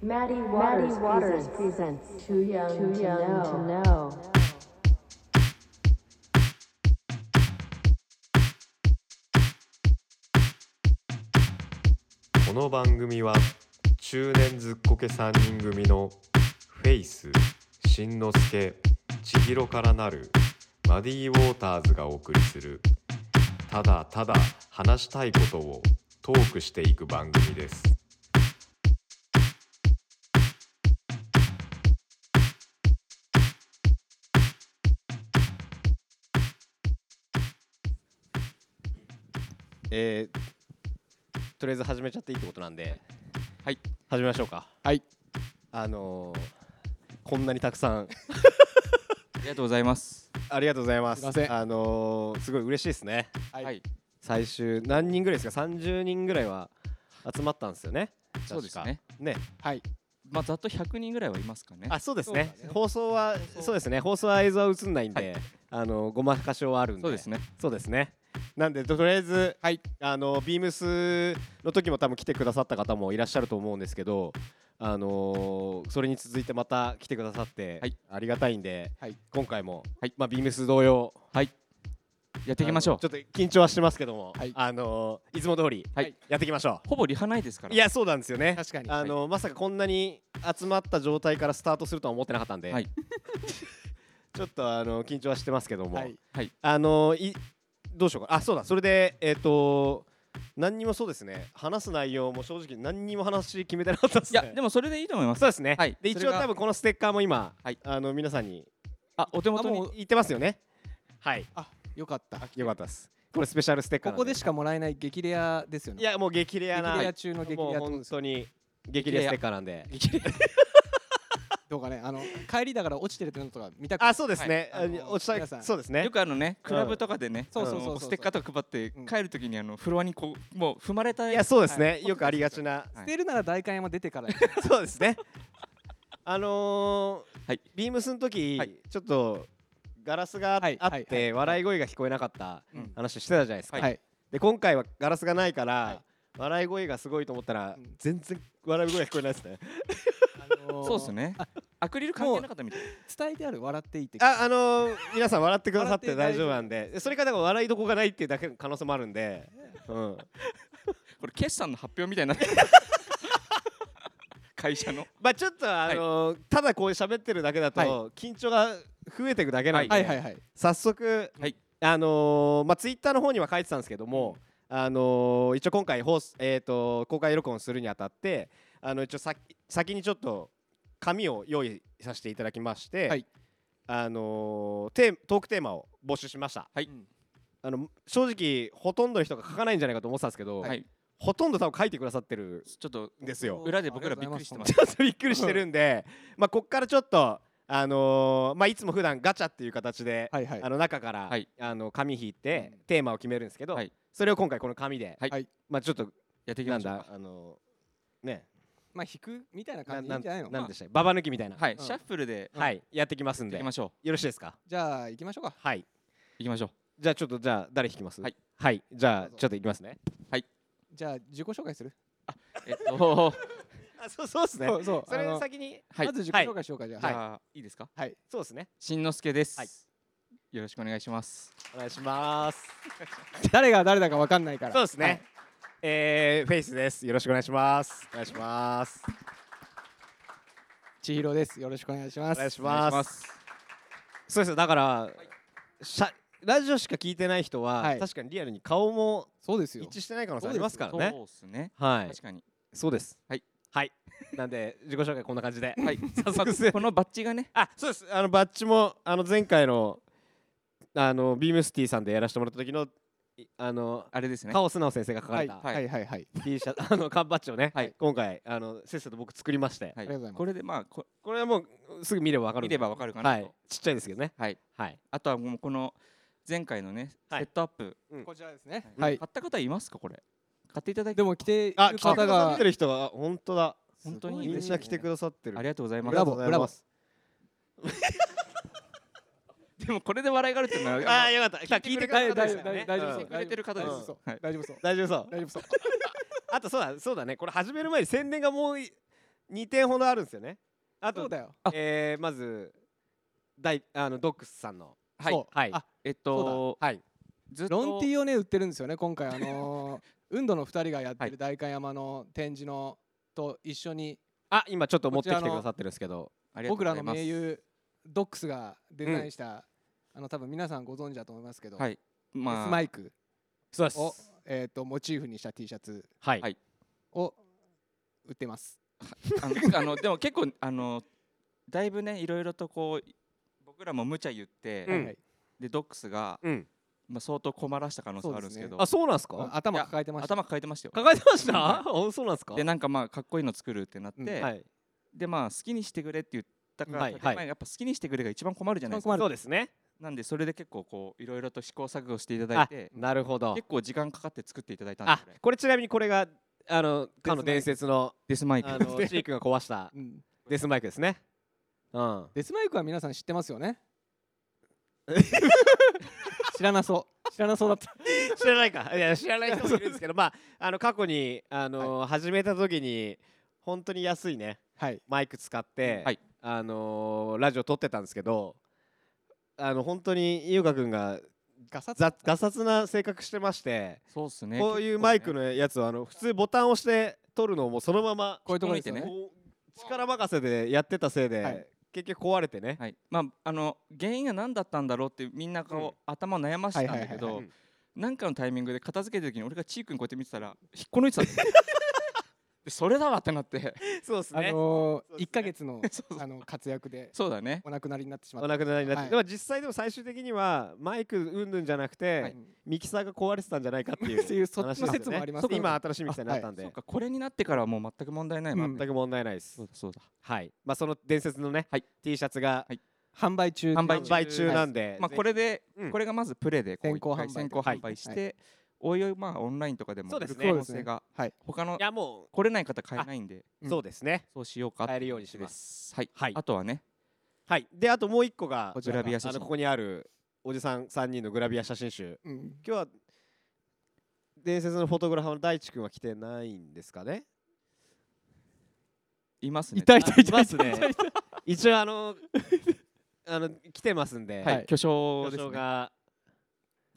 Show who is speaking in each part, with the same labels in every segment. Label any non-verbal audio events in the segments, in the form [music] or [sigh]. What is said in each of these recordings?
Speaker 1: Maddie Waters, presents, Too Young, to, know.
Speaker 2: Podcast この番組は中年ずっこけ3人組のフェイスしんのすけ千尋からなるマディ・ウォーターズがお送りするただただ話したいことをトークしていく番組です。
Speaker 3: えー、とりあえず始めちゃっていいってことなんで、
Speaker 4: はい、
Speaker 3: 始めましょうか。
Speaker 4: はい、
Speaker 3: あのー、こんなにたくさん [laughs]
Speaker 4: ありがとうございます。
Speaker 3: ありがとうございますす。
Speaker 4: いません
Speaker 3: あのー、すごい嬉しいですね。
Speaker 4: はい、
Speaker 3: 最終何人ぐらいですか？30人ぐらいは集まったんですよね。確か
Speaker 4: そうですね。
Speaker 3: ね、
Speaker 4: はい、まあ、ざっと100人ぐらいはいますかね。
Speaker 3: あ、そうですね
Speaker 4: そうだ。ね
Speaker 3: 放送はそうですね。放送は映像は映んないんで、
Speaker 4: はい
Speaker 3: あのーごまかしはあるんで。
Speaker 4: そうですね。
Speaker 3: そうですね。なんでととりあえず、
Speaker 4: はい
Speaker 3: あのビームスの時も多分来てくださった方もいらっしゃると思うんですけど、あのーそれに続いてまた来てくださって、
Speaker 4: はい
Speaker 3: ありがたいんで、
Speaker 4: はい
Speaker 3: 今回も、
Speaker 4: はい
Speaker 3: まあビームス同様
Speaker 4: はい、やっていきましょ
Speaker 3: あ。
Speaker 4: う
Speaker 3: のちょっと緊張はしてますけども、
Speaker 4: はい
Speaker 3: あのーいつも通り
Speaker 4: はい
Speaker 3: やっていきましょ
Speaker 4: ほぼリハないですか
Speaker 3: う。
Speaker 4: ら。
Speaker 3: いやそうなんですよね。
Speaker 4: 確かに
Speaker 3: あのーまさかこんなに集まった状態からスタートするとは思ってなかったんで、
Speaker 4: はい
Speaker 3: [laughs] ちょっとあのー緊張はしてますけども。
Speaker 5: はい、
Speaker 4: はい、
Speaker 3: あのいどうしようかあそうだそれでえっ、と何にもそうですね話す内容も正直何にも話決めてなかったです
Speaker 4: い
Speaker 3: ね
Speaker 4: や、でもそれでいいと思います。
Speaker 3: そうですね、
Speaker 4: はい
Speaker 3: で
Speaker 4: そ
Speaker 3: 一
Speaker 4: れ
Speaker 3: 応
Speaker 4: が
Speaker 3: 多分このステッカーも今、
Speaker 4: はい
Speaker 3: あの皆さんに
Speaker 4: あ、お手
Speaker 3: あ
Speaker 4: 元
Speaker 3: も
Speaker 4: に
Speaker 3: う。言ってますよねはい
Speaker 5: あよかった
Speaker 3: よかったですこれスペシャルステッカー
Speaker 5: こ
Speaker 3: なん
Speaker 5: こでしかもらえない激レアですよね
Speaker 3: いやもう激レアな
Speaker 5: 激レア中の激
Speaker 3: もう
Speaker 5: レア
Speaker 3: 本当に激レアステッカーなんで
Speaker 5: とかねあの帰りだから落ちてるってのとか見たく
Speaker 3: あそうですね、
Speaker 5: はい
Speaker 3: あの落ち
Speaker 5: 皆
Speaker 3: た
Speaker 5: さん
Speaker 3: そうですね
Speaker 4: よくあのね、クラブとかでね、
Speaker 5: そうそう
Speaker 4: あの
Speaker 5: そうそう
Speaker 4: ステッカーとか配って、
Speaker 5: うん
Speaker 4: 帰るときにあのフロアにこう、もう踏まれた
Speaker 3: いやそうですね、
Speaker 5: はい
Speaker 3: よくありがちな
Speaker 5: 捨てるなら代官山出てから [laughs]
Speaker 3: そうですね。あのー
Speaker 4: はい
Speaker 3: ビームスの時、
Speaker 4: はい
Speaker 3: ちょっとガラスがあって、
Speaker 5: はいはいはい
Speaker 3: 笑い声が聞こえなかった
Speaker 5: うん
Speaker 3: 話してたじゃないですか。
Speaker 5: はい
Speaker 3: で今 [laughs] 回はガラスがないから、
Speaker 5: はい
Speaker 3: 笑い声がすごいと思ったら、
Speaker 5: うん
Speaker 3: 全然笑い声が聞こえないです
Speaker 5: [laughs]
Speaker 3: ね。
Speaker 5: あのー
Speaker 4: そうですね。アクリル関係なかったみたい。
Speaker 5: 伝えてある笑っていいって
Speaker 3: ああのー皆さん笑ってくださって
Speaker 5: 笑っ
Speaker 3: 大
Speaker 5: て
Speaker 3: 丈夫なんでそれから笑いどこがないっていうだけの可能性もあるん
Speaker 5: [laughs]
Speaker 3: で、うん、
Speaker 4: これ決算の発表みたいになってる。会社の。
Speaker 3: まあちょっとあのーただこう喋ってるだけだと、
Speaker 5: はい
Speaker 3: 緊張が増えていくだけなんで、
Speaker 5: はいはいはい
Speaker 3: 早速、
Speaker 4: はい
Speaker 3: あのーまあ、ツイッターの方には書いてたんですけども、あのー一応今回放送、えー、と公開録音するにあたってあの一応先先にちょっと紙を用意させていただきまして、
Speaker 5: はい
Speaker 3: あのーテートークテーマを募集しました
Speaker 4: はい
Speaker 5: うん
Speaker 3: あの正直ほとんどの人が書かないんじゃないかと思ってたんですけど、
Speaker 4: はい、
Speaker 3: ほとんど多分書いてくださってる
Speaker 4: ちょっと
Speaker 3: んですよ。
Speaker 4: 裏で僕らびっくりしてま
Speaker 3: ち
Speaker 4: す。
Speaker 3: ょっとびっくりしてるんで、まあ、こっからちょっと、あのーまあ、いつも普段ガチャっていう形で、
Speaker 5: は
Speaker 3: [laughs]
Speaker 5: いはい
Speaker 3: あの中から、
Speaker 4: はい
Speaker 3: あの紙引いて、
Speaker 5: うん
Speaker 3: テーマを決めるんですけど、
Speaker 4: はい
Speaker 3: それを今回この紙で、
Speaker 4: はい
Speaker 5: はい
Speaker 3: まあ、ちょっと
Speaker 4: やっていき
Speaker 3: な
Speaker 4: ま
Speaker 3: ん
Speaker 4: しょう
Speaker 3: だ
Speaker 4: か。
Speaker 3: あのーね
Speaker 5: まあ引くみたいな
Speaker 3: な
Speaker 5: 感じでいいんじゃないの
Speaker 3: なん
Speaker 5: ま
Speaker 3: で
Speaker 5: あ
Speaker 3: したっけババ抜きみたいな、
Speaker 4: はい、
Speaker 5: うん
Speaker 4: シャッフルで。
Speaker 3: はいやってきますん
Speaker 4: 行
Speaker 3: で
Speaker 4: きましょ
Speaker 3: よろしいですか
Speaker 5: じゃあ行きましょうか
Speaker 3: はい
Speaker 4: 行きましょう。
Speaker 3: じゃあちょっとじゃあ誰引きます
Speaker 4: はい、
Speaker 3: じゃ
Speaker 5: ど
Speaker 3: あ
Speaker 5: うぞ
Speaker 3: ちょっといきますね
Speaker 5: じゃあ自己紹介する
Speaker 4: えっと、
Speaker 3: あそうそうですね
Speaker 5: そうそう
Speaker 3: そ
Speaker 5: あ
Speaker 3: れ
Speaker 5: の
Speaker 3: 先に
Speaker 4: はい
Speaker 5: まず自己紹介しようかじゃ
Speaker 4: じ
Speaker 5: あ
Speaker 4: ゃあ、いいですか。
Speaker 3: そうですね
Speaker 4: しんのすけです、
Speaker 3: はい
Speaker 4: よろしくお願いします。
Speaker 3: お願いします
Speaker 5: 誰が誰だかわかんないから
Speaker 3: そうですね、
Speaker 5: はい
Speaker 3: えーフェイスですよろしくお願いしますお願いします
Speaker 5: 千尋ですよろしくお願いしま
Speaker 3: お願い
Speaker 5: す
Speaker 3: しますそうですよだから、しゃラジオしか聞いてない人は、
Speaker 5: はい
Speaker 3: 確かにリアルに顔も
Speaker 5: そうですよ
Speaker 3: 一致してない可能性ありますから
Speaker 4: そう
Speaker 3: ね
Speaker 4: ですね。
Speaker 3: はい
Speaker 4: 確かに。
Speaker 3: そうです
Speaker 4: はい
Speaker 3: はい [laughs] なんで自己紹介こんな感じで
Speaker 4: はい。
Speaker 3: 早速ですね
Speaker 4: このバッジがね、
Speaker 3: [laughs] あそうですあのバッジもあの前回のあのビームスティさんでやらせてもらった時のいあの
Speaker 4: あれですね。
Speaker 3: カオスナオ先生が書か
Speaker 5: は
Speaker 3: れ
Speaker 5: い
Speaker 3: た、
Speaker 5: はいはいはい
Speaker 3: T シャツあ [laughs] の缶バッジをね、
Speaker 4: はい
Speaker 3: 今回あのせっせと僕作りまして、
Speaker 4: は
Speaker 5: ありがとうございます
Speaker 4: これでまあこ
Speaker 3: これはもうすぐ見ればわかる
Speaker 4: 見
Speaker 3: ん
Speaker 4: れ
Speaker 3: で
Speaker 4: ばわかるか
Speaker 3: は
Speaker 4: なと。
Speaker 3: いちっちゃいですけどね
Speaker 4: はい
Speaker 3: はい
Speaker 4: あとはもうこの前回のね、
Speaker 3: はい
Speaker 4: セットアップ、
Speaker 5: こちらですね
Speaker 4: は
Speaker 5: はいい
Speaker 4: 買った方いますかこれ？買っていただいて
Speaker 5: でも来ている
Speaker 3: あ来てく
Speaker 5: 方
Speaker 3: ださっ
Speaker 5: が
Speaker 3: てる人は本当だ
Speaker 4: 本当に
Speaker 3: み
Speaker 4: 嬉し
Speaker 3: ん
Speaker 4: いね
Speaker 3: な来てくださってる
Speaker 4: ありがとうございま
Speaker 5: ブラ
Speaker 4: す。
Speaker 5: ボーブラボー
Speaker 4: でもこれで笑いがあるっていうのは
Speaker 3: ああーよかった聞いてくれた
Speaker 5: 大
Speaker 3: ん
Speaker 5: 大丈
Speaker 3: です
Speaker 5: 夫
Speaker 3: よね
Speaker 5: 大丈
Speaker 3: う
Speaker 5: 夫そ
Speaker 3: ん
Speaker 5: う
Speaker 4: くれてる方です
Speaker 5: そう
Speaker 4: はい
Speaker 5: 大丈夫そう
Speaker 3: 大丈夫そう
Speaker 5: 大丈夫そう
Speaker 3: あとそうだそうだねこれ始める前に宣伝がもうい2点ほどあるんですよねあ
Speaker 5: そ
Speaker 3: と
Speaker 5: うだよ
Speaker 3: えーまず大あのドックスさんの
Speaker 4: はい
Speaker 5: そう
Speaker 3: はい
Speaker 4: あえっ
Speaker 5: そ
Speaker 4: と
Speaker 3: はい
Speaker 4: ずっと
Speaker 5: ロンティをね売ってるんですよね今回あのー運動の2人がやってる代官山の展示のと一緒に
Speaker 3: あ今ちょっと持ってき
Speaker 5: こ
Speaker 3: て
Speaker 5: ちら
Speaker 3: く
Speaker 5: の
Speaker 3: ださってるんですけど
Speaker 4: ありがと
Speaker 5: 僕
Speaker 4: うご
Speaker 5: ら
Speaker 4: ざいま
Speaker 5: の
Speaker 4: す
Speaker 5: 盟友ドックスがデザインした、あの多分皆さんご存知だと思いますけど、
Speaker 4: はいまあ
Speaker 5: スマイク
Speaker 3: そうです
Speaker 5: を、えー、とモチーフにした T シャツ
Speaker 3: はい、
Speaker 4: はい
Speaker 5: を売ってます。
Speaker 4: あのあ [laughs] のでも結構あのだいぶねいろいろとこう僕らも無茶言って、
Speaker 3: うん
Speaker 5: はい
Speaker 4: でドックスが、
Speaker 3: うん
Speaker 4: まあ、相当困らした可能性があるんですけど
Speaker 3: あそうなんです
Speaker 5: はい
Speaker 3: か
Speaker 5: 頭抱えてました。
Speaker 4: 頭抱えてましたよ
Speaker 3: 抱えてました [laughs] おそうなんですか
Speaker 4: でなんかまあかっこいいの作るってなって、
Speaker 5: うん
Speaker 3: はい
Speaker 4: でまあ好きにしてくれって言ったから、
Speaker 3: はい
Speaker 4: 建前
Speaker 3: はい
Speaker 4: やっぱ好きにしてくれが一番困るじゃないですか
Speaker 5: 困る
Speaker 3: そうですね
Speaker 4: なんでそれで結構こういろいろと試行錯誤していただい
Speaker 3: あ
Speaker 4: て
Speaker 3: なるほど
Speaker 4: 結構時間かかって作っていただいたんです
Speaker 3: あ
Speaker 4: よね
Speaker 3: これちなみにこれがあのかの伝説の
Speaker 4: デスマイク
Speaker 3: [laughs] あのシークが壊した
Speaker 5: うん
Speaker 3: デスマイクですねうん
Speaker 5: デスマイクは皆さん知ってますよね [laughs] 知らなそう知らなそうだった
Speaker 3: 知らないかいや知らない人もいるんですけ [laughs] どまああの過去にあの、始めた時に本当に安いね
Speaker 5: はい
Speaker 3: マイク使って、
Speaker 4: [laughs] はい
Speaker 3: あのラジオ撮ってたんですけどあの本当に優香くんが
Speaker 5: ガサツ
Speaker 3: ざガサツな性格してまして、
Speaker 4: そうっすね
Speaker 3: こういうマイクのやつはあの普通ボタンを押して撮るのをもうそのまま
Speaker 5: こういうところですよ
Speaker 4: ね
Speaker 5: ね。
Speaker 3: こう力任せでやってたせいで、
Speaker 5: はい
Speaker 3: 結局壊れてね、
Speaker 4: はい、まああの原因が何だったんだろうってみんな
Speaker 3: うん
Speaker 4: こう、頭を悩ましてたんだけ
Speaker 5: はいはい
Speaker 4: ど
Speaker 3: はいはい
Speaker 4: 何かのタイミングで片付けてる時に俺がチークにこうやって見てたら引っこ抜いてたん
Speaker 3: [laughs]
Speaker 4: だよでそれだわってなって
Speaker 3: そうです
Speaker 5: あ
Speaker 3: ね、
Speaker 5: の
Speaker 3: そうですね
Speaker 5: ー、1ヶ月 [laughs] の
Speaker 4: そうそう
Speaker 5: あの活躍で
Speaker 4: そうだね
Speaker 5: お亡くなりになってしま
Speaker 3: お
Speaker 5: った。
Speaker 3: 亡くなりになって、
Speaker 5: はい
Speaker 3: でも実際でも最終的にはマイクうんぬんじゃなくて、
Speaker 4: はい
Speaker 3: ミキサーが壊れてたんじゃないかっていう
Speaker 5: っていうそっち
Speaker 3: 話です
Speaker 5: の
Speaker 3: よね
Speaker 5: 説もありますね
Speaker 3: 今新しいミキサーになったんで、
Speaker 4: そうかこれになってからはもう全く問題ないも
Speaker 5: うんん
Speaker 3: 全く問題ないです、
Speaker 4: そうだそうだ
Speaker 3: はいまあその伝説のね、
Speaker 4: はい
Speaker 3: T シャツが
Speaker 4: はい
Speaker 5: 販売中
Speaker 4: 販売
Speaker 3: 販売中なんで、
Speaker 4: まあこれで、
Speaker 3: うん
Speaker 4: これがまずプレーでこう
Speaker 5: 先行
Speaker 4: 一回
Speaker 5: 販売
Speaker 4: 先行販売して、おいおいまあオンラインとかでも
Speaker 3: そうで
Speaker 4: 売る
Speaker 3: す
Speaker 4: 可
Speaker 3: ね
Speaker 4: 能性が
Speaker 5: はい
Speaker 4: 他
Speaker 3: い
Speaker 4: の
Speaker 3: やも
Speaker 4: 来れない方買えないんで
Speaker 3: う、
Speaker 5: うん
Speaker 3: そうですね
Speaker 4: そうしようか
Speaker 3: 買えるようにします
Speaker 4: はい、
Speaker 3: はい
Speaker 4: あとはね
Speaker 3: はいであともう一個が
Speaker 5: こち
Speaker 4: グ
Speaker 5: ら
Speaker 4: ラビア写
Speaker 3: あの
Speaker 4: 真
Speaker 3: ここにあるおじさん3人のグラビア写真集
Speaker 5: うん
Speaker 3: 今日は伝説のフォトグラファーの大地君は来てないんですかね
Speaker 4: いますね
Speaker 5: 痛い
Speaker 3: あ
Speaker 5: 痛い
Speaker 3: い
Speaker 5: 痛
Speaker 3: ま
Speaker 5: い
Speaker 3: すね一応あ [laughs] のあの来てますんで、
Speaker 4: はい
Speaker 5: はい
Speaker 4: 巨匠
Speaker 3: 巨
Speaker 4: です
Speaker 3: 匠
Speaker 4: ね
Speaker 3: が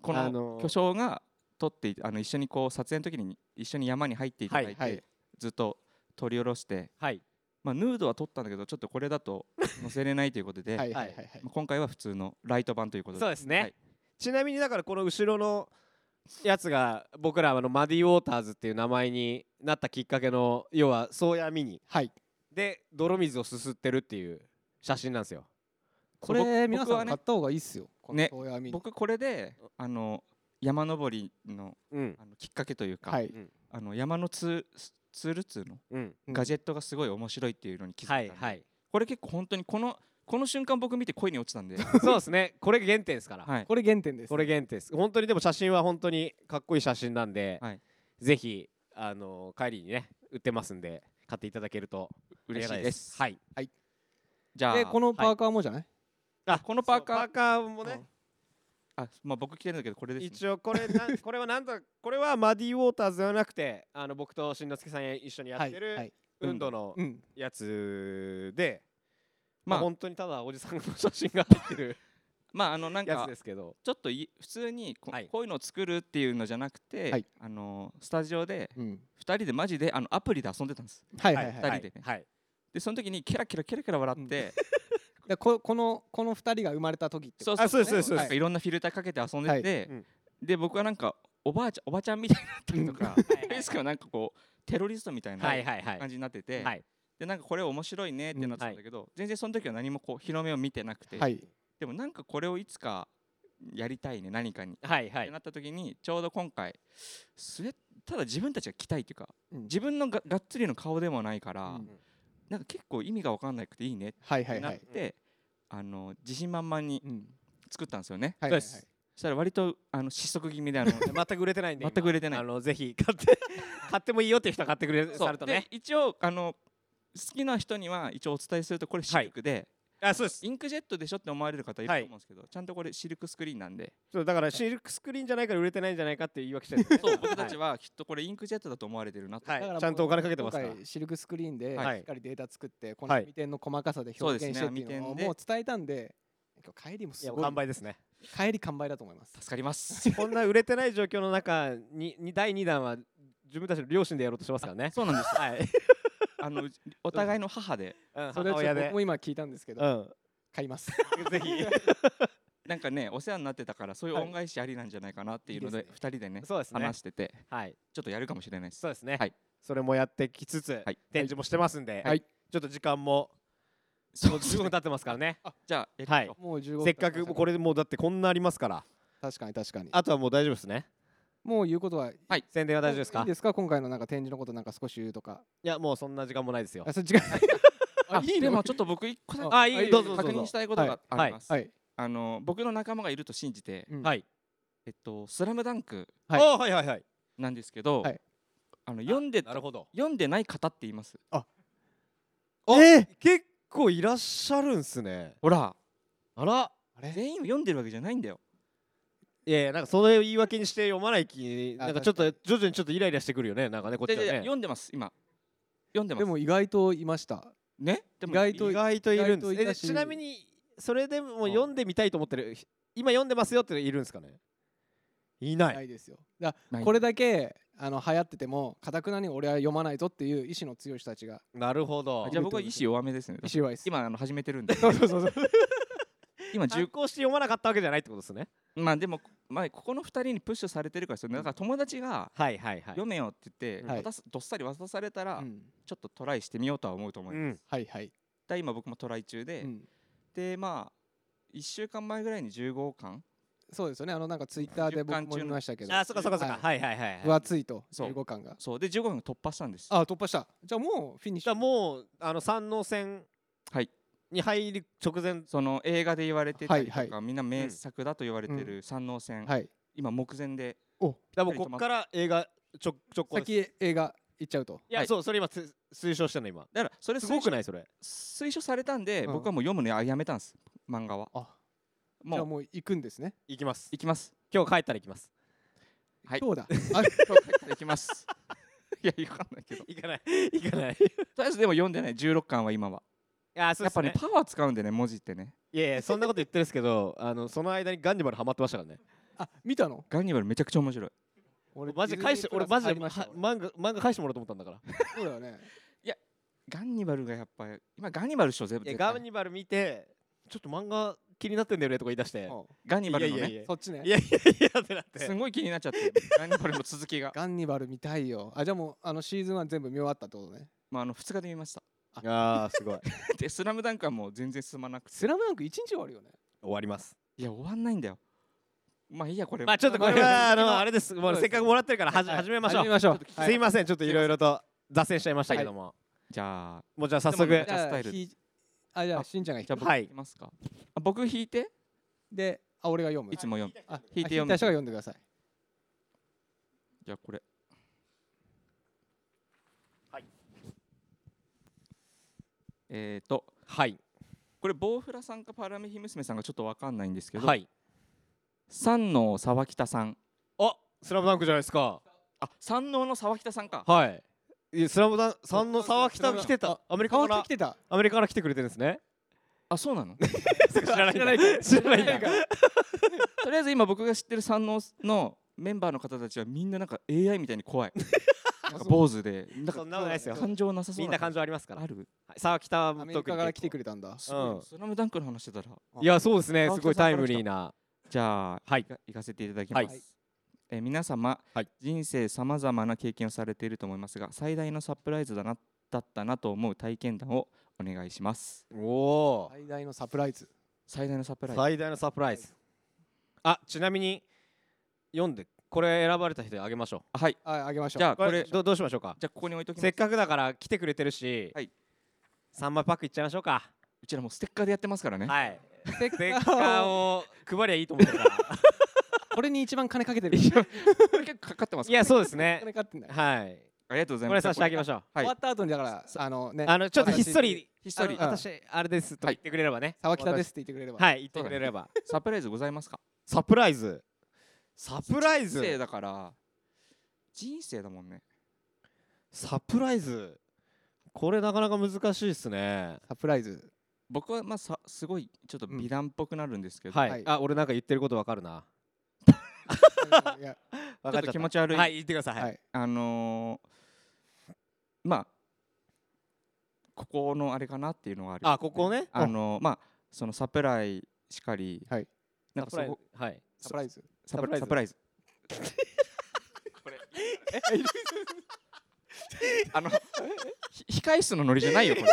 Speaker 4: こ
Speaker 3: あ
Speaker 4: の
Speaker 3: の
Speaker 4: 巨匠が撮っていあの一緒にこう撮影の時に一緒に山に入っていただいて、
Speaker 5: はいはい
Speaker 4: ずっと撮り下ろして、
Speaker 3: はい
Speaker 4: まあ、ヌードは撮ったんだけどちょっとこれだと載せれないということで、
Speaker 5: はいはいはいはい
Speaker 4: まあ、今回は普通のライト版ということで
Speaker 3: そうですね
Speaker 4: はい
Speaker 3: ちなみにだからこの後ろのやつが僕らはあのマディ・ウォーターズっていう名前になったきっかけの要は宗谷ミニ
Speaker 5: はい
Speaker 3: で泥水をすすってるっていう写真なんですよ
Speaker 5: こ
Speaker 4: 僕
Speaker 5: れ
Speaker 4: は
Speaker 5: 皆さん
Speaker 4: ね
Speaker 5: 買った方がいいっすよこの
Speaker 4: ね
Speaker 5: 遠闇
Speaker 4: 僕これであの山登りの
Speaker 3: うん
Speaker 4: あのきっかけというか、
Speaker 5: はい
Speaker 4: あの山のツーツールツーの
Speaker 3: うん
Speaker 5: うん
Speaker 4: ガジェットがすごい面白いっていうのに気づいた
Speaker 3: は
Speaker 4: ん
Speaker 3: い
Speaker 4: で、
Speaker 3: はい
Speaker 4: これ結構本当にこのこの瞬間僕見て恋に落ちたんで、
Speaker 3: そうですねこれ原点ですから、
Speaker 4: はい、
Speaker 5: これ原点です
Speaker 3: これ原点です本当にでも写真は本当にかっこいい写真なんで、
Speaker 4: はい
Speaker 3: ぜひあの帰りにね売ってますんで買っていただけると
Speaker 4: 嬉し
Speaker 3: あ
Speaker 4: い
Speaker 3: りがた
Speaker 4: です。
Speaker 3: はい
Speaker 4: じゃあ
Speaker 5: でこのパーカーもじゃない
Speaker 3: あ
Speaker 4: このパーカー
Speaker 3: パーカーもね、
Speaker 4: あ、まあ、僕着てるんだけどこれです、ね。
Speaker 3: 一応これ
Speaker 4: [laughs]
Speaker 3: なこれはなんとこれはマディウォーターズではなくてあの僕としんのすけさんが一緒にや
Speaker 5: は
Speaker 3: っ
Speaker 5: い
Speaker 3: て
Speaker 5: は
Speaker 3: る
Speaker 5: い
Speaker 3: 運動の
Speaker 5: うん
Speaker 3: やつで、ま
Speaker 4: ま
Speaker 3: あ、
Speaker 4: あ、
Speaker 3: 本当にただおじさんの写真が入ってる
Speaker 4: まあ、あのなん
Speaker 3: やつ
Speaker 4: か
Speaker 3: ですけど
Speaker 4: ちょっとい普通にこ,、
Speaker 3: はいう
Speaker 4: いうのを作るっていうのじゃなくて、
Speaker 5: はい
Speaker 4: あのスタジオで
Speaker 5: うん
Speaker 4: 2人でマジであのアプリで遊んでたんです
Speaker 5: はいはい
Speaker 4: は
Speaker 5: はいい
Speaker 4: 二人でね
Speaker 3: はい
Speaker 4: でその時にキラキラキラキラ笑って、
Speaker 5: でここのこの二人が生まれた時っ
Speaker 4: [laughs]
Speaker 5: て
Speaker 4: そう
Speaker 3: あそうですそう
Speaker 4: ね
Speaker 3: ですそうです
Speaker 4: なんかいろんなフィルターかけて遊んでて、
Speaker 3: はいうん
Speaker 4: で僕はなんかおばあちゃんおばちゃんみたいになったりとか
Speaker 3: い
Speaker 4: フェイス君はなんかこうテロリストみた
Speaker 3: は
Speaker 4: い
Speaker 3: い
Speaker 4: な
Speaker 3: はいはいは
Speaker 4: 感
Speaker 3: い
Speaker 4: じになってて、
Speaker 3: はい
Speaker 4: でなんかこれ面白いねってなってたんだけど、全然その時は何もこう広めを見てなくて、
Speaker 5: はい
Speaker 4: でもなんかこれをいつかやりたいね何かに
Speaker 3: はいは
Speaker 4: って
Speaker 3: い
Speaker 4: なった時にちょうど今回スウェただ自分たちが着たいっていうか
Speaker 5: うん
Speaker 4: 自分のががっつりの顔でもないか
Speaker 5: う
Speaker 4: ら、
Speaker 5: ん
Speaker 4: なんか結構意味が分かんなくていいねっ
Speaker 5: はいは
Speaker 4: て
Speaker 5: い
Speaker 4: な
Speaker 5: は
Speaker 4: っ
Speaker 5: い
Speaker 4: て、あの自信満々に
Speaker 5: うん
Speaker 4: 作ったんですよね
Speaker 5: は
Speaker 3: そ
Speaker 5: い
Speaker 3: うで
Speaker 5: はい
Speaker 3: す
Speaker 4: そしたら割とあの失速気味であの
Speaker 3: [laughs] 全く売れてないんで
Speaker 4: 全く売れて
Speaker 3: 今
Speaker 4: ない
Speaker 3: あのぜひ買って [laughs] 買ってもいいよっていう人は買ってくれ
Speaker 4: そ
Speaker 3: さ
Speaker 4: う
Speaker 3: るとね
Speaker 4: で一応あの好きな人には一応お伝えするとこれ私服で、
Speaker 3: あそうです
Speaker 4: インクジェットでしょって思われる方いると思うんですけど、ちゃんとこれシルクスクリーンなんで、
Speaker 3: そうだからシルクスクリーンじゃないから売れてないんじゃないかっていう言い訳してるんです
Speaker 4: そう僕たちはきっとこれインクジェットだと思われてるなと。
Speaker 3: はい
Speaker 5: だらもう
Speaker 3: ちゃんとお金かけてますから
Speaker 5: 今回シルクスクリーンで
Speaker 3: はい
Speaker 5: しっかりデータ作ってこの
Speaker 3: はい
Speaker 5: 未点の細かさで
Speaker 4: そう
Speaker 5: 表
Speaker 4: ですね
Speaker 5: 現してっていうのを
Speaker 4: 未点で
Speaker 5: もう伝えたんで今日帰りも
Speaker 3: い
Speaker 5: す
Speaker 3: や
Speaker 5: ごい
Speaker 3: 完売ですね
Speaker 5: 帰り完売だと思います
Speaker 4: 助かります。 [laughs]
Speaker 3: こんな売れてない状況の中にに第2弾は自分たちの両親でやろうとしてますからね
Speaker 4: そうなんです。
Speaker 3: はい、
Speaker 4: あのお互いの母で、
Speaker 3: うん、
Speaker 5: それ
Speaker 3: 母
Speaker 5: はちょ
Speaker 3: 親
Speaker 5: っと
Speaker 3: で
Speaker 5: 僕も今聞いたんですけ
Speaker 3: う
Speaker 5: ど
Speaker 3: ん
Speaker 5: 買います
Speaker 3: [laughs] ぜひ
Speaker 4: なんかねお世話になってたからそういう
Speaker 3: はい
Speaker 4: 恩返しありなんじゃないかなっていうの
Speaker 5: いい
Speaker 4: で
Speaker 5: ですね
Speaker 4: 二人でね
Speaker 3: そうですね
Speaker 4: 話してて
Speaker 3: はい
Speaker 4: ちょっとやるかもしれないです。
Speaker 3: そうですね、
Speaker 4: はい
Speaker 3: それもやってきつつ、
Speaker 4: はい
Speaker 3: 展示もしてますんで、
Speaker 5: はい
Speaker 3: ちょっと時間も
Speaker 4: そうです
Speaker 3: 15
Speaker 4: ね
Speaker 3: 分経ってますからね
Speaker 4: じゃあやり
Speaker 3: は
Speaker 4: ま
Speaker 3: い
Speaker 4: しょう
Speaker 5: もう15分
Speaker 3: せっかくもうこ
Speaker 5: れ
Speaker 3: れもうだってこんなありますから
Speaker 5: 確かに確かに
Speaker 3: あとはもう大丈夫ですね
Speaker 5: もう言うことは
Speaker 3: 宣伝は大丈夫ですか
Speaker 5: いいですか今回のなんか展示のことなんか少し言うとか
Speaker 3: いやもうそんな時間もないですよ
Speaker 5: あそれ違う
Speaker 3: [laughs]
Speaker 5: あ
Speaker 4: あ
Speaker 5: [laughs] いいね
Speaker 4: でもちょっと僕一個だけ
Speaker 3: あいい
Speaker 5: はい
Speaker 3: どうぞどうぞ
Speaker 4: 確認したいことがあります。
Speaker 5: はい
Speaker 4: あの僕の仲間がいると信じて、
Speaker 5: うん
Speaker 3: はい
Speaker 4: えっとスラムダンク
Speaker 5: は
Speaker 3: はいいはいはいはい
Speaker 4: なんですけど、
Speaker 5: はい
Speaker 4: あの読んで
Speaker 3: なるほど
Speaker 4: 読んでない方って言います。
Speaker 3: え結構いらっしゃるんすね
Speaker 4: ほら
Speaker 3: あら
Speaker 5: あれ
Speaker 4: 全員読んでるわけじゃないんだよ。
Speaker 3: いやいやなんかそれを言い訳にして読まない気
Speaker 5: あ
Speaker 3: なんかちょっと徐々にちょっとイライラしてくるよねなんかねこっち
Speaker 4: で
Speaker 3: は
Speaker 4: で
Speaker 3: ね
Speaker 4: 読んでます今読んでます。
Speaker 5: でも意外といました
Speaker 4: ねでも
Speaker 5: 意外と
Speaker 3: 意外といるん
Speaker 5: 意外とい
Speaker 3: で
Speaker 5: た
Speaker 3: す
Speaker 5: し
Speaker 3: えちなみにそれでも
Speaker 4: うん
Speaker 3: 読んでみたいと思ってる今読んでますよっているんですかねいない、
Speaker 5: ないですよだから
Speaker 4: ない
Speaker 5: これだけあの流行っててもかたくなに俺は読まないぞっていう意志の強い人たちが
Speaker 3: なるほど
Speaker 4: あじゃあ僕は意志弱めですね。
Speaker 5: 意志弱いです
Speaker 4: 今あの始めてるんで
Speaker 5: そうそうそうそう
Speaker 4: 今
Speaker 3: 実
Speaker 5: [laughs]
Speaker 4: 10
Speaker 3: 行して読まなかったわけじゃないってことですね
Speaker 4: まあでも、まあ、ここの2人にプッシュされてるからですよねだから友達が
Speaker 3: はいはいはい
Speaker 4: 読めよって言って、
Speaker 5: はい
Speaker 4: 渡すどっさり渡されたら、
Speaker 5: うん
Speaker 4: ちょっとトライしてみようとは思うと思います。
Speaker 3: うん
Speaker 5: はいはい
Speaker 4: だ今僕もトライ中で、
Speaker 5: うん
Speaker 4: でまあ1週間前ぐらいに15巻
Speaker 5: そうですよねあのなんかツイッターで僕も見ましたけど
Speaker 3: あそっかそっかそっかはいはいはい、
Speaker 5: 分
Speaker 3: はい、
Speaker 5: 厚いと
Speaker 4: そう
Speaker 5: 15巻が
Speaker 4: そうで15巻突破したんです。
Speaker 5: あ突破したじゃあもうフィニッシ
Speaker 3: じゃあ
Speaker 5: ュ
Speaker 3: もうあの三能線
Speaker 4: はい
Speaker 3: に入る直前
Speaker 4: その映画で言われてたりとか、
Speaker 5: はいは
Speaker 4: みんな名作だと言われてる三能線、
Speaker 5: はい
Speaker 4: 今目前で
Speaker 3: だもうこっから映画ちょ直行ですい
Speaker 5: 先へ映画行っちゃうと
Speaker 3: や、
Speaker 4: はい
Speaker 3: そうそれ今つ推奨してんの今
Speaker 4: だからそれ
Speaker 3: すごく
Speaker 4: 推奨
Speaker 3: ないそれ
Speaker 4: 推奨されたんで、
Speaker 5: うん
Speaker 4: 僕はもう読むのややめたんです漫画は
Speaker 5: あじゃあ
Speaker 4: もう
Speaker 5: もう行くんですね
Speaker 3: 行きます
Speaker 4: 行きます
Speaker 3: 今日帰ったら行きます
Speaker 4: はい
Speaker 5: 今日だあ
Speaker 4: 今日帰ったら行きます [laughs] いやわかんないけどと
Speaker 3: 行かない [laughs] 行かない
Speaker 4: りあえずでも読んでない16巻は今は
Speaker 3: あそうで
Speaker 4: やっ
Speaker 3: す
Speaker 4: ぱ
Speaker 3: ね
Speaker 4: ねパワー使うんでね文字ってね
Speaker 3: いやいやそんなこと言ってるんですけど [laughs] あのその間にガンニバルハマってましたからね
Speaker 5: あ見たの
Speaker 4: ガンニバルめちゃくちゃ面白い
Speaker 5: 俺
Speaker 3: マジで返して俺マジで
Speaker 5: ディズニープラス入りま
Speaker 3: 漫画漫画返してもらおうと思ったんだから
Speaker 5: し
Speaker 3: [laughs]
Speaker 5: たそうだよね
Speaker 4: ガンニバルがやっぱ今ガンニバルでしょ全部
Speaker 3: いや
Speaker 4: 絶
Speaker 3: ガ
Speaker 4: 対
Speaker 3: ンニバル見てちょっと漫画気になってんだよねとか言い出して
Speaker 5: う
Speaker 4: ガンニバルの
Speaker 3: いやい
Speaker 4: ね
Speaker 3: やい
Speaker 5: んそっちね
Speaker 3: やいやいやってなっ
Speaker 4: す
Speaker 3: て
Speaker 4: ごい気になっちゃって [laughs] ガンニバルの続きが
Speaker 5: ガンニバル見たいよあじゃあもうあのシーズンは全部見終わったってことね
Speaker 4: まああの2日で見
Speaker 3: [laughs]
Speaker 4: ました
Speaker 3: ああすごい
Speaker 4: でスラムダンクはもう全然進まなくて
Speaker 5: スラムダンク一日終わるよね
Speaker 3: 終わります
Speaker 4: いや終わんないんだよまあいいやこれ
Speaker 3: まあちょっとこれはあのあれですも
Speaker 5: そう
Speaker 3: う
Speaker 5: です
Speaker 3: せっかくもらってるからはじ
Speaker 5: はい
Speaker 3: 始めましょ
Speaker 5: 始め
Speaker 3: う
Speaker 5: ましょう
Speaker 4: ちょっと
Speaker 5: はい
Speaker 3: すいませんちょっといろいろと雑誌しちゃいましたけども
Speaker 4: じゃあ
Speaker 3: もうじゃあ早速
Speaker 4: でも
Speaker 5: じゃ
Speaker 4: スタ
Speaker 5: あ
Speaker 4: イル
Speaker 5: ひあじゃあしんちゃんが引
Speaker 4: じゃあ
Speaker 5: く
Speaker 4: 僕
Speaker 3: はい
Speaker 4: 行きますか、あ僕引いて
Speaker 5: であ俺が読む
Speaker 4: いつも読む
Speaker 5: あ
Speaker 4: 引いて読む
Speaker 5: あた人が読んでください
Speaker 4: じゃあこれ
Speaker 3: はい
Speaker 4: えっ、ー、と
Speaker 3: はい
Speaker 4: これボウフラさんかパラメヒ娘さんがちょっとわかんないんですけど、
Speaker 3: はい
Speaker 4: 三能沢北さん
Speaker 3: あスラムダンクじゃないですか
Speaker 4: あ三能の沢北さんか
Speaker 3: はいいやスラムダンさんの沢北来てたアメリカ
Speaker 5: 川
Speaker 3: か
Speaker 5: 北
Speaker 3: ら
Speaker 5: 来てた
Speaker 3: アメリカから来てくれてるんですね
Speaker 4: あそうな
Speaker 3: [laughs]
Speaker 4: の
Speaker 3: 知らないんだ知らないんだ
Speaker 4: とりあえず今僕が知ってる三能のメンバーの方たちはみんななんか AI みたいに
Speaker 3: [laughs]
Speaker 4: 怖いなんか坊主でなん
Speaker 3: そ
Speaker 4: か
Speaker 3: んなことないですよ
Speaker 4: 感情なさそう
Speaker 3: みんな感情ありますから
Speaker 4: ある
Speaker 3: はい沢北は
Speaker 5: ア
Speaker 3: 特
Speaker 5: メ
Speaker 3: に
Speaker 5: リカから来て
Speaker 3: る
Speaker 5: くれたんだ
Speaker 4: すごい
Speaker 3: うん
Speaker 4: スラムダンクの話してたら
Speaker 3: いやそうですね
Speaker 4: 沢
Speaker 3: す
Speaker 4: 北
Speaker 3: ごい
Speaker 4: さ
Speaker 3: タ
Speaker 4: ん
Speaker 3: イ
Speaker 4: から来た
Speaker 3: ムリーな
Speaker 4: じゃあ、
Speaker 3: はい
Speaker 4: いか行かせていただきます。
Speaker 3: はい
Speaker 4: えー皆様、
Speaker 3: はい
Speaker 4: 人生さまざまな経験をされていると思いますが、最大のサプライズだなだったなと思う体験談をお願いします。
Speaker 3: おお
Speaker 5: 最大のサプライズ
Speaker 4: 最大のサプライズ。
Speaker 3: 最大のサプライズあちなみに読んでこれ選ばれた人にあげましょ
Speaker 4: あはい。
Speaker 5: ああげましょう
Speaker 4: じゃあ
Speaker 3: うこ
Speaker 4: こ
Speaker 3: れ
Speaker 4: れ、じゃ
Speaker 3: どどうしましょうか
Speaker 4: あここに置いときます。
Speaker 3: せっかくだから来てくれてるし
Speaker 4: はい
Speaker 3: 3枚パックいっちゃいましょうか
Speaker 4: うちらもうステッカーでやってますからね。
Speaker 3: はい
Speaker 5: ステ
Speaker 3: ステッカーを配りゃいいと思うから
Speaker 5: [laughs] これに一番金かけてる
Speaker 4: これ結構かかってま
Speaker 3: [laughs]
Speaker 4: す
Speaker 3: い。やそうですね
Speaker 5: 金かかってんだよ
Speaker 3: はい
Speaker 4: ありがとうござ
Speaker 3: こ
Speaker 4: いま
Speaker 3: れ
Speaker 4: す。
Speaker 3: 差し上げまし
Speaker 4: ょ
Speaker 3: ょう
Speaker 4: は
Speaker 5: 終
Speaker 4: い
Speaker 5: わっ。た後にだからあのね
Speaker 3: あのちょっとひっそり
Speaker 4: ひ
Speaker 3: あ
Speaker 4: っそ
Speaker 3: の
Speaker 4: り
Speaker 5: あ
Speaker 3: 私あれですと言ってくれればね
Speaker 5: 沢北ですって言ってくれれば、
Speaker 3: はい言ってくれれば
Speaker 4: サプライズございますか
Speaker 3: サプライズサプライ
Speaker 4: 人生
Speaker 3: ズ
Speaker 4: だから人生だもんね
Speaker 3: サプライズこれなかなか難しいですね
Speaker 5: サプライズ
Speaker 4: 僕はまあさすごいちょっと
Speaker 5: うん
Speaker 4: 美談っぽくなるんですけど、
Speaker 3: はい、
Speaker 5: はい
Speaker 3: あ俺なんか言ってることわかるな
Speaker 5: うんいや
Speaker 3: わ
Speaker 4: ち
Speaker 3: かっちゃっ
Speaker 4: ょっと
Speaker 3: た
Speaker 4: 気持ち悪い、
Speaker 3: はい言ってください、
Speaker 5: はい
Speaker 4: あのーまあここのあれかなっていうのがある
Speaker 3: あここね
Speaker 4: あのーまあそのサプライしかり、
Speaker 5: はい
Speaker 4: なんかそこ
Speaker 3: はい
Speaker 5: サプライズ
Speaker 4: サプライズ
Speaker 3: サプラ
Speaker 4: イズこれあのひ控室のノリじゃな
Speaker 3: [laughs]
Speaker 4: いよこれ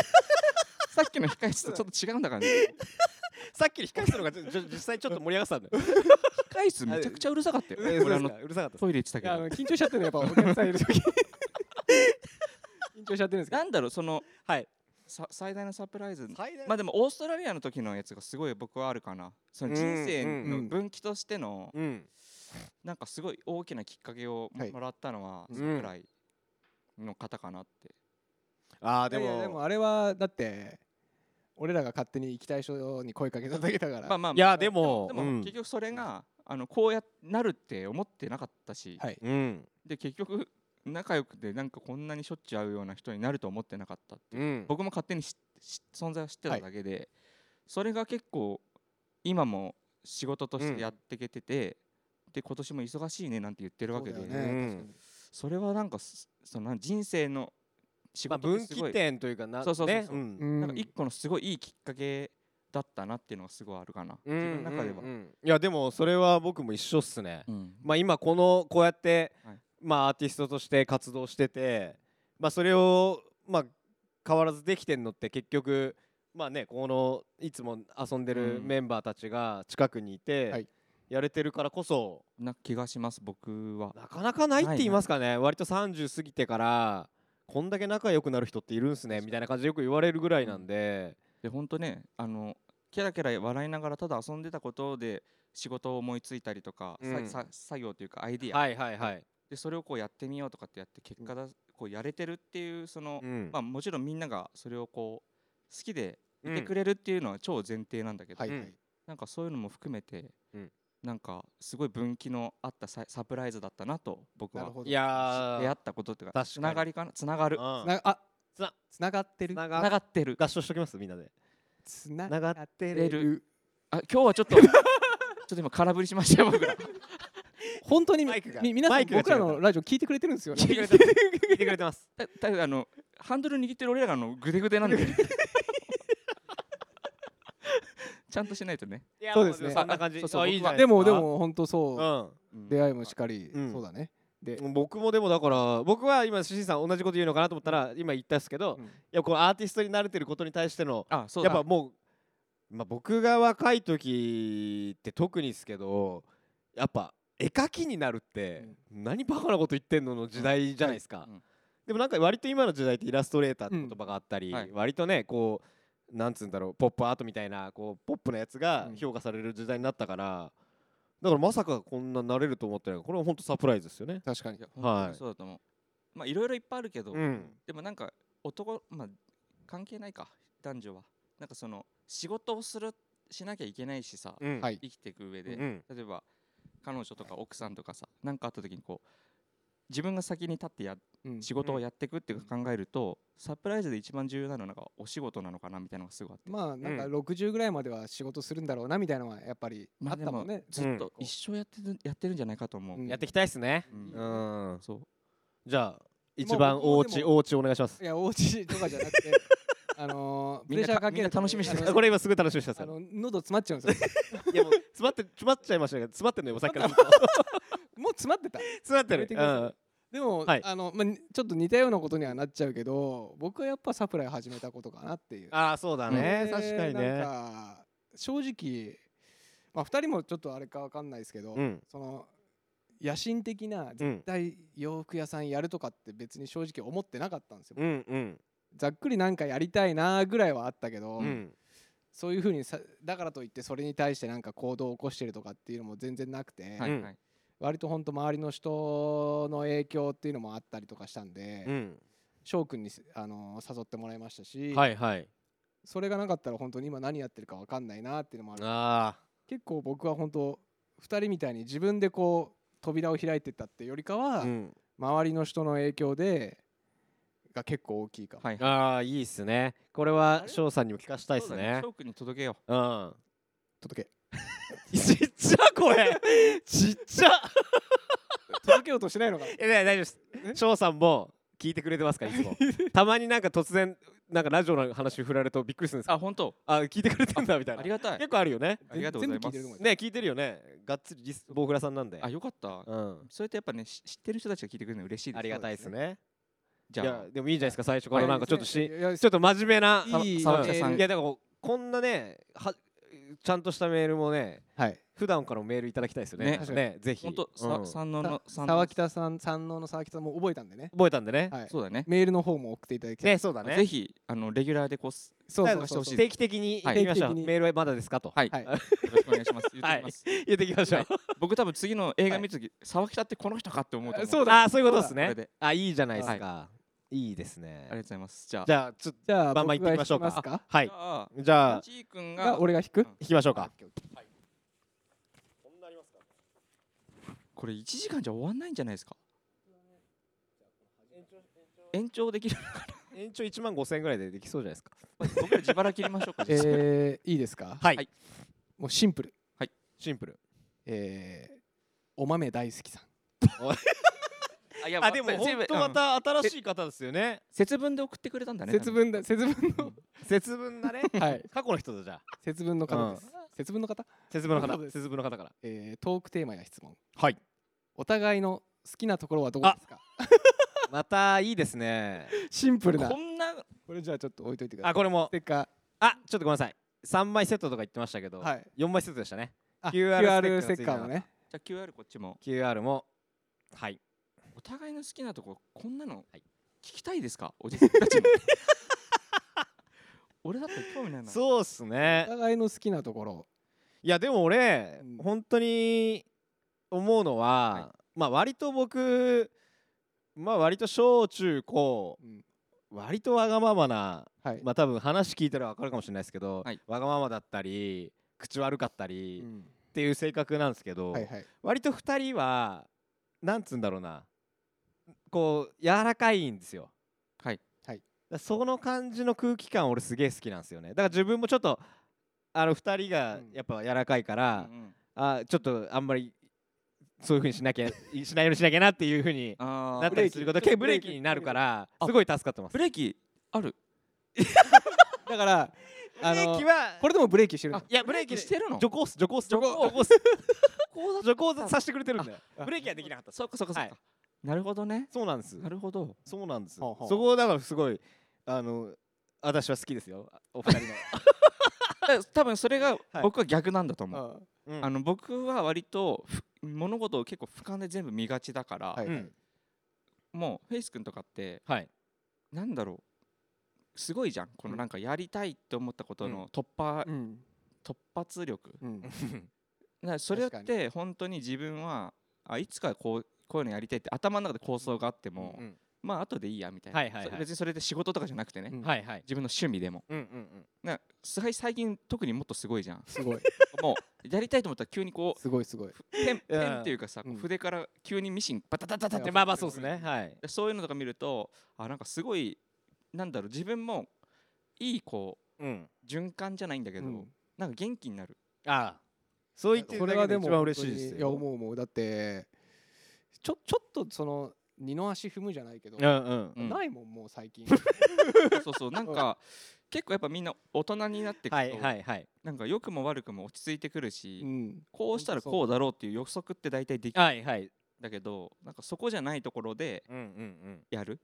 Speaker 4: さっきの控室とちょっと違うんだからね
Speaker 3: [laughs] さっき控えたのがちょちょ実際ちょっと盛り上がってたん
Speaker 4: [laughs]
Speaker 3: だよ
Speaker 4: 控室めちゃくちゃうるさかったよ
Speaker 3: えーそう
Speaker 4: 俺
Speaker 3: で
Speaker 4: あ
Speaker 3: す
Speaker 4: の
Speaker 3: かうるさかったです
Speaker 4: トイレ行ってた
Speaker 5: い
Speaker 4: け
Speaker 5: やあの
Speaker 4: ど
Speaker 5: 緊張しちゃってるのやっぱお客さんいる時緊張しちゃってるんですけど
Speaker 4: なんだろうその
Speaker 3: はい
Speaker 4: さ最大のサプライズ
Speaker 3: 最大
Speaker 4: まあでもオーストラリアの時のやつがすごい僕はあるかなその人生
Speaker 3: うんうん
Speaker 5: う
Speaker 4: の
Speaker 5: ん
Speaker 4: 分岐としての
Speaker 3: うん
Speaker 4: なんかすごい大きなきっかけをも
Speaker 5: はい
Speaker 4: もらったのは
Speaker 3: うん
Speaker 4: サプライの方かなって
Speaker 3: ああで
Speaker 5: いやいやで
Speaker 3: も
Speaker 5: もあれはだって俺らが勝手に行きたい人に声かけただけだから、
Speaker 4: まあまあ
Speaker 3: いやでも
Speaker 4: で
Speaker 3: う
Speaker 4: も
Speaker 3: ん
Speaker 4: 結局それがあのこうやなるって思ってなかったし
Speaker 5: はい
Speaker 3: うん
Speaker 4: で結局仲良くてなんかこんなにしょっちゅう会うような人になると思ってなかった
Speaker 3: うん
Speaker 4: 僕も勝手に知知存在を知って
Speaker 5: は
Speaker 4: た
Speaker 5: い
Speaker 4: だけで、それが結構今も仕事としてやっていけてて、で今年も忙しいねなんて言ってるわけで
Speaker 5: そ
Speaker 4: そ,、
Speaker 5: うだよね
Speaker 3: うん
Speaker 4: れはなんかすそのなん人生の仕
Speaker 3: まあ
Speaker 4: 事っ
Speaker 3: 分
Speaker 4: てすご
Speaker 3: 岐
Speaker 4: い、
Speaker 3: 点というかな
Speaker 4: そうそうそうそう
Speaker 3: ね
Speaker 5: うんん
Speaker 4: なんか一個のすごいいいきっかけだったなっていうのがすごいあるかな、
Speaker 3: うん
Speaker 4: 自分の中では。
Speaker 3: う
Speaker 4: うんん
Speaker 3: うんいやでもそれは僕も一緒っすねまあ今このこうやって
Speaker 4: はい
Speaker 3: まあアーティストとして活動しててまあそれをまあ変わらずできてんのって結局まあねこのいつも遊んでる
Speaker 4: うん
Speaker 3: メンバーたちが近くにい
Speaker 5: は
Speaker 3: て
Speaker 5: い
Speaker 3: やれてるからこそ
Speaker 4: な気がします僕は。
Speaker 3: なかなかないって言いますかね割と30過ぎてからこんだけ仲良くなる人っているんすねみたいな感じでよく言われるぐらいなんで
Speaker 4: で本当ねあのキラキラ笑いながらただ遊んでたことで仕事を思いついたりとか、さ
Speaker 3: うん
Speaker 4: さ作業というかアイディア
Speaker 3: はいはいはい
Speaker 4: でそれをこうやってみようとかってやって結果だ、こうやれてるっていうその、
Speaker 3: うん
Speaker 4: まあ、もちろんみんながそれをこう好きでいて
Speaker 3: うん
Speaker 4: くれるっていうのは超前提なんだけど、
Speaker 5: はい、
Speaker 3: う
Speaker 5: は
Speaker 3: ん
Speaker 5: い
Speaker 4: なんかそういうのも含めて、
Speaker 3: うん
Speaker 4: なんかすごい分岐のあったササプライズだったなと僕
Speaker 5: な
Speaker 4: は
Speaker 5: るほど
Speaker 3: いや
Speaker 4: 出会
Speaker 3: ー
Speaker 4: ったことっていう
Speaker 3: 確か
Speaker 4: か
Speaker 3: に
Speaker 4: つながりかなつながる
Speaker 3: うん
Speaker 5: つなあ
Speaker 3: つな
Speaker 5: つながってる
Speaker 3: つな
Speaker 4: つな
Speaker 3: が
Speaker 4: がってる
Speaker 3: 合唱しときますみんな [laughs] で
Speaker 5: つな
Speaker 3: ながって
Speaker 4: れるあ今日はちょっ
Speaker 3: [laughs]
Speaker 4: とちょっと今空振りしましたよ僕ら
Speaker 5: 本当にみ
Speaker 3: マイクが
Speaker 5: み皆さ
Speaker 3: マ
Speaker 5: ん
Speaker 3: イクが違う
Speaker 5: 僕らのラジオ聞いてくれてるんですよ
Speaker 3: 聞
Speaker 5: ね
Speaker 3: いてくれてます聞いてくれてます
Speaker 4: たただあのハンドル握ってる俺らがあのグデグデな
Speaker 3: [laughs]
Speaker 4: んでちゃんとしないとね
Speaker 3: いや
Speaker 5: そうですね
Speaker 3: まあもそんな感じ
Speaker 4: そうそう
Speaker 3: あいいじゃない
Speaker 5: [laughs] です
Speaker 3: か
Speaker 5: もでも本当そ
Speaker 4: う
Speaker 5: う、
Speaker 4: ん
Speaker 5: 出会いもしっかり、
Speaker 3: うん
Speaker 5: そうだねで、
Speaker 3: うん僕もでもだから僕は今しんさん同じこと言うのかなと思ったら今言ったっすけど
Speaker 5: うん
Speaker 3: いやこのアーティストに慣れてることに対しての
Speaker 4: あそう
Speaker 3: やっ
Speaker 4: だ
Speaker 3: ぱもうまあ僕が若い時って特にっすけどやっぱ絵描きになるって何バカなこと言ってんのの時代じゃないですか
Speaker 4: うんうん
Speaker 3: でもなんか割と今の時代ってイラストレーターって言葉があったり
Speaker 4: うんはい
Speaker 3: 割とねこうなんつうんだろうポップアートみたいなこうポップなやつが
Speaker 5: うん
Speaker 3: 評価される時代になったからだからまさかこんななれると思ってないこれは本当サプライズですよね。
Speaker 5: 確かに
Speaker 4: いや本当
Speaker 3: はい
Speaker 4: にそうだと思う、まあいろいろいっぱいあるけど、
Speaker 3: うん
Speaker 4: でもなんか男まあ関係ないか男女はなんかその仕事をするしなきゃいけないしさ、
Speaker 3: うん
Speaker 5: はい
Speaker 4: 生きていく上で、
Speaker 3: うん
Speaker 4: 例えば彼女とか奥さんとかさ何かあった時にこう自分が先に立ってや
Speaker 5: うん
Speaker 4: 仕事をやっていくっていうか考えると、サプライズで一番重要なのはなんかお仕事なのかなみたいなのがすごいあって、
Speaker 5: まあなんか60ぐらいまでは仕事するんだろうなみたいなのはやっぱりあ
Speaker 4: まあ
Speaker 5: ったもんね、
Speaker 4: ずっと一生やってるやってるんじゃないかと思う、
Speaker 5: うん
Speaker 3: やっていきたいですね。
Speaker 4: うん
Speaker 3: うん。
Speaker 4: そう
Speaker 3: じゃあ一番おうち
Speaker 5: もう僕もで
Speaker 3: おうちお願いします。
Speaker 5: いやお家とかじゃなくてあのー、プ
Speaker 4: みん
Speaker 5: レッ
Speaker 4: な
Speaker 5: シャーかけると
Speaker 4: みんな楽しみにして
Speaker 5: あ
Speaker 4: る
Speaker 5: の
Speaker 3: これ今すごい楽しみにしてた
Speaker 5: あ
Speaker 3: んで
Speaker 5: の喉詰まっちゃうんですよ
Speaker 3: すよ。いやもう詰まって詰まっちゃいましたけど詰まってんのよさっきからずっと
Speaker 5: もう詰まってた
Speaker 3: 詰まって
Speaker 5: やめ
Speaker 3: る
Speaker 5: て。く
Speaker 3: う
Speaker 5: ださい
Speaker 3: ん。
Speaker 5: でも、
Speaker 3: はい
Speaker 5: あの、まあ、にちょっと似たようなことにはなっちゃうけど僕はやっぱサプライ始めたことかなっていう
Speaker 3: ああそうだね
Speaker 5: で
Speaker 3: 確かに
Speaker 5: なん
Speaker 3: ね。
Speaker 5: か正直、まあ、2人もちょっとあれかわかんないですけど、
Speaker 3: うん
Speaker 5: その野心的な
Speaker 3: う
Speaker 5: 絶
Speaker 3: ん
Speaker 5: 対洋服屋さんやるとかって別に正直思ってなかったんですよ、
Speaker 3: うんうん
Speaker 5: ざっくりなんかやりたいなぐらいはあったけど、
Speaker 3: うん
Speaker 5: そういうふうにさだからといってそれに対してなんか行動を起こしてるとかっていうのも全然なくて、
Speaker 4: はい
Speaker 3: うん
Speaker 4: はい
Speaker 5: 割とほんと周りの人の影響っていうのもあったりとかしたんで
Speaker 3: うん。
Speaker 5: 翔くんにすあの誘ってもらいましたし、
Speaker 3: はいはい。
Speaker 5: それがなかったら本当に今何やってるか分かんないなっていうのもある
Speaker 3: あ
Speaker 5: 結構僕は本当2人みたいに自分でこう扉を開いてったってよりかは、
Speaker 3: あ、うん、
Speaker 5: 周りの人の影響でが結構大きいかも、
Speaker 4: はい
Speaker 3: ああいいっすねこれは
Speaker 4: あれ
Speaker 3: 翔さんにも聞かしたいっすね
Speaker 4: ショックに届けよ
Speaker 3: うん
Speaker 5: 届け [laughs]
Speaker 3: ちっちゃこれちっちゃ
Speaker 5: 届けようとしないのかな
Speaker 3: え大丈夫です翔さんも聞いてくれてますかいつもたまになんか突然なんかラジオの話振られるとびっくりするんです
Speaker 4: う。
Speaker 3: か
Speaker 4: あ、本当。
Speaker 3: あ聞いてくれてんだみたい
Speaker 4: あ
Speaker 3: な
Speaker 4: りがたい。
Speaker 3: 結構あるよね
Speaker 4: ありがとうございます
Speaker 5: 全部聞いてると思う
Speaker 3: ね聞いてるよねがっつりリスボウフラさんなんで
Speaker 4: あ、よかった。
Speaker 3: うん
Speaker 4: そうやってやっぱね、し知ってる人たちが聞いてくれるの嬉しいです。
Speaker 3: ありがたいですね
Speaker 4: じ
Speaker 3: い
Speaker 4: ゃ
Speaker 3: やでもいいじゃないですか最初からなんかちょっとし、
Speaker 5: いやいや
Speaker 3: ちょっと真面目なさ
Speaker 5: いい
Speaker 3: 沢
Speaker 5: メー
Speaker 3: 北
Speaker 5: ル
Speaker 3: さんいやだからこんなねはちゃんとしたメールもね
Speaker 5: はい
Speaker 3: 普段からもメールいただきたいですよね
Speaker 4: ね
Speaker 3: なんかねぜ
Speaker 4: あ、
Speaker 3: ひ
Speaker 4: 本当、
Speaker 3: うん
Speaker 4: さ、三能の、三能
Speaker 5: 沢北さん三能の沢北さんも覚えたんでね、
Speaker 3: 覚えたんでね
Speaker 5: はい、
Speaker 4: そうだね。
Speaker 5: メールの方も送っていただきたい、
Speaker 3: ねそうだね
Speaker 4: ぜひ、あの、レギュラーでこうす。
Speaker 5: そうそう
Speaker 4: し
Speaker 5: そ
Speaker 4: てほ
Speaker 5: う
Speaker 4: し
Speaker 5: そ
Speaker 4: いう
Speaker 3: 定期的に言ってみましょ
Speaker 5: 定
Speaker 3: う
Speaker 5: 期的に
Speaker 3: メールはまだですかと
Speaker 4: はい。
Speaker 5: はい
Speaker 4: よろしくお願いします。言ってきます。
Speaker 3: 言っていきましょう
Speaker 4: 僕多分次の映画見るとき、沢北ってこの人かって思う
Speaker 3: [laughs]
Speaker 4: と思う。
Speaker 5: そうだ
Speaker 3: あーそういうことです
Speaker 4: こ
Speaker 3: ね
Speaker 4: れで
Speaker 3: あいいじゃないですかいいですね
Speaker 4: ありがとうございます。じゃあ、
Speaker 3: じゃあちょっと
Speaker 5: じゃあ
Speaker 3: バンバン行
Speaker 5: 僕が
Speaker 3: ってみましょうか
Speaker 5: 弾きますか
Speaker 3: はい
Speaker 4: じゃあ、
Speaker 3: じゃあ
Speaker 4: ちーくん
Speaker 5: が
Speaker 4: が、
Speaker 5: 俺が弾く
Speaker 4: うん
Speaker 3: 引きましょうか
Speaker 4: これ1時間じゃ終わんないんじゃないですか延長できる
Speaker 3: 延長1万5000円ぐらいでできそうじゃないですか
Speaker 4: 僕ら自腹切りましょ
Speaker 3: [laughs]
Speaker 4: うか、実際
Speaker 5: えー、いいですか、
Speaker 3: はい
Speaker 4: はい
Speaker 5: もうシンプル、
Speaker 3: シンプル
Speaker 5: えー、お豆大好きさん
Speaker 4: あいや
Speaker 3: あでも
Speaker 4: まあ
Speaker 3: 本当ま
Speaker 4: うん
Speaker 3: た新しい方ですよね
Speaker 4: 節分で送ってくれたんだね
Speaker 5: 節分だ節分の、
Speaker 3: 節分だね
Speaker 5: はい
Speaker 3: [laughs] 過去の人だじゃあ
Speaker 5: 節分の方です、節分の方、
Speaker 3: 節分の
Speaker 5: そ
Speaker 3: 方
Speaker 5: うです
Speaker 3: 節分の方から
Speaker 5: えー、トークテーマや質問
Speaker 3: はい
Speaker 5: お互いの好きなところはどこですか
Speaker 3: またいいですね
Speaker 5: シンプル
Speaker 4: 多分
Speaker 5: な
Speaker 4: こんな
Speaker 5: これじゃあちょっと置いといてくださ
Speaker 3: あ
Speaker 5: い
Speaker 3: これも
Speaker 5: てか
Speaker 3: あちょっとごめんなさい3枚セットとか言ってましたけど、
Speaker 5: はい
Speaker 3: 4枚セットでしたね
Speaker 5: あ
Speaker 3: QR
Speaker 5: QR ステッカーもね
Speaker 4: じゃあ QR こっちも
Speaker 3: QR もはい
Speaker 4: お互いの好きなとここんなの
Speaker 3: はい
Speaker 4: 聞きたいですかおじさんたちも [laughs] 俺だって興味ないな
Speaker 3: そうっす
Speaker 5: お
Speaker 3: ね
Speaker 5: 互いの好きなところ
Speaker 3: いやでも俺、
Speaker 5: うん
Speaker 3: 本当に思うのは、
Speaker 4: は
Speaker 3: まあ割と僕まあ割と小中高
Speaker 5: うん
Speaker 3: 割とわがままな
Speaker 5: はい、
Speaker 3: まあ多分話聞いたら分かるかもしれないですけど、
Speaker 4: はい
Speaker 3: わがままだったり口悪かったり
Speaker 5: う
Speaker 3: っ
Speaker 5: ん
Speaker 3: ていう性格なんですけど、
Speaker 5: はいはい
Speaker 3: 割と2人はなんつうんだろうなこう柔らかいんですよ。
Speaker 4: はい
Speaker 5: はい
Speaker 3: だからその感じの空気感俺すげえ好きなんですよね。だから自分もちょっとあの2人が
Speaker 5: うん
Speaker 3: やっぱ柔らかいから
Speaker 4: う、んうん
Speaker 3: あちょっとあんまりそういうふうにしなきゃ [laughs] いしないようにしなきゃなっていうふうに
Speaker 4: あ
Speaker 3: なっ
Speaker 4: ー
Speaker 3: たりすること
Speaker 5: ブレーキ
Speaker 3: ブレーキになるから
Speaker 4: あ
Speaker 3: すごい助かってます。
Speaker 4: ブレーキある
Speaker 5: だからあ
Speaker 3: ブレー
Speaker 5: の
Speaker 3: キは
Speaker 5: これでもブレーキしてるの
Speaker 4: あ
Speaker 3: いやブレーキ
Speaker 4: してるの
Speaker 3: 徐行す徐行す徐
Speaker 4: 徐行
Speaker 3: 行 [laughs] す徐行させてくれてるんだよ
Speaker 5: あ
Speaker 3: ブレーキはできなかった
Speaker 4: そっかそっかそっ
Speaker 3: は
Speaker 4: かなるほどね
Speaker 3: そうなんです
Speaker 4: なるほど
Speaker 3: そうなんです
Speaker 5: ほう
Speaker 3: そ
Speaker 5: ほう
Speaker 3: こだからすごいあの私は好きですよあお二 [laughs] 人の
Speaker 4: だ多分それが
Speaker 3: はい
Speaker 4: 僕は逆なんだと思う
Speaker 5: あ
Speaker 3: うん
Speaker 4: あの僕は割とふ物事を結構俯瞰で全部見がちだから、
Speaker 5: はい
Speaker 3: うん
Speaker 4: もうフェイス君とかって
Speaker 3: [laughs] はい
Speaker 4: なんだろうすごいじゃんこ
Speaker 5: う
Speaker 4: の
Speaker 5: ん
Speaker 4: なんかやりたいと思ったこと
Speaker 3: う
Speaker 4: の突破、
Speaker 5: うん
Speaker 4: 突発力だか
Speaker 5: うん
Speaker 4: らそれっ
Speaker 5: 確か
Speaker 4: て本当に自分はあいつかこうこういうのやりたいって頭の中で構想があっても、
Speaker 3: うん
Speaker 4: まあ後でいいやみたいな、
Speaker 3: はいはいはい
Speaker 4: そ別にそれで仕事とかじゃなくてね、
Speaker 5: うん
Speaker 3: はいはい
Speaker 4: 自分の趣味でも
Speaker 3: うんうん
Speaker 4: なすごい最近特にもっとすご
Speaker 3: [laughs]
Speaker 4: いじゃん
Speaker 5: すごい
Speaker 4: もうやりたいと思ったら急にこう
Speaker 5: すごいす [laughs] ごい
Speaker 4: ペンペンっていうかさ、こう
Speaker 5: うん
Speaker 4: 筆から急にミシンバタタタタっ
Speaker 3: う
Speaker 4: て
Speaker 3: んまあまあそうですねはい
Speaker 4: でそういうのとか見るとあなんかすごいなんだろう自分もいいこ
Speaker 3: うん
Speaker 4: う循環じゃないんだけど、
Speaker 5: うん
Speaker 4: なんか元気になる
Speaker 3: ああそう言って
Speaker 5: こ
Speaker 3: る
Speaker 5: れは
Speaker 3: だけ
Speaker 5: で
Speaker 3: で
Speaker 5: も
Speaker 3: 一番嬉しいです
Speaker 5: いや
Speaker 3: よ
Speaker 5: 思う思うだってちょちょっとその二の足踏むじゃないけど、
Speaker 3: うんうん
Speaker 4: うん
Speaker 5: ないもんもう
Speaker 3: [laughs]
Speaker 5: 最近
Speaker 4: そうそうなんか結構やっぱみんな大人になってく
Speaker 3: は
Speaker 4: る
Speaker 3: い
Speaker 4: と、
Speaker 3: はいはい
Speaker 4: なんか良くも悪くも落ち着いてくるし、
Speaker 5: うん
Speaker 4: こうしたら
Speaker 5: ほんとそう
Speaker 4: こうだろうっていう予測って大体できるん
Speaker 3: はいはい
Speaker 4: だけどなんかそこじゃないところで
Speaker 3: うん [laughs] うん
Speaker 4: やる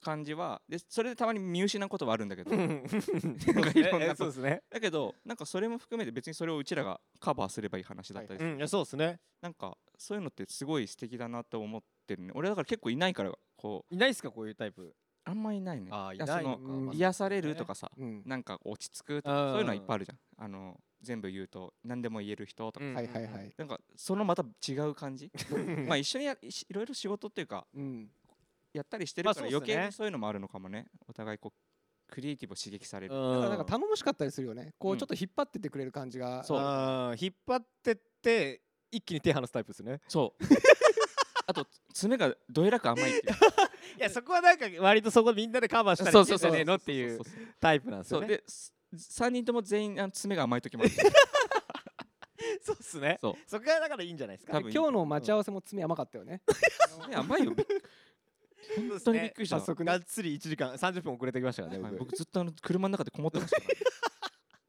Speaker 4: 感じはでそれでたまに見失うことはあるんだけど
Speaker 3: うん
Speaker 4: なんかいろんなこと
Speaker 3: えそうですね
Speaker 4: だけどなんかそれも含めて別にそれをうちらがカバーすればいい話だったりす
Speaker 3: う
Speaker 4: る、
Speaker 3: んいやそうですね
Speaker 4: なんかそういうのってすごい素敵だなと思ってるね俺だから結構いないからこう
Speaker 3: いないですかこういうタイプ
Speaker 4: あんまいないね
Speaker 3: ああ
Speaker 4: や
Speaker 3: いない
Speaker 4: そ
Speaker 3: の
Speaker 4: の
Speaker 3: かまあ
Speaker 4: 癒されるとかさ、
Speaker 5: うん
Speaker 4: なんか落ち着くとかそういうのはいっぱいあるじゃんあの全部言うと何でも言える人とか、
Speaker 3: うん
Speaker 5: はいはいはい
Speaker 4: なんかそのまた違う
Speaker 3: [laughs]
Speaker 4: 感じまあ一緒にやいいろいろ仕事っていうか
Speaker 5: うん
Speaker 4: やったりしてるから
Speaker 3: まあそうっ
Speaker 4: 余
Speaker 3: すね
Speaker 4: 計にそういうのもあるのかもねお互いこうクリエイティブを刺激される、
Speaker 5: だから
Speaker 3: な
Speaker 5: なんか頼もしかったりするよねこ
Speaker 4: う
Speaker 5: うんちょっと引っ張ってってくれる感じが、
Speaker 3: そう引っ張ってって一気に手離すタイプですね
Speaker 4: そう [laughs] あと爪がどえらく甘いっていう
Speaker 3: いやそこはなんか割 [laughs] とそこみんなでカバーしたり
Speaker 4: そう
Speaker 3: し
Speaker 4: そう
Speaker 3: て
Speaker 4: そう
Speaker 3: ねえのっていう
Speaker 4: そうそうそう
Speaker 3: タイプなんです
Speaker 4: そ
Speaker 3: よ
Speaker 4: う
Speaker 3: ね
Speaker 4: で3人とも全員あの爪が甘い時もある
Speaker 3: そうっすね
Speaker 4: そう
Speaker 3: そこがだからいいんじゃないですか
Speaker 4: 多
Speaker 5: 今
Speaker 4: 分
Speaker 5: 日の待ち合わせも爪甘かったよ
Speaker 3: [laughs]
Speaker 5: ね
Speaker 4: 爪甘いよ [laughs] 本
Speaker 3: 本
Speaker 4: 当にびっくりした、
Speaker 5: 早速
Speaker 3: がっ
Speaker 5: ね
Speaker 3: つり1時間30分遅れてきましたからね
Speaker 4: はい
Speaker 3: 僕
Speaker 4: 僕ずっとあの車の中でこもってましたから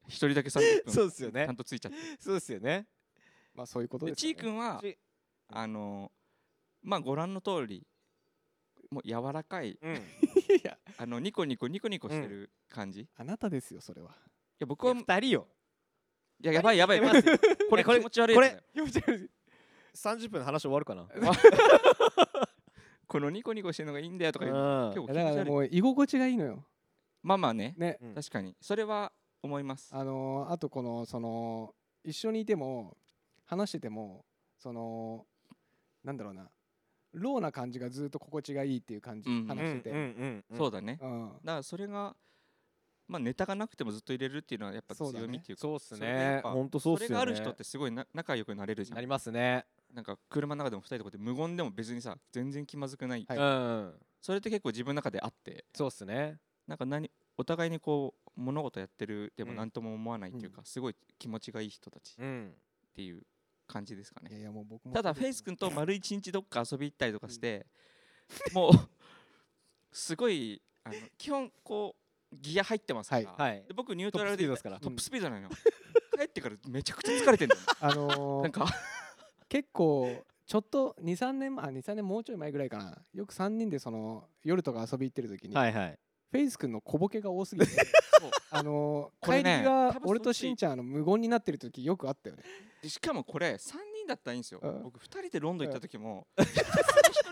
Speaker 4: 一人だけ30分
Speaker 3: そうっすよね
Speaker 4: ちゃんとついちゃって
Speaker 3: そうですよね
Speaker 5: まあそういうこと
Speaker 4: で
Speaker 5: です
Speaker 4: ち
Speaker 5: よ
Speaker 4: ー
Speaker 5: ね
Speaker 4: くんは
Speaker 3: ち
Speaker 4: あのまあご覧の通りもう柔らかい
Speaker 3: うん
Speaker 5: いや
Speaker 4: あのニコニコニコニコしてる感じ、い
Speaker 5: あなたですよそれは
Speaker 4: や僕は
Speaker 3: 2人よ
Speaker 4: いややばいやばい
Speaker 3: 二人
Speaker 4: やばい
Speaker 3: してますよ
Speaker 4: これ
Speaker 3: いやこれ
Speaker 4: 気持ち悪い
Speaker 3: こ
Speaker 4: やつ
Speaker 3: れ
Speaker 4: だよ
Speaker 3: 気持ち悪い30分話終わるかな
Speaker 4: [laughs] このニコニコしてるのがいいんだよとか言う
Speaker 3: 今
Speaker 4: 今日
Speaker 5: だ
Speaker 4: 気
Speaker 5: か
Speaker 4: 持ち
Speaker 5: ら
Speaker 4: 悪い
Speaker 5: もう居心地がいいのよ
Speaker 4: まあまあね
Speaker 5: ね
Speaker 3: うん
Speaker 4: 確かにそれは思います
Speaker 5: あのーあとこのその一緒にいても話しててもそのなんだろうなローな感じがずっと心地がいいっていう感じ、
Speaker 4: うん
Speaker 5: 話してて、
Speaker 4: そうだね
Speaker 5: うん
Speaker 4: だからそれがまあネタがなくてもずっと入れるっていうのはやっぱ
Speaker 5: そ
Speaker 4: 強
Speaker 5: うだね
Speaker 4: みっていうか
Speaker 3: そうっす
Speaker 4: それでや
Speaker 3: ね
Speaker 4: っぱ
Speaker 3: 本当そうっす
Speaker 4: れ
Speaker 3: よね
Speaker 4: がある人ってすごいな仲良くなれるじゃ
Speaker 3: なり
Speaker 4: ん
Speaker 3: ますね
Speaker 4: なんか車の中でも2人とかで無言でも別にさ全然気まずくない、
Speaker 5: はいう
Speaker 3: うんうん
Speaker 4: それって結構自分の中であって
Speaker 3: そうっすね
Speaker 4: なんか何お互いにこう物事やってるでも
Speaker 3: うん
Speaker 4: 何とも思わないっていうか、すごい気持ちがいい人たちっ
Speaker 3: うん
Speaker 4: ていう感じですか
Speaker 5: いや
Speaker 4: ね
Speaker 5: いやもう僕も
Speaker 4: ただフェイス君と丸一日どっか遊び行ったりとかして、もうすごいあの基本こうギア入ってますから、
Speaker 3: はい
Speaker 4: で僕ニュー
Speaker 3: ト
Speaker 4: ト
Speaker 3: ップ
Speaker 4: ラル
Speaker 3: スピード
Speaker 4: で行
Speaker 3: で
Speaker 4: っ
Speaker 3: す
Speaker 4: た
Speaker 3: から
Speaker 4: トップスピードなのよ帰ってからめちゃくちゃ疲れ
Speaker 3: [laughs]
Speaker 4: てんだよ
Speaker 5: あのー
Speaker 4: [laughs] なんか
Speaker 5: 結構ちょっと23年前あ23年もうちょい前ぐらいかなよく3人でその夜とか遊び行ってる時に、
Speaker 3: はいはい
Speaker 5: フェイス君の小ボケが多すぎ
Speaker 4: [laughs]
Speaker 5: て
Speaker 4: そう
Speaker 5: あのー
Speaker 4: これね
Speaker 5: 帰りが
Speaker 4: 多分
Speaker 5: 俺
Speaker 4: そ
Speaker 5: と
Speaker 4: っち
Speaker 5: しんちゃんの無言になってる時よくあったよね
Speaker 4: でしかもこれ3人だったらいいんですよ、
Speaker 5: うん
Speaker 4: 僕2人でロンドン行った時も1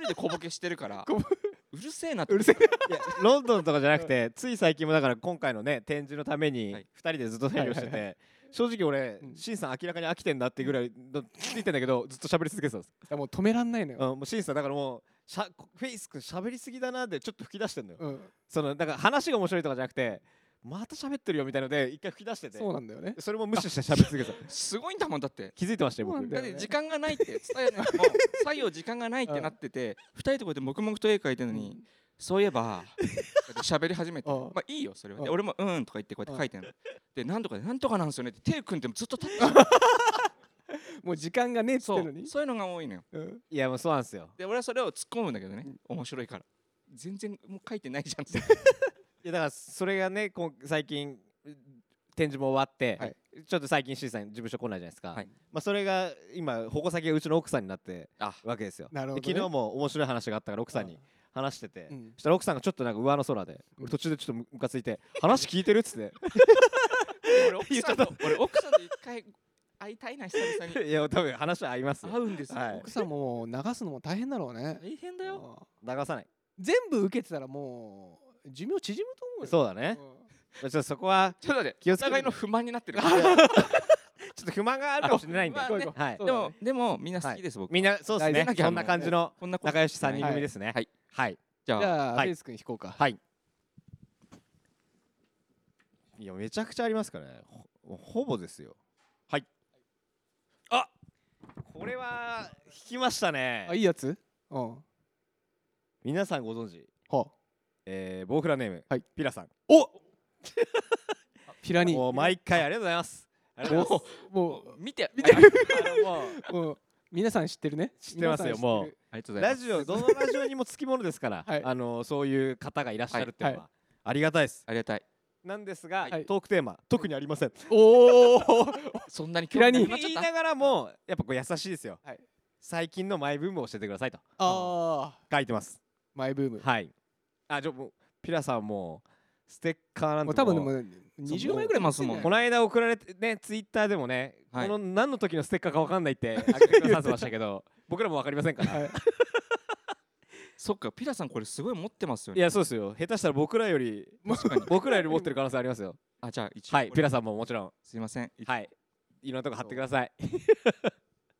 Speaker 4: 人で小ボケしてるから
Speaker 5: [laughs] 小ボ
Speaker 4: うるせえなって
Speaker 5: うるせえ
Speaker 3: いや [laughs] ロンドンとかじゃなくてつい最近もだから今回のね展示のために
Speaker 4: は
Speaker 3: 2
Speaker 4: い
Speaker 3: 人でずっと作業して
Speaker 5: はいはい
Speaker 3: て正直俺
Speaker 5: うん
Speaker 3: シンさん明らかに飽きてんだってぐらいのついてんだけどずっと喋り続けてたんです
Speaker 5: いやもう止めらんないの
Speaker 3: うん
Speaker 5: よ、
Speaker 3: もうシンさんだからもうしゃフェイス君喋りすぎだなでちょっと吹き出してんのよ
Speaker 5: うん、
Speaker 3: そのだから話が面白いとかじゃなくてまた喋ってるよみたいので一回吹き出してて
Speaker 5: そうなんだよね
Speaker 3: それも無視して喋り続けてた
Speaker 4: すごいんだもんだって
Speaker 3: 気づいてましたよ
Speaker 5: そ
Speaker 3: 僕
Speaker 5: うなんだ
Speaker 4: だっ
Speaker 5: よ
Speaker 4: て
Speaker 5: ね
Speaker 4: 時間がないって伝えないも
Speaker 5: [laughs]
Speaker 4: う作業時間がないってなってて2人とこうやって黙々と絵描いてるのに、そういえば
Speaker 5: [laughs]
Speaker 4: こうやって喋り始めて
Speaker 5: うん
Speaker 4: まあいいよそれはで
Speaker 5: うん
Speaker 4: 俺も「うん」とか言ってこうやって書いてるのでなんとかでなんとかなんですよねって手組んでもずっと立って
Speaker 5: [laughs]
Speaker 4: る
Speaker 5: もう時間がねえっつっ
Speaker 4: そ
Speaker 5: てんのに
Speaker 4: うそういうのが多いのよ
Speaker 5: うん
Speaker 3: いやもうそうなんですよ
Speaker 4: で俺はそれを突っ込むんだけどね面白いから全然もう書いてないじゃんって
Speaker 5: [laughs]
Speaker 3: いやだからそれがねこう最近展示も終わって、
Speaker 5: はい
Speaker 3: ちょっと最近 C さん事務所来ないじゃないですか、
Speaker 4: はい
Speaker 3: まあ、それが今矛先がうちの奥さんになって
Speaker 4: あ
Speaker 3: るわけですよ
Speaker 5: なるほどね
Speaker 3: で昨日も面白い話があったから奥さんに話してて、
Speaker 5: うん
Speaker 3: そしたら奥さんがちょっとなんか上の空で俺途中でちょっとムムカついて「話聞いてる?」っつって
Speaker 4: 俺奥さんと俺奥さんと一回会いたいな久
Speaker 3: [laughs] 「
Speaker 4: 々
Speaker 3: いや多分話は合いますよ
Speaker 4: に会うんですよ、
Speaker 3: はい
Speaker 5: 奥さんももう流すのも大変だろうね
Speaker 4: 大変だよ
Speaker 5: ああ
Speaker 3: 流さない
Speaker 5: 全部受けてたらもう寿命縮むと思うよ
Speaker 3: そうだね、まあちょっとそこは
Speaker 4: ちょっと待って
Speaker 3: 気を
Speaker 4: お
Speaker 3: つけて
Speaker 4: 互い
Speaker 3: ね
Speaker 4: の不満になってる
Speaker 3: ちょっと不満があるかもしれないんで、
Speaker 4: あまあね
Speaker 3: はい
Speaker 5: そ、う
Speaker 4: で
Speaker 5: だね
Speaker 4: もでもみんな好きです、僕
Speaker 3: みんなそうです
Speaker 5: 大
Speaker 3: ね
Speaker 5: 事なきゃ
Speaker 3: そんな感じの
Speaker 4: こんなこと
Speaker 3: 仲良し3人組ですね
Speaker 4: はい
Speaker 3: はい、
Speaker 4: じ
Speaker 5: じ
Speaker 4: ゃあ
Speaker 5: ゃあ、
Speaker 3: はい
Speaker 5: フェイス君引こうか、
Speaker 3: はい。いや、めちゃくちゃありますからね。ほほぼですよ。はい。あこれは、引きました
Speaker 5: あい
Speaker 3: ね。
Speaker 5: いやつうんは
Speaker 3: 皆さんご存知、
Speaker 5: あ
Speaker 3: えー、ボウフラネーム、
Speaker 5: はい
Speaker 3: ピラさん。
Speaker 5: おピラニ
Speaker 3: もう毎回ありがとうございます。ありがとうござい
Speaker 5: も
Speaker 4: 見て
Speaker 5: 見て
Speaker 4: はい
Speaker 3: ます。 [laughs]
Speaker 5: うもう皆さん知ってるね
Speaker 3: 知ってますよ
Speaker 5: 皆さん知ってる
Speaker 3: もう
Speaker 4: ありがとうござい
Speaker 3: ラ
Speaker 4: ます
Speaker 3: ジオ、どのラジオにもつきものです [laughs] から、
Speaker 5: はい
Speaker 3: あのそういう方がいらっしゃるっていうのは、
Speaker 5: は
Speaker 3: ありがたいです。
Speaker 4: ありがたい
Speaker 3: なんですが、
Speaker 5: はい
Speaker 3: トークテーマ、特にありません。
Speaker 5: お
Speaker 3: [laughs]
Speaker 5: お
Speaker 4: そんなに
Speaker 5: ピラニ
Speaker 4: 興味なくな
Speaker 3: 言
Speaker 4: っ
Speaker 3: い
Speaker 4: ちゃ
Speaker 3: な
Speaker 4: っ
Speaker 3: がらも、やっぱこう優しいですよ。
Speaker 5: はい
Speaker 3: 最近のマイブームを教えてくださいと
Speaker 5: ああ
Speaker 3: 書いてます。
Speaker 5: マイブーム
Speaker 3: はい。あ、じゃあもうピラさんもうステッカーなん
Speaker 5: も
Speaker 3: て
Speaker 5: う多分で
Speaker 3: もう
Speaker 5: も20枚ぐらいますもん
Speaker 3: この間送られてねツイッターでもね、
Speaker 4: はい
Speaker 3: この何の時のステッカーかわかんないってあげてくださってましたけど [laughs] 僕らもわかりませんから、、
Speaker 5: はいい
Speaker 4: たそっかピラさんこれすごい持ってますよね
Speaker 3: やそうですよ下手したら僕らより
Speaker 4: 確かに
Speaker 3: 僕らより持ってる可能性ありますよ
Speaker 5: [laughs]
Speaker 4: あじゃあ一応
Speaker 3: はい
Speaker 4: こ
Speaker 3: ピ
Speaker 4: れ
Speaker 3: ラさんももちろん
Speaker 4: すいません
Speaker 3: はいいろんなとこ貼ってください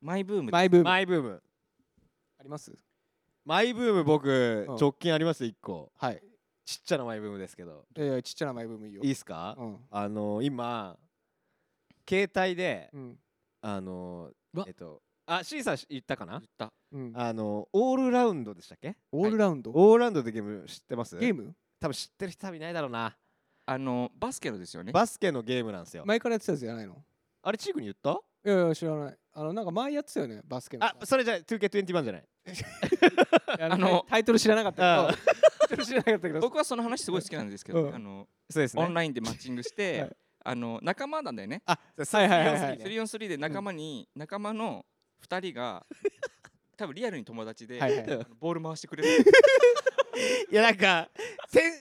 Speaker 4: マイブーム
Speaker 5: マイブームあ
Speaker 3: マイブーム
Speaker 5: ります
Speaker 3: マイブーム僕、
Speaker 5: うん
Speaker 3: 直近ありますよ1個
Speaker 5: はい
Speaker 3: ちっちゃなマイブームですけど
Speaker 5: いやいやちっちゃなマイブームいいよ
Speaker 3: いいっすか、
Speaker 5: うん
Speaker 3: あの今携帯で
Speaker 5: うん
Speaker 3: あの
Speaker 5: うわ
Speaker 3: えっとあ C さん言ったかな
Speaker 4: 言った
Speaker 5: うん
Speaker 3: あのオールラウンドでしたっけ
Speaker 5: オールラウンド、
Speaker 3: オールラウンドってゲーム知ってます
Speaker 5: ゲーム
Speaker 3: 多分知ってる人多分いないだろうな
Speaker 4: あのバスケのですよね
Speaker 3: バスケのゲームなんですよ
Speaker 5: 前からやってたやつじゃないの
Speaker 3: あれチークに言った
Speaker 5: いやいや知らないあのなんか前やってたよねバスケの
Speaker 3: あそれじゃあ 2K21 じゃない
Speaker 5: あ
Speaker 4: あの
Speaker 5: タイトル知らなかったけどタイトル知らなかったけ
Speaker 3: [laughs]
Speaker 5: ど
Speaker 4: 僕はその話すごい好きなんですけど、
Speaker 5: うん
Speaker 4: あの
Speaker 3: そうですね
Speaker 4: オンラインでマッチングして、
Speaker 5: はい
Speaker 4: あの仲間なんだよね
Speaker 3: あ
Speaker 5: はいはいはいはい
Speaker 4: 343で仲間に、仲間の2人が
Speaker 5: [laughs]
Speaker 4: 多分リアルに友達で、
Speaker 5: はいはい
Speaker 4: あのボール回してく
Speaker 5: [laughs]
Speaker 4: れる
Speaker 3: いやなんかせん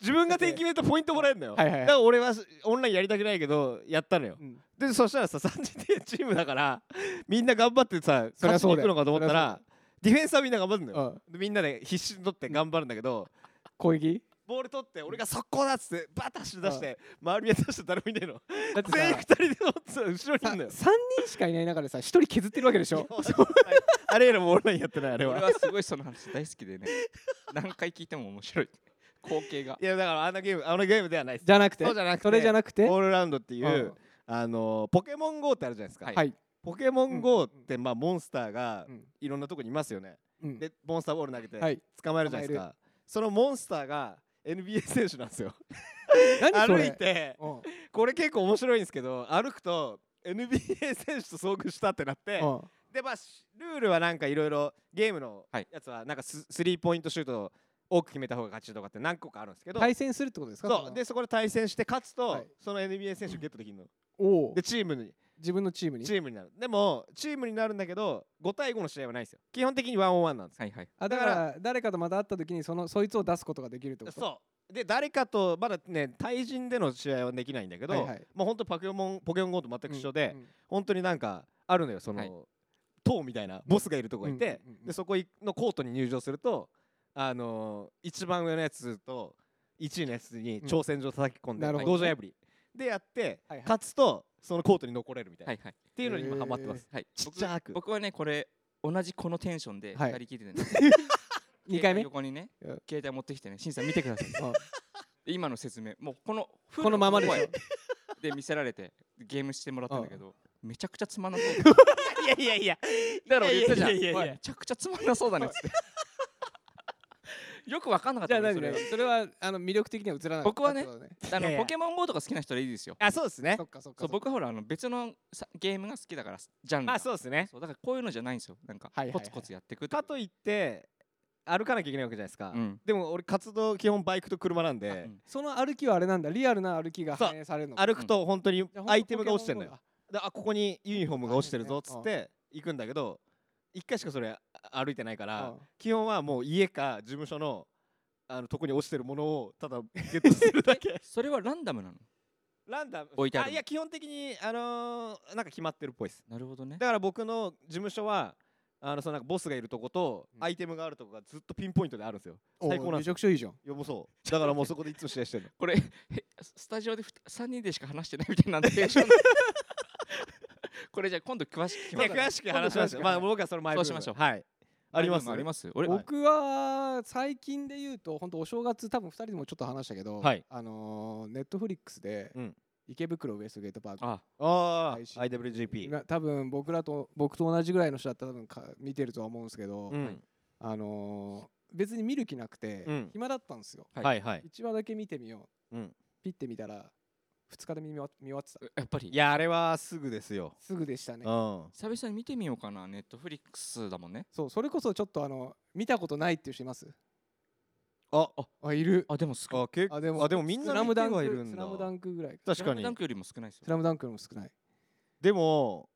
Speaker 3: 自分が点決めるとポイントもらえるのよ、
Speaker 5: はいはいはい
Speaker 3: だから俺はオンラインやりたくないけどやったのよ
Speaker 5: うん
Speaker 3: でそしたらさ3人でチームだからみんな頑張ってさ
Speaker 5: そりゃ
Speaker 3: 勝ち
Speaker 5: そ
Speaker 3: に行
Speaker 5: うだ
Speaker 3: く
Speaker 5: よ
Speaker 3: のかと思ったらディフェンスはみんな頑張るの
Speaker 5: う
Speaker 3: よ、
Speaker 5: ん
Speaker 3: でみんなで必死に取って頑張るんだけど
Speaker 5: 攻撃
Speaker 3: ボール取って俺が速攻だっつってバッと走り出して周り見渡して誰もいねえの
Speaker 5: だって
Speaker 3: 全員2
Speaker 5: さ
Speaker 3: 人で持ってたら後ろにい
Speaker 5: さ
Speaker 3: るの
Speaker 5: 3
Speaker 3: よ
Speaker 5: 人しかいない中でさ1人削ってるわけでしょ
Speaker 3: あれやらもうオンラインやってないあれ
Speaker 4: 俺
Speaker 3: は
Speaker 4: はすごいその話大好きでね何回聞いても面
Speaker 5: [laughs]
Speaker 4: 白い光景が
Speaker 3: いやだからあのゲームあのゲームではないです
Speaker 5: じゃなくて
Speaker 3: そうじゃなくて
Speaker 5: それじゃなくて
Speaker 3: オールラウンドっていううんあのポケモン GO ってあるじゃないですか、
Speaker 4: はい
Speaker 5: はい
Speaker 3: ポケモン GO ってまあモンスターが
Speaker 5: うん
Speaker 3: いろんなとこにいますよね、
Speaker 5: うん
Speaker 3: でモンスターボール投げ
Speaker 5: は
Speaker 3: て
Speaker 5: い
Speaker 3: 捕まえるじゃないですか、そのモンスターが NBA 選手なんですよ
Speaker 5: 何それ
Speaker 3: 歩いて
Speaker 5: うん
Speaker 3: これ結構面白いんですけど歩くと NBA 選手と遭遇したってなって
Speaker 5: うん
Speaker 3: でまあしルールはなんかいろいろゲームの
Speaker 4: はい
Speaker 3: やつはなんかススリーポイントシュートを多く決めた方が勝ちとかって何個かあるんですけど
Speaker 5: 対戦するってことですか
Speaker 3: そう
Speaker 5: れは
Speaker 3: でそこで対戦して勝つと、
Speaker 5: はい
Speaker 3: その NBA 選手ゲットできるの
Speaker 5: おお
Speaker 3: でチームに
Speaker 5: 自分のチームに
Speaker 3: チームになるでもチームになるんだけど5対5の試合はないですよ基本的にワンオンワンなんですよ
Speaker 4: はいはい
Speaker 5: あだ
Speaker 3: だ
Speaker 5: か
Speaker 3: から
Speaker 5: ら誰かとまた会った時にそのそいつを出すことができるってこと
Speaker 3: そうで誰かとまだね対人での試合はできないんだけど、
Speaker 5: はいはい
Speaker 3: もう本当ポケモンポケモン GO と全く一緒で、
Speaker 5: うん
Speaker 3: 本当になんかあるのよその、
Speaker 4: はい
Speaker 3: 塔みたいなボスがいるとこがいて、
Speaker 5: うんうんうんうん
Speaker 3: でそこのコートに入場するとあのー一番上のやつと1位のやつに挑戦状叩き込んで、
Speaker 5: なるほど
Speaker 3: 道場破りでやって、
Speaker 5: はいはい
Speaker 3: 勝つとそのコートに残れるみたいな、
Speaker 4: は
Speaker 3: っ
Speaker 4: いはい
Speaker 3: ていうのに今ハマって
Speaker 4: [laughs]
Speaker 3: ます、
Speaker 4: はい
Speaker 3: ちっちゃく
Speaker 4: 僕僕はねこれ同じこのテンションで
Speaker 5: は
Speaker 4: 2
Speaker 5: い
Speaker 4: 人聞いて
Speaker 5: [laughs]
Speaker 4: るんです、
Speaker 5: 2回目
Speaker 4: 携帯横にね
Speaker 5: うん
Speaker 4: 携帯持ってきてねしんさん見てください
Speaker 5: うん
Speaker 4: 今の説明もうこの
Speaker 5: このままでしょ
Speaker 4: フル声で見せられてゲームしてもらったんだけどめちゃくちゃつまんなそうだ
Speaker 3: いやいやいや
Speaker 4: だから俺言ったじゃん
Speaker 3: いやいやいやいや
Speaker 4: おいめちゃくちゃつまんなそうだねっつってよくわかんなかっ
Speaker 5: じゃ
Speaker 4: た
Speaker 5: あ
Speaker 4: ねそ
Speaker 5: 何
Speaker 4: れ
Speaker 5: 何それはあの魅力的には映らない
Speaker 4: 僕はねあ
Speaker 3: いやい
Speaker 4: の
Speaker 3: や
Speaker 4: ポケモン GO とか好きな人はいいですよ
Speaker 3: あそうですね
Speaker 5: そっかそっか
Speaker 4: そう僕はほらあの別のさゲームが好きだからジャンルが
Speaker 3: あそうですね
Speaker 4: そうだからこういうのじゃないんですよなんか
Speaker 5: はいはいは
Speaker 4: コ
Speaker 5: い
Speaker 4: ツコツやっていくって
Speaker 3: かといって歩かなきゃいけないわけじゃないですか、
Speaker 4: うん
Speaker 3: でも俺活動基本バイクと車なんで、
Speaker 4: あうん
Speaker 5: その歩きはあれなんだリアルな歩きが
Speaker 3: そう
Speaker 5: 反映されるの
Speaker 3: 歩くと本当に
Speaker 5: じゃあほんと
Speaker 3: アイテムが落ちてるのよ
Speaker 5: ポケ
Speaker 3: であここにユニフォームが落ちてるぞっつ
Speaker 5: あ
Speaker 3: っ
Speaker 5: るね
Speaker 3: て行くんだけど一回しかそれあ歩いてないか
Speaker 5: モン
Speaker 3: ら
Speaker 5: ゴーだ
Speaker 3: 基本はもう家か事務所のあのとこに落ちてるものをただゲットするだ [laughs] け
Speaker 4: それはランダムなの
Speaker 3: ランダム
Speaker 4: 置いてある
Speaker 3: いや基本的にあのーなんか決まってるっぽいです
Speaker 4: なるほどね
Speaker 3: だから僕の事務所はあのそのなんかボスがいるとこと
Speaker 5: うん
Speaker 3: アイテムがあるとこがずっとピンポイントであるんですよ
Speaker 5: うん
Speaker 3: 最高なん
Speaker 5: め
Speaker 3: です
Speaker 5: ちゃ
Speaker 3: よ
Speaker 5: くちゃいいじゃん
Speaker 3: よもそうだからもうそ [laughs] こでいつも試合してるの
Speaker 4: これへスタジオで3人でしか話してないみたいなんでテンションこれじゃあ今度詳しく聞き
Speaker 3: い
Speaker 4: ま
Speaker 3: や詳し
Speaker 4: す
Speaker 3: く話しますよまあ僕はその前
Speaker 4: そうしましょう
Speaker 3: はいあります
Speaker 4: あります俺
Speaker 3: はい
Speaker 5: 僕は最近で言うと本当お正月多分2人でもちょっと話したけど、
Speaker 3: はい
Speaker 5: あのーネットフリックスで、
Speaker 3: うん
Speaker 5: 池袋ウエストゲートパーク
Speaker 4: あ
Speaker 3: ああ
Speaker 5: 配信
Speaker 3: IWGP
Speaker 5: が多分僕らと僕と同じぐらいの人だったら多分か見てるとは思うんですけど、
Speaker 3: うん
Speaker 5: あのー別に見る気なくて、
Speaker 3: うん
Speaker 5: 暇だったんですよ、
Speaker 4: はい
Speaker 3: はいはい
Speaker 5: 一1話だけ見てみよう、
Speaker 3: うん
Speaker 5: ピッて見たら2日で見終わ見終わってた
Speaker 4: やっぱり
Speaker 3: いやあれはすぐですよ
Speaker 5: すぐでしたね
Speaker 3: うん
Speaker 4: 久々に見てみようかなネットフリックスだもんね
Speaker 5: そうそれこそちょっとあの見たことないっていう人います
Speaker 3: あ
Speaker 5: あいる
Speaker 4: あでも少ない
Speaker 3: あ結構
Speaker 5: あ
Speaker 3: あ
Speaker 5: で
Speaker 3: で
Speaker 5: も
Speaker 3: もみん
Speaker 5: ス
Speaker 3: な
Speaker 5: ラム
Speaker 3: 見て
Speaker 5: ダン
Speaker 3: は
Speaker 5: ク
Speaker 3: いるん
Speaker 5: ス
Speaker 3: だ
Speaker 5: ラムダンクぐらい
Speaker 3: 確
Speaker 4: ス
Speaker 3: か
Speaker 4: ラムダン
Speaker 3: に
Speaker 4: クよりも少ないです
Speaker 5: ス
Speaker 4: よ
Speaker 5: ラムダンクよりも少ない
Speaker 3: でも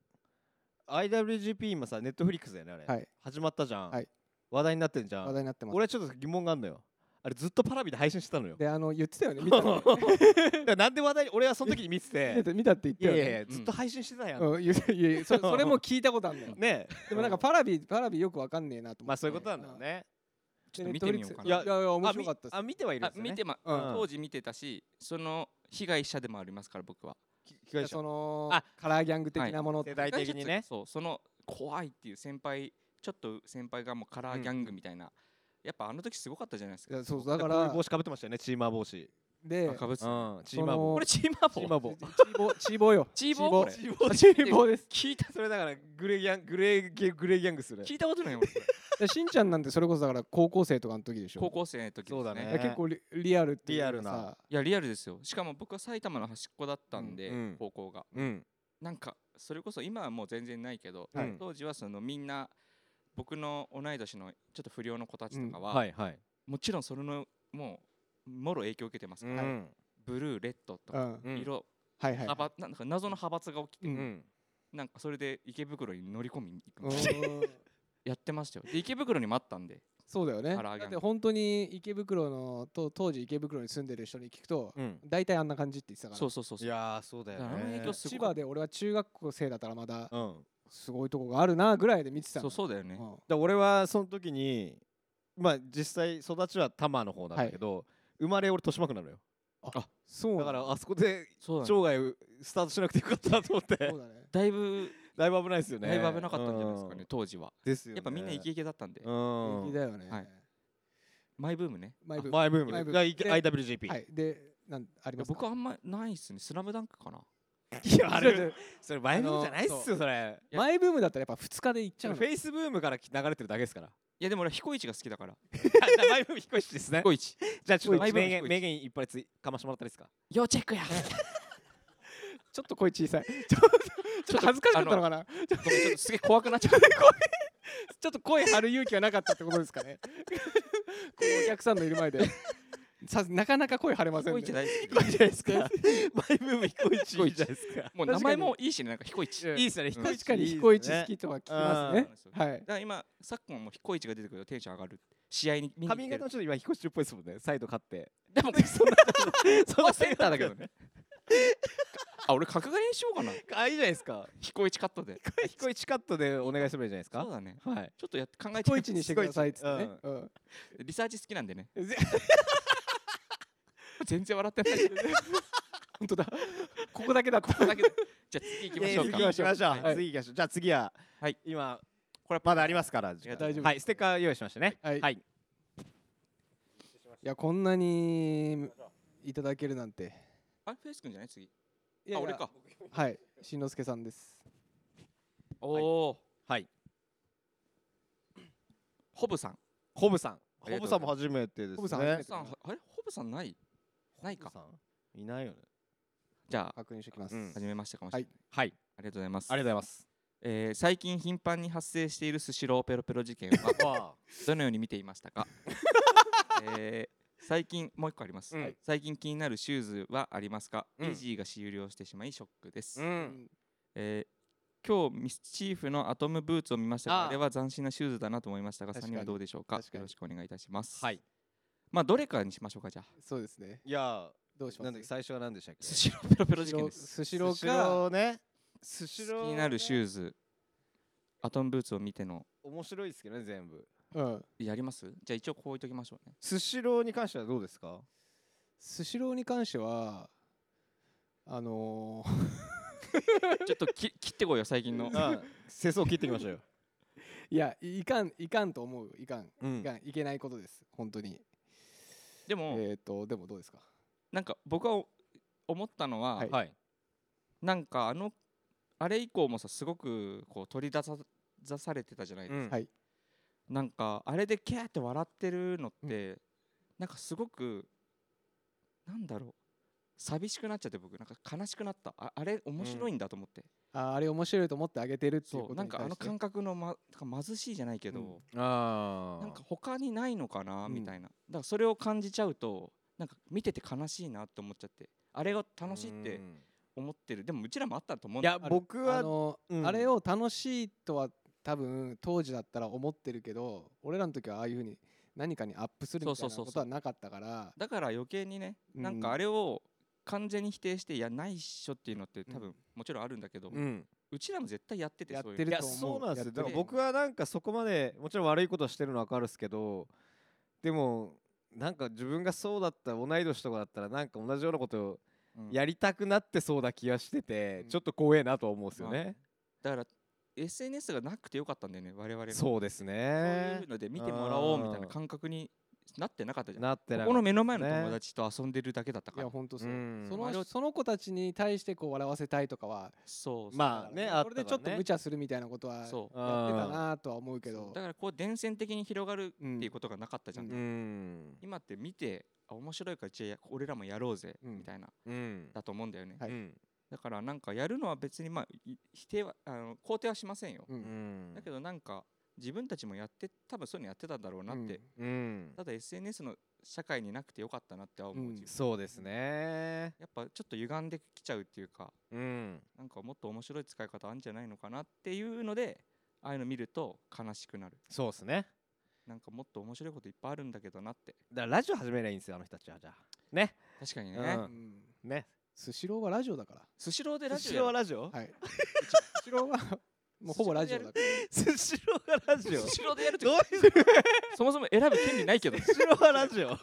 Speaker 3: IWGP 今さネットフリックスだよねあれ、
Speaker 5: はい
Speaker 3: 始まったじゃん、
Speaker 5: はい
Speaker 3: 話題になってんじゃ
Speaker 5: 話
Speaker 3: ん
Speaker 5: 題になってます
Speaker 3: 俺はちょっと疑問があるのよあれずっとパラビで配信してたのよ
Speaker 5: であの言ってた
Speaker 3: [laughs]
Speaker 5: よね見たって
Speaker 3: だからなんで話題に俺はその時に見て
Speaker 5: [laughs] 見
Speaker 3: て
Speaker 5: た見たって言っ
Speaker 3: い
Speaker 5: た
Speaker 3: や
Speaker 5: よ
Speaker 3: い
Speaker 5: ね
Speaker 3: やいや、
Speaker 4: うん
Speaker 3: ずっと配信してたやん、
Speaker 5: うん、いやいやい
Speaker 3: [laughs]
Speaker 5: やそそれも聞いたことあるんだよ
Speaker 3: ねえ
Speaker 5: でもなんかパラビパラビよくわかんねえなと思って
Speaker 3: まあそういうことなんだよね
Speaker 4: ちょっと見てみようか
Speaker 5: い
Speaker 4: な
Speaker 5: やいやいや面白かったです
Speaker 3: あ見てはいるん
Speaker 4: あ
Speaker 3: ですよ、ね、
Speaker 4: 見てま
Speaker 3: うん
Speaker 4: 当時見てたしその被害者でもありますから僕は
Speaker 3: 機械者
Speaker 5: その
Speaker 3: あ
Speaker 5: カラーギャング的なものって
Speaker 3: 世代的にね
Speaker 4: そうその怖いっていう先輩ちょっと先輩がもうカラーギャングみたいなやっぱあの時すごかったじゃないです
Speaker 5: い
Speaker 4: か
Speaker 5: やそうだ
Speaker 3: こう
Speaker 5: か
Speaker 3: いう
Speaker 5: ら
Speaker 3: 帽子かぶってましたよねチーマー帽子
Speaker 5: で
Speaker 4: あかぶ
Speaker 3: う
Speaker 4: ってた
Speaker 3: んチーマー帽
Speaker 4: これチーマー
Speaker 3: チー
Speaker 4: ボー
Speaker 3: マー
Speaker 5: [laughs]
Speaker 3: 帽
Speaker 5: チーボチーボよ
Speaker 4: チーボーこれ
Speaker 5: チ
Speaker 3: ーボー
Speaker 5: チーボです
Speaker 4: 聞いた
Speaker 3: それだからグレーギャングレーギグレーギャングする
Speaker 4: [laughs] 聞いたこ
Speaker 3: [laughs]
Speaker 4: とないよ俺これ
Speaker 5: でしんちゃんなんてそれこそだから高校生とかの時でしょ
Speaker 4: 高校生の時ですね
Speaker 3: そうだね
Speaker 5: いや結構リリアルっていう
Speaker 3: リ
Speaker 5: かさ
Speaker 3: アルない
Speaker 4: やリアルですよしかも僕は埼玉の端っこだったんで、
Speaker 3: うんうん
Speaker 4: 高校が
Speaker 3: うん
Speaker 4: なんかそれこそ今はもう全然ないけど、
Speaker 3: はい
Speaker 4: 当時はそのみんな僕の同い年のちょっと不良の子たちとかは、
Speaker 3: はいはい
Speaker 4: もちろんそれのもうもろ影響を受けてます
Speaker 3: う
Speaker 4: から、
Speaker 3: ん
Speaker 4: ブルーレッドと
Speaker 5: う
Speaker 4: か
Speaker 5: ん、
Speaker 3: うん
Speaker 4: 色、
Speaker 5: はいはい
Speaker 4: 幅なんか謎の派閥が起きて、
Speaker 3: うん
Speaker 4: なんかそれで池袋に乗り込みに行く
Speaker 5: う
Speaker 4: みたいな、
Speaker 5: ん
Speaker 4: やってましたよで池袋にもあったんで
Speaker 5: そうだよね
Speaker 4: 唐揚げ
Speaker 5: だって本当に池袋のと当時池袋に住んでる人に聞くと
Speaker 3: うん
Speaker 5: 大体あんな感じって言ってたか
Speaker 4: そ
Speaker 5: ら
Speaker 4: うそうそう
Speaker 3: い
Speaker 4: そう
Speaker 3: やーそうだよ
Speaker 4: だからあの影
Speaker 3: ね
Speaker 4: 響すご
Speaker 5: 千
Speaker 4: か
Speaker 5: 葉
Speaker 4: っ
Speaker 5: で俺は中学校生だったらまだ
Speaker 3: うん
Speaker 5: すごいとこがあるなぐらいで見て
Speaker 4: た
Speaker 5: た
Speaker 4: そう
Speaker 5: う
Speaker 4: そうだよね、
Speaker 5: ね
Speaker 3: だから俺はその時にまあ実際育ちは多摩の方なんだけど、生まれ俺豊島区なのよ
Speaker 5: そう
Speaker 3: だからあそこで
Speaker 4: そうだね
Speaker 3: 生涯スタートしなくてよかったなと思って
Speaker 5: そうだね
Speaker 4: だいぶ
Speaker 3: [laughs] だいぶ危ないですよね
Speaker 4: だいぶ危なかったんじゃないですかね、
Speaker 3: うん
Speaker 4: 当時は
Speaker 3: ですよね
Speaker 4: やっぱみんなイケイケだったんで、
Speaker 3: うん
Speaker 5: 人気だよね
Speaker 4: はいマイブームね
Speaker 5: マイブーム
Speaker 3: マイブーム
Speaker 5: マイブーム
Speaker 3: いやいけ
Speaker 5: で
Speaker 3: IWGP、
Speaker 5: はいでなんありますか
Speaker 4: 僕はあんまないっすね「スラムダンクかない
Speaker 3: やあ
Speaker 4: [laughs]
Speaker 5: それ
Speaker 3: れ
Speaker 5: で
Speaker 3: それマイブームじゃないっすよそれ
Speaker 4: や
Speaker 5: マイブームだったらやっぱ2日で行っち
Speaker 3: そ
Speaker 5: ゃう
Speaker 3: れ
Speaker 5: の
Speaker 3: フェイスブームから流れてるだけですから
Speaker 4: いやでも俺は彦一が好きだから
Speaker 3: じゃあマイブーム彦一ですね
Speaker 4: 彦一
Speaker 3: じゃあちょっと
Speaker 4: マイブーム
Speaker 3: 名言名
Speaker 4: 彦一
Speaker 3: 言いっぱいついかましてもらったらいいですか
Speaker 4: 要チェックや
Speaker 5: ちょっと声小さいちょっとちょっと恥ずかしかったのかな
Speaker 4: ちょっとすげえ怖くなっちゃった
Speaker 5: ちょっと声張る勇気はなかったってことですかねこうお客さんのいる前でさなかなか声張れません
Speaker 4: 彦
Speaker 5: ね
Speaker 4: 一大好
Speaker 3: 彦
Speaker 4: き
Speaker 3: 一じゃないですかマイブーム彦一
Speaker 4: 彦一
Speaker 3: いいじゃないですか
Speaker 4: もう名前もいいしねなんか彦一
Speaker 5: う
Speaker 4: だ
Speaker 5: ん
Speaker 4: か
Speaker 3: いいっすよね彦一
Speaker 5: 確かに
Speaker 3: いいっすね
Speaker 5: 彦一好きとは聞きますね
Speaker 4: うん
Speaker 5: はい
Speaker 4: ら今昨今も彦一が出てくるとテンション上がる試合に見に
Speaker 3: 髪
Speaker 4: 来て
Speaker 3: 型
Speaker 4: る
Speaker 3: もちょっと今彦一っぽいですもんねサイド勝って
Speaker 4: でも
Speaker 3: そんなそんなセンターだけどね
Speaker 4: [laughs] あ俺角刈りにしようか
Speaker 3: あ
Speaker 4: な
Speaker 3: いいじゃないですか
Speaker 4: 彦一カットで
Speaker 3: 彦一カットでお願いすればいいじゃないですか
Speaker 4: そうだね
Speaker 3: はい
Speaker 4: ちょっとやって考えて
Speaker 5: 彦一にしてくださいっつってね、うん
Speaker 4: リサーチ好きなんでね
Speaker 5: ぜ
Speaker 4: [laughs] 全然笑ってない
Speaker 5: 本当だここだけだった
Speaker 4: ここだけでじゃあ次行きましょう
Speaker 3: 次
Speaker 4: か
Speaker 3: 行きましょ
Speaker 4: は
Speaker 3: う
Speaker 4: い
Speaker 3: 次行きましょうじゃあ次は
Speaker 4: はい
Speaker 3: 今
Speaker 4: これは
Speaker 3: まだありますから
Speaker 4: りがとうございます
Speaker 3: はいステッカー用意しましたね
Speaker 5: はい
Speaker 3: はい
Speaker 5: いやこんなにいただけるなんて
Speaker 4: あフェイス君じゃない次
Speaker 5: いや
Speaker 4: あ
Speaker 5: いや
Speaker 4: 俺か
Speaker 5: はいしんのすけさんです
Speaker 4: おおー
Speaker 3: はい
Speaker 4: ホブさん
Speaker 3: ホブさん
Speaker 4: あり
Speaker 3: ホ
Speaker 4: がと
Speaker 3: ブ
Speaker 4: うご
Speaker 3: さ
Speaker 4: ざいます
Speaker 3: んも初めてですね
Speaker 5: ホブさん
Speaker 4: ホ
Speaker 5: 初
Speaker 4: ブさんはあれホブさんないないか
Speaker 3: ホブさんいないよね
Speaker 4: じゃあ
Speaker 5: 確認しておきます、
Speaker 3: うん
Speaker 4: 始めましたかもしれない、
Speaker 3: はい
Speaker 4: ありがとうございます
Speaker 3: ありがとうございます
Speaker 4: えー最近頻繁に発生しているスシローペロペロ事件
Speaker 5: [laughs]
Speaker 4: は
Speaker 3: わ
Speaker 4: どのように見ていましたか、 [laughs] えー最近もう一個あります、
Speaker 3: うん
Speaker 4: 最近気になるシューズはありますか、
Speaker 3: うん
Speaker 4: イージーが終了してしまいショックです、
Speaker 3: あう
Speaker 5: うんん
Speaker 4: えー今日ミスチーフのアトムブーツを見ましたが
Speaker 3: あー
Speaker 4: あれは斬新なシューズだなと思いましたが
Speaker 5: 確
Speaker 4: 3
Speaker 5: かに
Speaker 4: 人はどうでしょうか
Speaker 5: 確かに
Speaker 4: よろしくお願いいたします
Speaker 3: はい
Speaker 4: まあどれかにしましょうかじゃあ
Speaker 5: そうですね
Speaker 3: いや
Speaker 5: どうし
Speaker 3: ー
Speaker 5: ま
Speaker 3: な
Speaker 5: す
Speaker 3: んだっけ最初は何でしたっけ
Speaker 4: スシローペロペロ事件です
Speaker 5: スシロ
Speaker 3: スシ
Speaker 5: ー
Speaker 3: ロ
Speaker 5: か
Speaker 3: ーね
Speaker 5: ス
Speaker 4: 気
Speaker 5: シロ
Speaker 4: になるシューズアトムブーツを見ての
Speaker 3: 面白いですけどね全部
Speaker 5: ー、うん、
Speaker 4: やりますじゃあ一応こう置いときましょうね
Speaker 3: スシローに関してはどうですか
Speaker 5: スシローに関してはあの
Speaker 4: ちょっとき切ってこいよ最近
Speaker 3: う
Speaker 4: の
Speaker 3: ん [laughs] 世相を切っていきましょうよ
Speaker 5: ーいやいかんいかんと思ういかん
Speaker 3: うん
Speaker 5: いかんいけないことです本当に
Speaker 4: でも、
Speaker 5: えっ、とでもどうですか
Speaker 4: なんか僕はお思ったのは、
Speaker 5: はい
Speaker 3: はい
Speaker 4: なんかあのあれ以降もさすごくこう取り出さ出されてたじゃないですか、
Speaker 3: うん
Speaker 5: はい
Speaker 4: なんかあれでキャーって笑ってるのって、なんかすごくなんだろう寂しくなっちゃって僕なんか悲しくなったああれ面白いんだと思って、
Speaker 5: あーあれ面白いと思ってあげてるっていう
Speaker 4: そ
Speaker 5: こ
Speaker 4: う
Speaker 5: と
Speaker 4: な
Speaker 5: に
Speaker 4: んか
Speaker 5: 対
Speaker 4: あ
Speaker 5: し
Speaker 4: の
Speaker 5: て
Speaker 4: 感覚の、ま、なんか貧しいじゃないけど、
Speaker 5: うん
Speaker 3: あ
Speaker 4: なんか他にないのかなみたいな、だからそれを感じちゃうとなんか見てて悲しいなって思っちゃってあれが楽しいって思ってるでもうちらもあったと思う
Speaker 3: い
Speaker 4: んだ
Speaker 3: や僕
Speaker 5: あ
Speaker 3: は
Speaker 5: の、
Speaker 3: うん
Speaker 5: あれを楽しいとは多分当時だったら思ってるけど俺らの時はああいうふうに何かにアップするみたいな
Speaker 4: そうそうそうそう
Speaker 5: ことはなかったから
Speaker 4: だから余計にね
Speaker 5: うん
Speaker 4: なんかあれを完全に否定していやないっしょっていうのって多分もちろんあるんだけど、う
Speaker 3: うん
Speaker 4: ちらも絶対やってて
Speaker 5: やっ
Speaker 4: そういう
Speaker 5: て
Speaker 4: の
Speaker 5: る
Speaker 3: いや
Speaker 5: と思う
Speaker 3: そうなんですよ
Speaker 5: やって
Speaker 3: だ
Speaker 5: る
Speaker 3: から僕はなんかそこまでもちろん悪いことしてるのは分かるっすけどでもなんか自分がそうだった同い年とかだったらなんか同じようなことを
Speaker 4: うん
Speaker 3: やりたくなってそうな気がしてて、
Speaker 5: うん
Speaker 3: ちょっと怖えなとは思うんですよね、
Speaker 4: だから SNS がなくてよかったんだよね我々がそう
Speaker 3: そうです
Speaker 4: い
Speaker 3: ね
Speaker 4: うので見てもらおうみたいな
Speaker 3: うん
Speaker 4: 感覚になってなかったじゃん
Speaker 3: なってな
Speaker 4: こ
Speaker 3: い
Speaker 4: この目の前の
Speaker 3: ね
Speaker 4: 友達と遊んでるだけだった
Speaker 5: い
Speaker 4: か
Speaker 5: や
Speaker 4: ら
Speaker 5: 本当そう、
Speaker 3: うん
Speaker 5: そ
Speaker 4: あれ
Speaker 5: の
Speaker 4: を
Speaker 5: その子たちに対してこう笑わせたいとかは
Speaker 4: そうそう
Speaker 3: まあねあ
Speaker 5: それでちょっと無茶するみたいなことはやって
Speaker 4: そう
Speaker 5: たなとは思うけ
Speaker 4: そう
Speaker 5: ど
Speaker 4: だからこう伝染的に広がる
Speaker 5: うん
Speaker 4: っていうことがなかったじゃん、
Speaker 2: うん
Speaker 4: 今って見てあ面白いからじゃあ俺らもやろうぜ
Speaker 5: うん
Speaker 4: みたいな、
Speaker 2: うん
Speaker 4: だと思うんだよね、
Speaker 5: はい
Speaker 2: うん
Speaker 4: だからなんかやるのは別にまあい否定はあの肯定はしませんよ、
Speaker 5: うん
Speaker 2: うん
Speaker 4: だけどなんか自分たちもやって多分そういうのやってたんだろうなって、
Speaker 2: うん
Speaker 4: ただ SNS の社会になくてよかったなっては思う、
Speaker 5: うん
Speaker 4: 自分
Speaker 3: そうですね
Speaker 4: やっぱちょっと歪んできちゃうっていうか
Speaker 2: うん
Speaker 4: なんかもっと面白い使い方あるんじゃないのかなっていうのでああいうの見ると悲しくなる
Speaker 3: そうですね
Speaker 4: なんかもっと面白いこといっぱいあるんだけどなって
Speaker 3: だからラジオ始めりゃいいんですよあの人たちはじゃあね
Speaker 4: 確かにね、
Speaker 3: うん
Speaker 5: うん
Speaker 3: ね
Speaker 5: スシローはラジオだから
Speaker 4: スシローでラジ
Speaker 3: ス
Speaker 4: オ
Speaker 3: シ
Speaker 4: や
Speaker 3: ロ
Speaker 4: る
Speaker 3: ーはラジオ
Speaker 5: はいスシローはもうほぼラジオだから
Speaker 3: スシローがラジオ
Speaker 4: スシローでやると
Speaker 3: どういう
Speaker 4: [laughs] そもそも選ぶ権利ないけど
Speaker 3: スシローはラジオ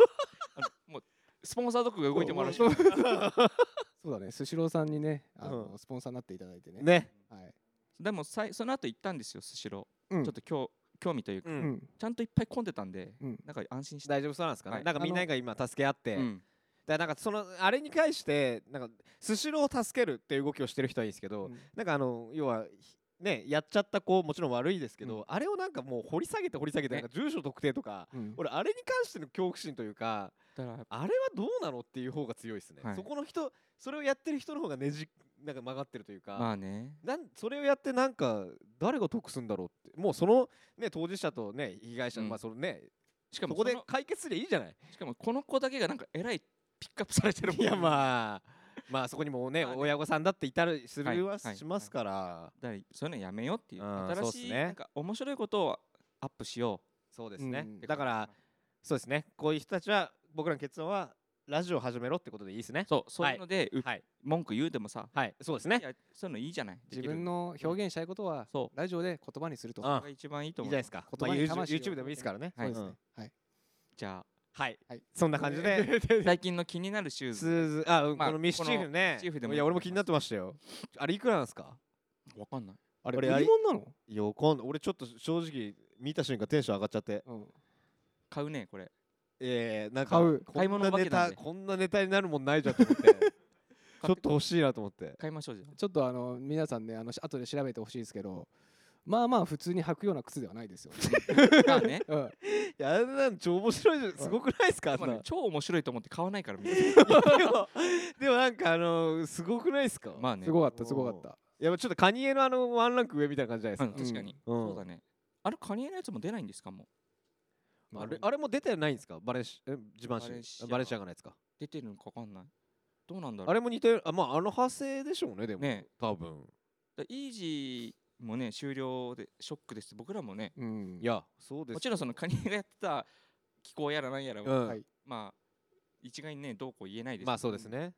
Speaker 4: スポンサーとかが動いてもらうし
Speaker 5: そうそうだねスシローさんにねあの、
Speaker 3: うん
Speaker 5: スポンサーになっていただいてね
Speaker 3: [laughs] ね
Speaker 5: はい、
Speaker 4: でもさいその後行ったんですよスシロ
Speaker 5: う
Speaker 4: ー
Speaker 5: ん、
Speaker 4: ちょっと興興味というか、
Speaker 2: う
Speaker 5: うんん
Speaker 4: ちゃんといっぱい混んでたんで
Speaker 5: うん
Speaker 4: なんか安心して、
Speaker 3: 大丈夫そうなんですかね、
Speaker 4: はい
Speaker 3: なんかみんなが今助け合って、
Speaker 4: うん
Speaker 3: だからなんかそのあれに対してなんかスシローを助けるっていう動きをしてる人はいいんですけど、
Speaker 5: うん
Speaker 3: なんかあの要はひねやっちゃった子もちろん悪いですけど、
Speaker 5: う
Speaker 3: あれをなんかもう掘り下げて掘り下げて、
Speaker 4: ね
Speaker 3: なんか住所特定とか、
Speaker 5: うん
Speaker 3: 俺あれに関しての恐怖心というか
Speaker 4: だから
Speaker 3: あれはどうなのっていう方が強いですね、
Speaker 4: はい
Speaker 3: そこの人それをやってる人の方がねじなんか曲がってるというか、
Speaker 4: まあね
Speaker 3: なんそれをやってなんか誰が得すんだろうってもうその、ね、当事者と、ね、被害者、
Speaker 4: うん
Speaker 3: まあそのね、
Speaker 4: しか
Speaker 3: そ
Speaker 4: も
Speaker 3: こで
Speaker 4: の
Speaker 3: 解決すりゃいいじゃない
Speaker 4: しかもこの子だけがなんかえらいピックアップされてるもん
Speaker 3: いやまあまあそこにもね
Speaker 4: まあね
Speaker 3: 親御さんだっていたりす
Speaker 4: はい
Speaker 3: るは
Speaker 4: はい
Speaker 3: しますから
Speaker 4: だからそういうのやめようっていう
Speaker 3: うん
Speaker 4: 新
Speaker 3: そうっ
Speaker 4: し
Speaker 3: す
Speaker 4: い、
Speaker 3: ね
Speaker 4: なんか面白いことをアップしよ
Speaker 3: そうですね
Speaker 5: うん
Speaker 4: う
Speaker 3: だからそうですねこういう人たちは僕らの結論はラジオ始めろってことでいいですね
Speaker 4: そうそういうので、う
Speaker 3: はい
Speaker 4: 文句言うでもさ
Speaker 3: はいそうですね
Speaker 4: いやそういうのいいじゃない
Speaker 5: 自分の表現したいことは
Speaker 4: そ
Speaker 5: ラジオで言葉にすると
Speaker 3: うん
Speaker 4: が一番いいと
Speaker 3: いいじゃな
Speaker 4: 思う
Speaker 3: いですかまあ
Speaker 5: 言葉
Speaker 3: YouTube
Speaker 5: に魂を
Speaker 3: YouTube でもいいですからね
Speaker 5: そう
Speaker 4: はい
Speaker 5: です
Speaker 3: う
Speaker 5: ね
Speaker 3: ん
Speaker 5: はい
Speaker 4: じゃ
Speaker 3: はい
Speaker 5: はい
Speaker 3: そんな感じで
Speaker 4: あ最近の気になるシュー
Speaker 3: ス
Speaker 4: ズ
Speaker 3: ーズあうん
Speaker 4: まあ
Speaker 3: このミスチーフね
Speaker 4: このミスチーフでも
Speaker 3: いや俺も気になってましたよあれいくらなんですか
Speaker 4: わかんない
Speaker 5: あれ
Speaker 3: 俺
Speaker 5: 売り物なの
Speaker 3: いやわかんない俺ちょっと正直見た瞬間テンション上がっちゃって
Speaker 5: うん
Speaker 4: 買うねこれ
Speaker 3: えー、なんか
Speaker 5: 買う
Speaker 3: こ
Speaker 4: 買い
Speaker 3: ん
Speaker 4: 物
Speaker 3: な
Speaker 4: お化
Speaker 3: ネ
Speaker 4: けな
Speaker 3: タ
Speaker 4: んで
Speaker 3: こんなネタになるもんないじゃんと思ってちょっと欲しいなと思って
Speaker 4: 買いましょ
Speaker 3: [laughs]
Speaker 4: うじゃあ
Speaker 5: ちょっとあの皆さんねあのし後で調べてほしいですけどまあまあ普通に履くような靴ではないですよ、
Speaker 3: [laughs]
Speaker 4: まあね
Speaker 5: うん、
Speaker 3: いやあんなの超面白いじゃん
Speaker 5: ん
Speaker 3: すごくないですかあ
Speaker 4: で
Speaker 3: んな
Speaker 4: も
Speaker 3: の
Speaker 4: ね超面白いと思って買わないからみん
Speaker 3: [laughs]
Speaker 4: な
Speaker 3: でもでもなんかあのすごくないですか、
Speaker 4: まあね
Speaker 5: すごかったすごかった
Speaker 3: いやちょっとカニエのあのワンランク上みたいな感じじゃないで
Speaker 4: う
Speaker 3: すか、
Speaker 4: ん確かに、
Speaker 3: うん
Speaker 4: そうだねあれカニエのやつも出ないんですかもう
Speaker 5: うん
Speaker 3: あれあれも出てないんですかバレンシえ自慢
Speaker 4: バレンシ
Speaker 3: し
Speaker 4: ア
Speaker 3: バレンシアがないですか
Speaker 4: 出てるのかわかんないどうなんだろ
Speaker 3: あ
Speaker 4: う
Speaker 3: れも似てるあまああの派生でしょうねでも
Speaker 4: ね
Speaker 3: 多分
Speaker 4: だイージーもね終了でショックです僕らもね
Speaker 5: うん
Speaker 3: いやそうです
Speaker 4: もちろんそのカニエがやってた気候やらなんやらは、
Speaker 3: うん
Speaker 5: はい
Speaker 4: まあ一概にねどうこう言えないですけど
Speaker 3: まあそうですね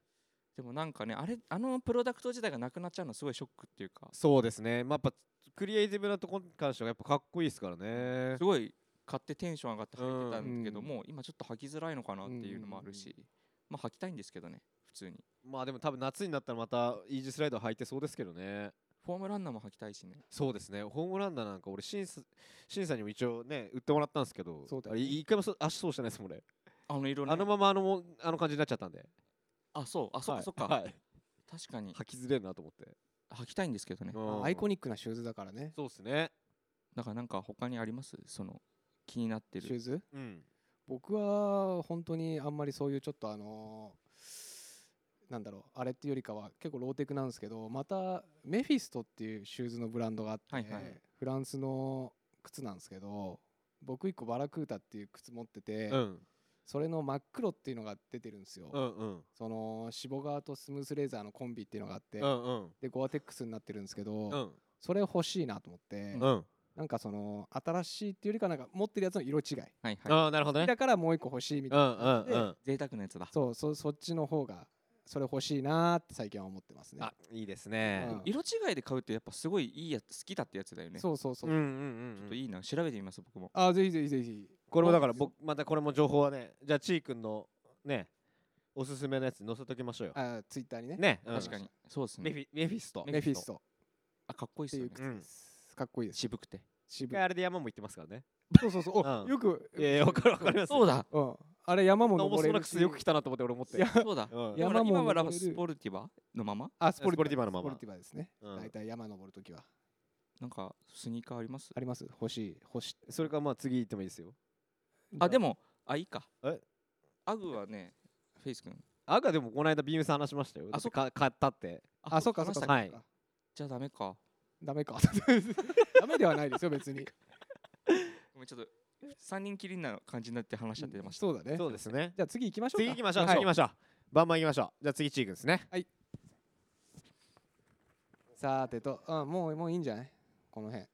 Speaker 4: でもなんかねあれあのプロダクト自体がなくなっちゃうのはすごいショックっていうか
Speaker 3: そうですねまあやっぱクリエイティブなとこに関してはやっぱかっこいいですからね
Speaker 4: すごい買ってテンション上がって履いてたんだけど
Speaker 5: うん
Speaker 4: も、今ちょっと履きづらいのかなっていうのもあるし、まあ履きたいんですけどね普通に
Speaker 3: まあでも多分夏になったらまたイージスライド履いてそうですけどね
Speaker 4: フォームランナーも履きたいしね
Speaker 3: そうですねホームランナーなんか俺審査審査にも一応ね売ってもらったんですけど
Speaker 5: そうだ
Speaker 3: あ
Speaker 5: よ
Speaker 3: れ
Speaker 5: ね
Speaker 3: 一回もそう足そうしてないですもん俺
Speaker 4: あの色ね
Speaker 3: あのままあのもあの感じになっちゃったんで
Speaker 4: あそうあそっ
Speaker 3: は
Speaker 4: か
Speaker 3: い
Speaker 4: そっか、
Speaker 3: はい
Speaker 4: 確かに
Speaker 3: 履きずれるなと思って
Speaker 4: 履きたいんですけどね
Speaker 5: あアイコ
Speaker 3: ニ
Speaker 5: ニックなシューズだからね
Speaker 3: そうですね
Speaker 4: だからなんか他にありますその気になって
Speaker 5: シュー
Speaker 4: る
Speaker 5: ズ
Speaker 3: うん
Speaker 5: 僕は本当にあんまりそういうちょっとあのなんだろうあれっていうよりかは結構ローテクなんですけどまたメフィストっていうシューズのブランドがあって、
Speaker 4: はいはい
Speaker 5: フランスの靴なんですけど僕一個バラクータっていう靴持ってて、
Speaker 3: うん
Speaker 5: それの真っ黒っていうのが出てるんですよ、
Speaker 3: うんうん
Speaker 5: そのシボガーとスムースレーザーのコンビっていうのがあって、
Speaker 3: うんうん
Speaker 5: でゴアテックスになってるんですけ
Speaker 3: う
Speaker 5: ど、
Speaker 3: ん
Speaker 5: それ欲しいなと思って、
Speaker 3: うんあ
Speaker 5: なんかその新しいっていうよりかなんか持ってるやつの色違い、
Speaker 4: はいは
Speaker 3: あなるほどね
Speaker 5: だからもう一個欲しいみた
Speaker 3: う
Speaker 5: いな、
Speaker 3: んうんうん
Speaker 4: い贅沢なやつだ
Speaker 5: そうそそっちの方がそれ欲しいなーって最近は思ってますね
Speaker 3: あいいですね
Speaker 5: うん
Speaker 4: 色違いで買うってやっぱすごいいいやつ好きだってやつだよね
Speaker 5: そうそうそうう、
Speaker 3: んうん
Speaker 4: ちょっ
Speaker 3: うんう
Speaker 4: と
Speaker 3: ん
Speaker 4: いいな調べてみます僕も
Speaker 5: あぜひぜひぜひ
Speaker 3: これもだから僕またこれも情報はねじゃあちーくんのねおすすめのやつに載せときましょうよ
Speaker 5: あツイッターにね
Speaker 3: ねうん
Speaker 4: 確かにそうです
Speaker 3: メ
Speaker 4: ね
Speaker 3: フィメフィスト
Speaker 5: メフィスト
Speaker 4: あかっこいいっ
Speaker 5: って
Speaker 4: す
Speaker 5: い
Speaker 4: よ
Speaker 5: う
Speaker 4: ね
Speaker 5: 靴です、かっこいいです
Speaker 4: 渋くて
Speaker 5: 渋い
Speaker 3: あれで山も行ってますからね。
Speaker 5: そうそうそうお
Speaker 3: うん
Speaker 5: よく
Speaker 3: いやいや、わかるわかります。
Speaker 4: そうだ
Speaker 5: うんあれ山も
Speaker 3: おも
Speaker 5: 登
Speaker 3: そ
Speaker 5: れ
Speaker 3: な
Speaker 5: る
Speaker 3: く
Speaker 5: し
Speaker 3: 強く来たなと思って俺思って。
Speaker 5: いや
Speaker 4: [laughs] そうだ
Speaker 3: うん
Speaker 5: いや山も
Speaker 4: 今はラフ
Speaker 5: 登れ
Speaker 4: ス
Speaker 5: る
Speaker 4: ポルティバのまま
Speaker 5: あスポ
Speaker 3: スポル
Speaker 5: ル
Speaker 3: テ
Speaker 5: テ
Speaker 3: ィ
Speaker 5: ィ
Speaker 3: バ
Speaker 5: バ
Speaker 3: のまま
Speaker 5: スポルティバですね
Speaker 3: うん
Speaker 5: 大体山登るときは
Speaker 4: なんかスニーカーあります
Speaker 5: あります欲しい欲しい
Speaker 3: それかまあ次行ってもいいですよ。
Speaker 4: あでもあいいか
Speaker 3: え
Speaker 4: アグはねフェイス君
Speaker 3: 赤でもこの間ビームさん話しましたよ。
Speaker 4: あそっ
Speaker 3: か買ったって。
Speaker 5: あそうかそ
Speaker 4: 話し
Speaker 5: うかそう
Speaker 4: た
Speaker 5: か
Speaker 3: はい
Speaker 5: そうか
Speaker 4: じゃあダメか
Speaker 5: ダメか [laughs] ダメではないですよ別に
Speaker 4: ごめんちょっと3人きりな感じになって話しちゃってました
Speaker 5: そうだね
Speaker 3: そうですね。
Speaker 5: じゃあ次行きましょうか
Speaker 3: 次行きましょう。
Speaker 5: は
Speaker 3: 次
Speaker 5: い
Speaker 3: 行きましょう。バンバン行きましょう。じゃあ次チークですね。
Speaker 5: さーてと、うん、もうもういいんじゃないこの辺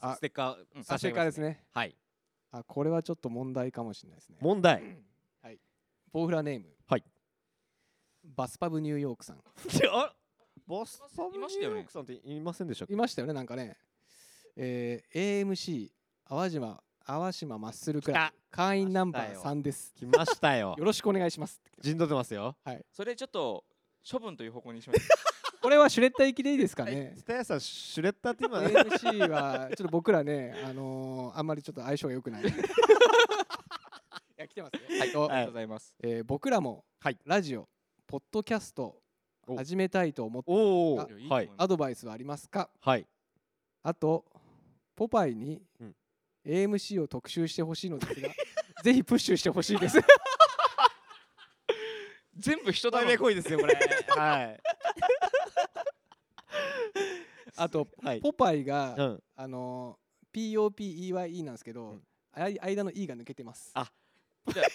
Speaker 5: あ
Speaker 3: ステッカー
Speaker 4: うん
Speaker 5: あ
Speaker 3: 差し
Speaker 5: 正
Speaker 3: 上げま
Speaker 5: 解
Speaker 3: す
Speaker 5: ですね
Speaker 3: はい。
Speaker 5: あこれはちょっと問題かもしれないですね
Speaker 3: 問題。
Speaker 5: ポーフラネーム
Speaker 3: はい
Speaker 5: バスパブニューヨークさん
Speaker 3: あボストン
Speaker 4: いましたよ
Speaker 3: ニューヨ
Speaker 4: ね
Speaker 3: ークさんっていませんでしたっけ
Speaker 5: いましたよねなんかねえー AMC 淡島淡島マッスルクラブ会員ナンバ
Speaker 3: 来
Speaker 5: ー
Speaker 3: た
Speaker 5: 3です
Speaker 3: 来ました [laughs] よ
Speaker 5: よ。ろしくお願いします
Speaker 3: 陣取ってますよ。
Speaker 4: それちょっと処分という方向にしましょう
Speaker 5: これはシュレッダー行きでいいですかね
Speaker 3: スタヤさん、シュレッダーって今、
Speaker 5: AMC はちょっと僕らねあのーあんまりちょっと相性が良く [laughs] ないいや来てます [laughs] よはい、と
Speaker 4: ありがとうございます
Speaker 5: えー僕らも
Speaker 3: はい
Speaker 5: ラジオポッドキャスト
Speaker 3: お
Speaker 5: 始めたいと思って
Speaker 3: おお、
Speaker 5: あ
Speaker 4: いやいいと
Speaker 3: はい
Speaker 4: 思い、
Speaker 5: アドバイスはありますか
Speaker 3: はい。
Speaker 5: あと、ポパイに
Speaker 3: うん
Speaker 5: AMC を特集してほしいので
Speaker 3: [laughs]
Speaker 5: すが、ぜひプッシュしてほしいです。
Speaker 4: 全部人だ
Speaker 3: 大
Speaker 4: め
Speaker 3: 名行為ですよ、これ。はい。
Speaker 5: あと、
Speaker 3: はい。
Speaker 5: ポパイ
Speaker 3: う
Speaker 5: が、
Speaker 3: ん。
Speaker 5: あのー、POPEYE なんですけど、あい間の E が抜けてます。
Speaker 3: あ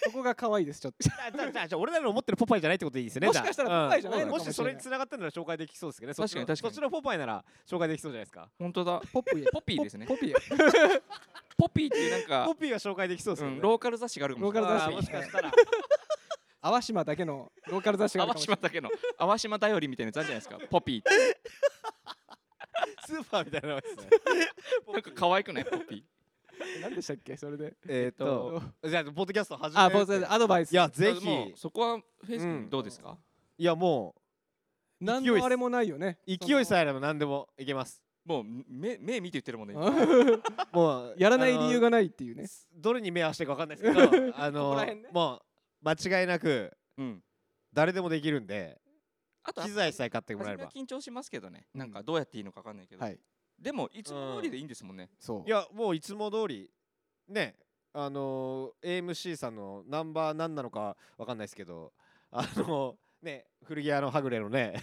Speaker 5: そこが可愛いです、ちょっ
Speaker 3: [laughs]
Speaker 5: と。
Speaker 3: じゃあ、じゃあ、じゃあ、俺らの思ってるポパイじゃないってことでいいですね。
Speaker 5: もしかしたら
Speaker 3: じゃあ
Speaker 5: ポパイじゃないの
Speaker 3: うん
Speaker 5: か
Speaker 3: も
Speaker 5: もしれない
Speaker 3: しそれに繋がってるなら紹介できそうですけどね。そっちの
Speaker 4: 確かに確かに
Speaker 3: そっちのポパイなら紹介できそうじゃないですか。
Speaker 4: 本当だ
Speaker 5: ポップイ
Speaker 4: ポピーですね
Speaker 5: ポピー。
Speaker 4: ポピーっていうなんか
Speaker 3: ポピーは紹介できそうです
Speaker 4: う
Speaker 3: よね。
Speaker 4: ん、ローカル雑誌があるかもしれない
Speaker 5: ローカル雑誌
Speaker 3: あーもしかした
Speaker 5: [laughs]
Speaker 3: ら。
Speaker 5: 淡島だけのローカル雑誌がある
Speaker 4: 淡
Speaker 5: かもし
Speaker 4: 島
Speaker 5: れな
Speaker 4: だ
Speaker 5: い。
Speaker 4: けの淡島頼りみたいなやつあるじゃないですかポピーって
Speaker 3: スーパーみたいなのですね。
Speaker 4: なんか可愛くないポピー
Speaker 5: 何でしたっけそれで。
Speaker 3: えっ
Speaker 5: と
Speaker 3: と、じゃあ、ポッドキャスト始め
Speaker 5: あ、ポーズアドバイス。
Speaker 3: いや、ぜ
Speaker 4: もう
Speaker 3: ひ、
Speaker 4: そこはフェイス
Speaker 3: うん
Speaker 4: 君どうですか、
Speaker 3: いや、も
Speaker 5: 何
Speaker 3: 勢いっ
Speaker 5: の
Speaker 3: す
Speaker 5: あれもないよね。
Speaker 3: う、勢いさ
Speaker 5: え。
Speaker 3: えあれば何でもいけます。
Speaker 4: もう目目見て言ってるもんね今
Speaker 3: もう、
Speaker 5: やらない理由
Speaker 3: が
Speaker 5: がないっていうね。
Speaker 3: どれに目合わせてるか分かんないですけどあ
Speaker 5: ここ
Speaker 3: の
Speaker 5: ら辺ね
Speaker 3: もう間違いなく
Speaker 4: うん
Speaker 3: 誰でもできるんで
Speaker 4: あとは
Speaker 3: 機材さえ買ってもら
Speaker 4: 初め
Speaker 3: えれ
Speaker 4: は
Speaker 3: ば
Speaker 4: 緊張しますけどね、
Speaker 5: うん
Speaker 4: なんかどうやっていいのかわかんないけど、
Speaker 5: はい。
Speaker 4: でもいつも通りでいいんですもんね、
Speaker 5: そう。
Speaker 3: いやもういつも通りねあの AMC さんのナンバー何なのか分かんないですけどあのね古着屋のはぐれの
Speaker 5: [laughs]
Speaker 3: ね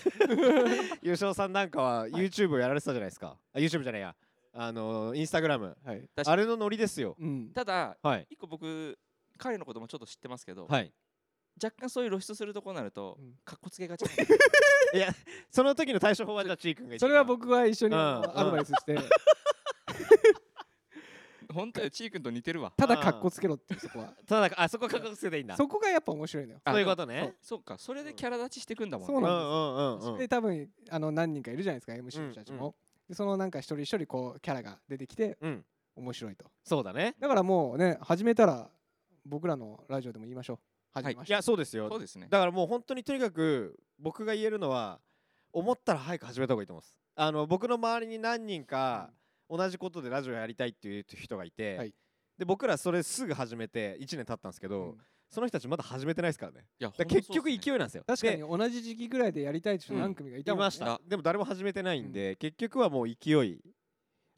Speaker 3: 優勝さんなんかは YouTube をやられてたじゃないですか、あ YouTube じゃないやあのインスタグラム
Speaker 5: はい。
Speaker 4: 確か
Speaker 3: あれのノリですよ
Speaker 5: うん。
Speaker 4: ただ
Speaker 3: はい
Speaker 4: 一個僕彼のこともちょっと知ってますけど、
Speaker 3: はい
Speaker 4: 若干そういう露出するとこになると、
Speaker 5: うん
Speaker 4: かっこつけがちなんで
Speaker 3: いやその時の対処法はじゃあちーくんが一番
Speaker 5: それは僕は一緒に
Speaker 3: うん
Speaker 5: あのアドバイスして、
Speaker 4: 本当よちーくんと似てるわ
Speaker 5: ただかっこつけろっていうそこは。
Speaker 3: ただあそこは格好つけていいんだそ
Speaker 5: そこがやっぱ面白いのよ。
Speaker 3: ういうことね
Speaker 4: そうかそれでキャラ立ちしてくんだもんね
Speaker 5: そうなんです
Speaker 3: うんうんうんうん
Speaker 5: で多分あの何人かいるじゃないですか MC の人たち
Speaker 3: うんう
Speaker 5: も。でそのなんか一人一人こうキャラが出てきて
Speaker 3: うん
Speaker 5: 面白いと。
Speaker 3: そうだね。
Speaker 5: だからもうね始めたら僕らのラジオでも言いましょう。始めま
Speaker 3: い
Speaker 5: しょう。
Speaker 3: や、そうですよ。
Speaker 4: そうですね
Speaker 3: だからもう本当にとにかく僕が言えるのは、思ったら早く始めた方がいいと思います。あの僕の周りに何人か同じことでラジオやりたいっていう人がいて、
Speaker 5: はい
Speaker 3: で僕らそれすぐ始めて1年経ったんですけど、
Speaker 5: うん
Speaker 3: その人たちまだ始めてないですからね。
Speaker 4: いや
Speaker 3: だから結局勢い
Speaker 4: い
Speaker 3: なんですよ。
Speaker 5: 確かに
Speaker 3: で
Speaker 5: 同じ時期ぐらいでやりたいって人何組かいた
Speaker 3: い
Speaker 5: もんね
Speaker 3: ました。でも誰も始めてないんで、結局はもう勢い。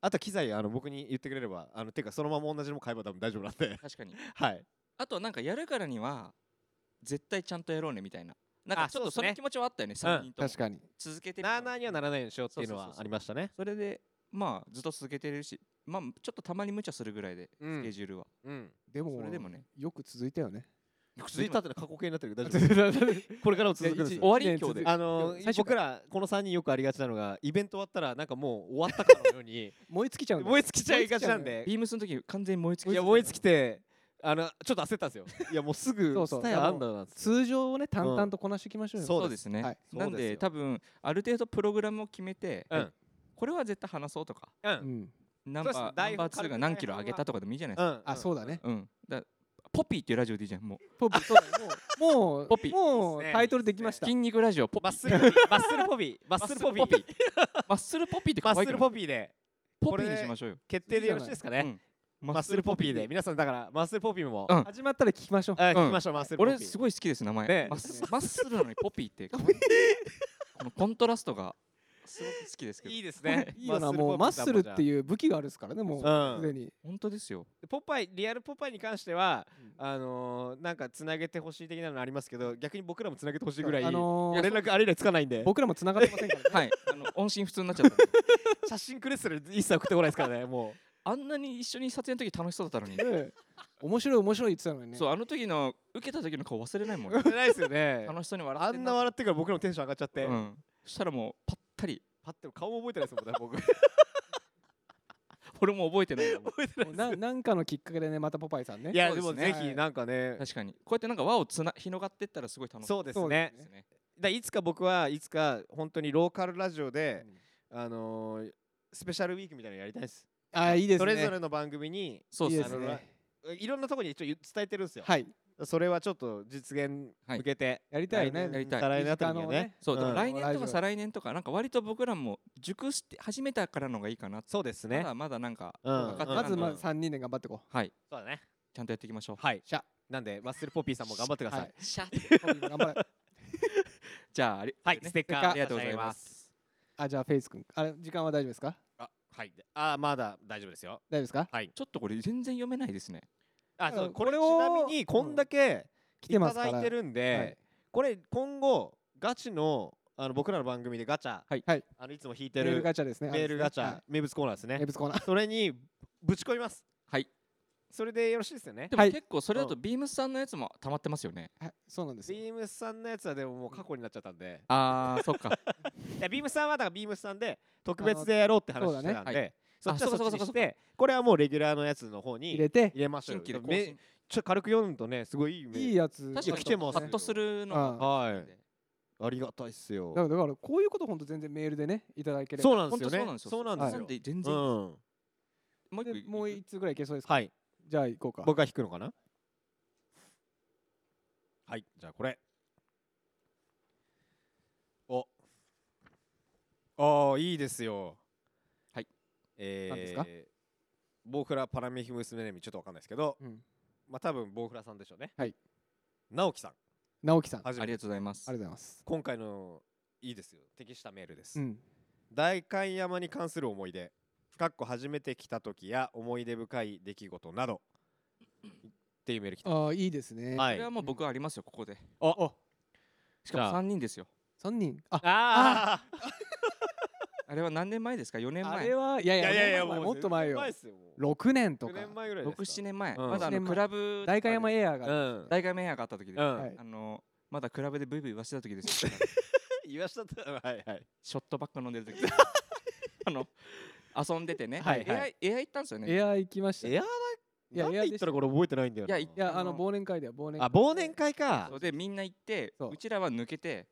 Speaker 3: あとは機材あの僕に言ってくれればあのていうかそのまま同じのも買えば多分大丈夫なんで
Speaker 4: 確かに
Speaker 3: はい
Speaker 4: あとなんかやるからには絶対ちゃんとやろうねみたいななん
Speaker 3: あ
Speaker 4: かちょ
Speaker 3: そう
Speaker 4: っと
Speaker 3: っす
Speaker 4: そ
Speaker 3: ね
Speaker 4: の気持ちはあったよね3人とも
Speaker 5: 確かに。
Speaker 4: 続けてる
Speaker 3: なあなあにはならないようにしようっていうの
Speaker 4: そうそうそう
Speaker 3: は
Speaker 4: そう
Speaker 3: ありましたね
Speaker 4: それでまあずっと続けてるしまあちょっとたまに無茶するぐらいで
Speaker 3: うん
Speaker 4: スケジュールは、
Speaker 3: うん
Speaker 5: でも
Speaker 4: それでもね
Speaker 5: よく続いたよね。
Speaker 3: 続いたってのは過去形になってるけど大丈夫ですこれからも続くんですよ
Speaker 4: 終わり今日で
Speaker 5: ね
Speaker 3: あの
Speaker 5: 最初か
Speaker 3: 僕らこの3人よくありがちなのがイベント終わったらなんかもう終わったかのように
Speaker 5: 燃え尽きちゃうんだよ
Speaker 3: 燃え尽きちゃいがちなんで
Speaker 4: ビームスの時完全に燃え尽き
Speaker 3: い
Speaker 4: て
Speaker 3: や燃え尽きてあのちょっと焦ったんですよいやもうすぐ
Speaker 5: そうそう
Speaker 3: スタイルあんだなって
Speaker 5: 通常をね淡々とこなしていきましょうよ。
Speaker 3: そう
Speaker 4: そう
Speaker 3: で
Speaker 4: ですすね、
Speaker 5: はい
Speaker 4: なん
Speaker 3: そうです
Speaker 4: で
Speaker 3: よ
Speaker 4: 多分ある程度プログラムを決めて、
Speaker 3: うん
Speaker 4: これは絶対話そうとか
Speaker 3: うん
Speaker 5: う
Speaker 3: うん
Speaker 5: ん。
Speaker 4: ナンバ
Speaker 3: そうですね
Speaker 4: ーナンバー
Speaker 3: 台
Speaker 4: 2
Speaker 3: 本
Speaker 4: が何キロ上げたとかでもいいじゃないで
Speaker 3: うん
Speaker 5: あそうだね
Speaker 4: す。か、うんだポピーっていうラジオでいいじゃんも
Speaker 5: ポピーそうだねも
Speaker 3: [laughs]
Speaker 5: うもう
Speaker 4: ポピー
Speaker 5: もう
Speaker 3: いいっすね
Speaker 5: タイトルできまし
Speaker 4: う
Speaker 5: た
Speaker 4: 筋肉ラジオポピ
Speaker 3: マッ
Speaker 4: ー
Speaker 3: スルポビーマッスルポビーマッスルポビー
Speaker 4: マッスルポピーって可
Speaker 3: マッス
Speaker 4: 愛く
Speaker 3: ル
Speaker 4: な
Speaker 3: ポ
Speaker 4: い
Speaker 3: ピーで
Speaker 4: ポピーにしましょうよ。
Speaker 3: 決定でよろしいですかね、
Speaker 4: うん
Speaker 3: マッスルポピーで皆さんだからマッスルポピーも、
Speaker 4: うん
Speaker 5: 始まったら聞きましょう
Speaker 3: あ聞きましょう、マッスルポピー
Speaker 4: 俺すごい好きです名前、
Speaker 3: ねえ
Speaker 4: マ
Speaker 3: [laughs]
Speaker 4: ッスマッスルなのにポピーって可愛いこのコントラストがすごく好きですけど
Speaker 3: いいですね
Speaker 5: いいよなもうマッスルって
Speaker 3: う
Speaker 5: いう武器があるですからねもう
Speaker 3: うん
Speaker 5: すでに
Speaker 4: 本当ですよ
Speaker 3: ポパイリアルポパイに関しては、あのー、なんかつなげてほしい的なのありますけど逆に僕らもつなげてほしいぐらい、
Speaker 5: あのー
Speaker 3: 連絡あれ以来つかないんで
Speaker 5: 僕らも繋がってませんからね
Speaker 4: はいあの音信不通になっちゃった
Speaker 3: 写真くれすら一切送ってこないですからねも
Speaker 4: あんなに一緒に撮影の時楽しそうだったのに、
Speaker 5: ね面白い面白い言ってたのにね
Speaker 4: そうあの時の受けた時の顔忘れないも
Speaker 3: う
Speaker 4: ん、
Speaker 3: ないですよね
Speaker 4: 楽しそうに
Speaker 3: [laughs]
Speaker 4: 笑
Speaker 3: あ
Speaker 4: って
Speaker 3: ん
Speaker 4: ん
Speaker 3: な
Speaker 4: な
Speaker 3: 笑ってから僕らもテンション上がっちゃって、
Speaker 4: うん、そしたらもうパッタリ
Speaker 3: パッて顔も覚えてないですもんね僕
Speaker 4: 俺も覚えてないもん
Speaker 3: 覚えてない
Speaker 5: もうななんかのきっかけでねまたポパイさんね
Speaker 3: いや
Speaker 4: そう
Speaker 3: で
Speaker 4: です
Speaker 3: も
Speaker 4: ね
Speaker 3: ぜひなんかね、
Speaker 4: 確かにこうやってなんか輪をつな広がってったらすごい楽しい
Speaker 3: そうです
Speaker 5: そう
Speaker 3: ね
Speaker 4: で
Speaker 5: で
Speaker 4: すね
Speaker 3: だいつか僕はいつか本当にローカルラジオで、あのースペシャルウィークみたいなのやりたいです
Speaker 5: あーいいですね
Speaker 3: それぞれの番組に
Speaker 4: そう
Speaker 5: いい
Speaker 4: で
Speaker 5: ですす
Speaker 4: ね
Speaker 3: あの
Speaker 5: ね
Speaker 3: いろんなとこに一応言伝えてるんですよ、
Speaker 5: はい
Speaker 3: それはちょっと実現向けて、
Speaker 5: やりたい
Speaker 3: 来
Speaker 5: ね
Speaker 3: 年
Speaker 4: やりたい
Speaker 3: 再来年あたりには
Speaker 5: 身近な
Speaker 3: ね
Speaker 5: ね
Speaker 4: そうだから
Speaker 3: ん
Speaker 4: 来年と
Speaker 5: ラジオ
Speaker 4: か再来年とかなんか割と僕らも熟して始めたからの方がいいかな
Speaker 3: そうです
Speaker 4: ま
Speaker 3: ね
Speaker 4: だまだなんか
Speaker 3: うん
Speaker 4: 分かってない
Speaker 5: まず
Speaker 4: う
Speaker 5: まあ
Speaker 4: ん
Speaker 5: 3人で頑張っていこ
Speaker 4: はい
Speaker 3: そうだね
Speaker 4: ちゃんとやっていきましょう
Speaker 3: はい
Speaker 5: しゃ
Speaker 3: なんでマッスルポピーさんも頑張ってください、
Speaker 5: はい
Speaker 4: シャッ
Speaker 5: う頑張れ
Speaker 4: [laughs] じゃああり
Speaker 3: はい、
Speaker 4: ね
Speaker 3: ステッカ
Speaker 5: ステ
Speaker 3: ー。
Speaker 5: ッカー
Speaker 4: ありがとうございますす
Speaker 5: あじゃあフェイス君あれ時間は大丈夫ですか
Speaker 3: あ、はい。であ、まだ大丈夫ですよ。
Speaker 5: 大丈夫ですか
Speaker 3: はい。
Speaker 4: ちょっとこれ全然読めないですね
Speaker 3: あ、そう
Speaker 5: うん
Speaker 3: これ
Speaker 5: これを
Speaker 3: ちなみにこんだけ
Speaker 5: 来
Speaker 3: い
Speaker 5: てま
Speaker 3: た
Speaker 5: すか
Speaker 3: だ
Speaker 5: ら
Speaker 3: いてるんで、
Speaker 5: はい
Speaker 3: これ今後ガチのあの僕らの番組でガチャ、
Speaker 4: はい
Speaker 5: はい
Speaker 3: あのいつも引いて
Speaker 5: メール
Speaker 3: る
Speaker 5: ガチャですね
Speaker 3: メールガチ
Speaker 5: は
Speaker 3: ャ名物コーナーです
Speaker 5: い名
Speaker 3: ね。
Speaker 5: 物コーナー
Speaker 3: それにぶち込みます。
Speaker 4: はい
Speaker 3: それでよろしいですよね
Speaker 4: で。
Speaker 5: は
Speaker 4: も
Speaker 5: い
Speaker 4: 結構それだと
Speaker 3: う
Speaker 4: ビームスさんのやつも溜まってますよね
Speaker 5: はいそうなんですよ
Speaker 3: ビームスさんのやつはでももう過去になっちゃったんで、
Speaker 4: あーそっ [laughs] か
Speaker 3: いやビームスさんはだからビームスさんで特別でやろうって話
Speaker 5: そうだ
Speaker 3: し
Speaker 5: ね
Speaker 3: てたん
Speaker 4: は
Speaker 3: で、そっち
Speaker 4: あ
Speaker 3: は
Speaker 4: そ
Speaker 3: そ
Speaker 4: うか
Speaker 3: っちに
Speaker 4: そ
Speaker 3: し
Speaker 4: うかそう
Speaker 3: て、これはもうレギュラーのやつの方に
Speaker 5: 入
Speaker 3: 入
Speaker 5: れて
Speaker 3: れましょう
Speaker 4: 新
Speaker 3: よ。
Speaker 4: 規で更
Speaker 3: め
Speaker 4: 新
Speaker 3: ちょ軽く読むとねすごいいいメール
Speaker 5: いいやつ
Speaker 4: 確かに
Speaker 3: 来てます
Speaker 4: パッとするの
Speaker 5: あ
Speaker 4: が
Speaker 5: あ
Speaker 3: は
Speaker 4: だか
Speaker 3: い、ありがたいっすよ
Speaker 5: だ。からだからこういうこと本当全然メールでねいただければ
Speaker 3: そう
Speaker 5: う
Speaker 3: なん
Speaker 4: ら本
Speaker 3: で
Speaker 4: 当
Speaker 3: す
Speaker 4: そう
Speaker 3: よ
Speaker 4: なん
Speaker 3: ね。
Speaker 4: です
Speaker 3: そう
Speaker 4: よ
Speaker 3: なんですよ。
Speaker 4: で全
Speaker 3: うん。
Speaker 4: 然もう一個い
Speaker 5: もう
Speaker 4: い
Speaker 5: 1つぐらいいけそうですか
Speaker 3: はい。
Speaker 5: じゃあ行こうか
Speaker 3: 僕が弾くのかな。はい。じゃあこれ。お。ああいいですよ。
Speaker 4: はい。
Speaker 3: えー、
Speaker 5: 何ですか
Speaker 3: ボウフラパラメヒムスメネミちょっとわかんないですけど、
Speaker 5: うん
Speaker 3: まあ多分ボウフラさんでしょうね。
Speaker 5: はい。
Speaker 3: 直樹さん。
Speaker 5: 直樹さんあ
Speaker 3: はじ
Speaker 4: あ
Speaker 3: め
Speaker 4: り
Speaker 3: て
Speaker 4: がとうございます
Speaker 5: りがとうございます
Speaker 3: 今回のいいですよ。適したメールです。
Speaker 5: うん
Speaker 3: 代官山に関する思い出かっこ初めて来た時や思い出深い出来事などっていうメール来た、
Speaker 5: ああいいですね
Speaker 3: は
Speaker 4: こ
Speaker 3: い
Speaker 4: れは
Speaker 3: あ
Speaker 4: もう僕はありますよここで
Speaker 3: あ
Speaker 4: し
Speaker 3: じ
Speaker 4: かも
Speaker 3: ゃあ
Speaker 4: 3人ですよ
Speaker 5: 3人あ
Speaker 3: あ
Speaker 4: あれは何年前ですか4年
Speaker 5: あ
Speaker 4: 前
Speaker 5: れはいやい
Speaker 3: い
Speaker 5: や
Speaker 3: やいやいや
Speaker 5: も
Speaker 3: もう
Speaker 5: っと前もっと前よ
Speaker 3: 前ですよもう
Speaker 5: 6年と
Speaker 3: 6
Speaker 5: か
Speaker 3: 年前ぐらいですか
Speaker 4: 67年前、
Speaker 3: うん
Speaker 4: まだあの
Speaker 5: 67年前
Speaker 4: クラブ
Speaker 5: 代官山エアー
Speaker 3: う
Speaker 5: が
Speaker 3: ん
Speaker 4: 大会メアがあった時で、
Speaker 3: うん、
Speaker 5: はい
Speaker 4: あのまだクラブでブイブイ言わしてた時ですよ
Speaker 3: 言わしたったはいはい
Speaker 4: ショットばっか飲んでる時あの遊んでてね、
Speaker 3: はいは
Speaker 4: エアエア行ったんですよね
Speaker 5: エアー行きましたい
Speaker 3: エアーだい
Speaker 5: や
Speaker 3: やなん
Speaker 5: エアー
Speaker 3: で
Speaker 5: で
Speaker 3: 言っ
Speaker 5: した
Speaker 3: たらこれ覚えてないんだよない
Speaker 4: やい
Speaker 5: やあの
Speaker 4: あの
Speaker 5: 忘年会だよ忘年
Speaker 3: あ
Speaker 5: 会
Speaker 3: 忘年会か
Speaker 4: そうでみんな行って
Speaker 5: そう
Speaker 4: うちらは抜けて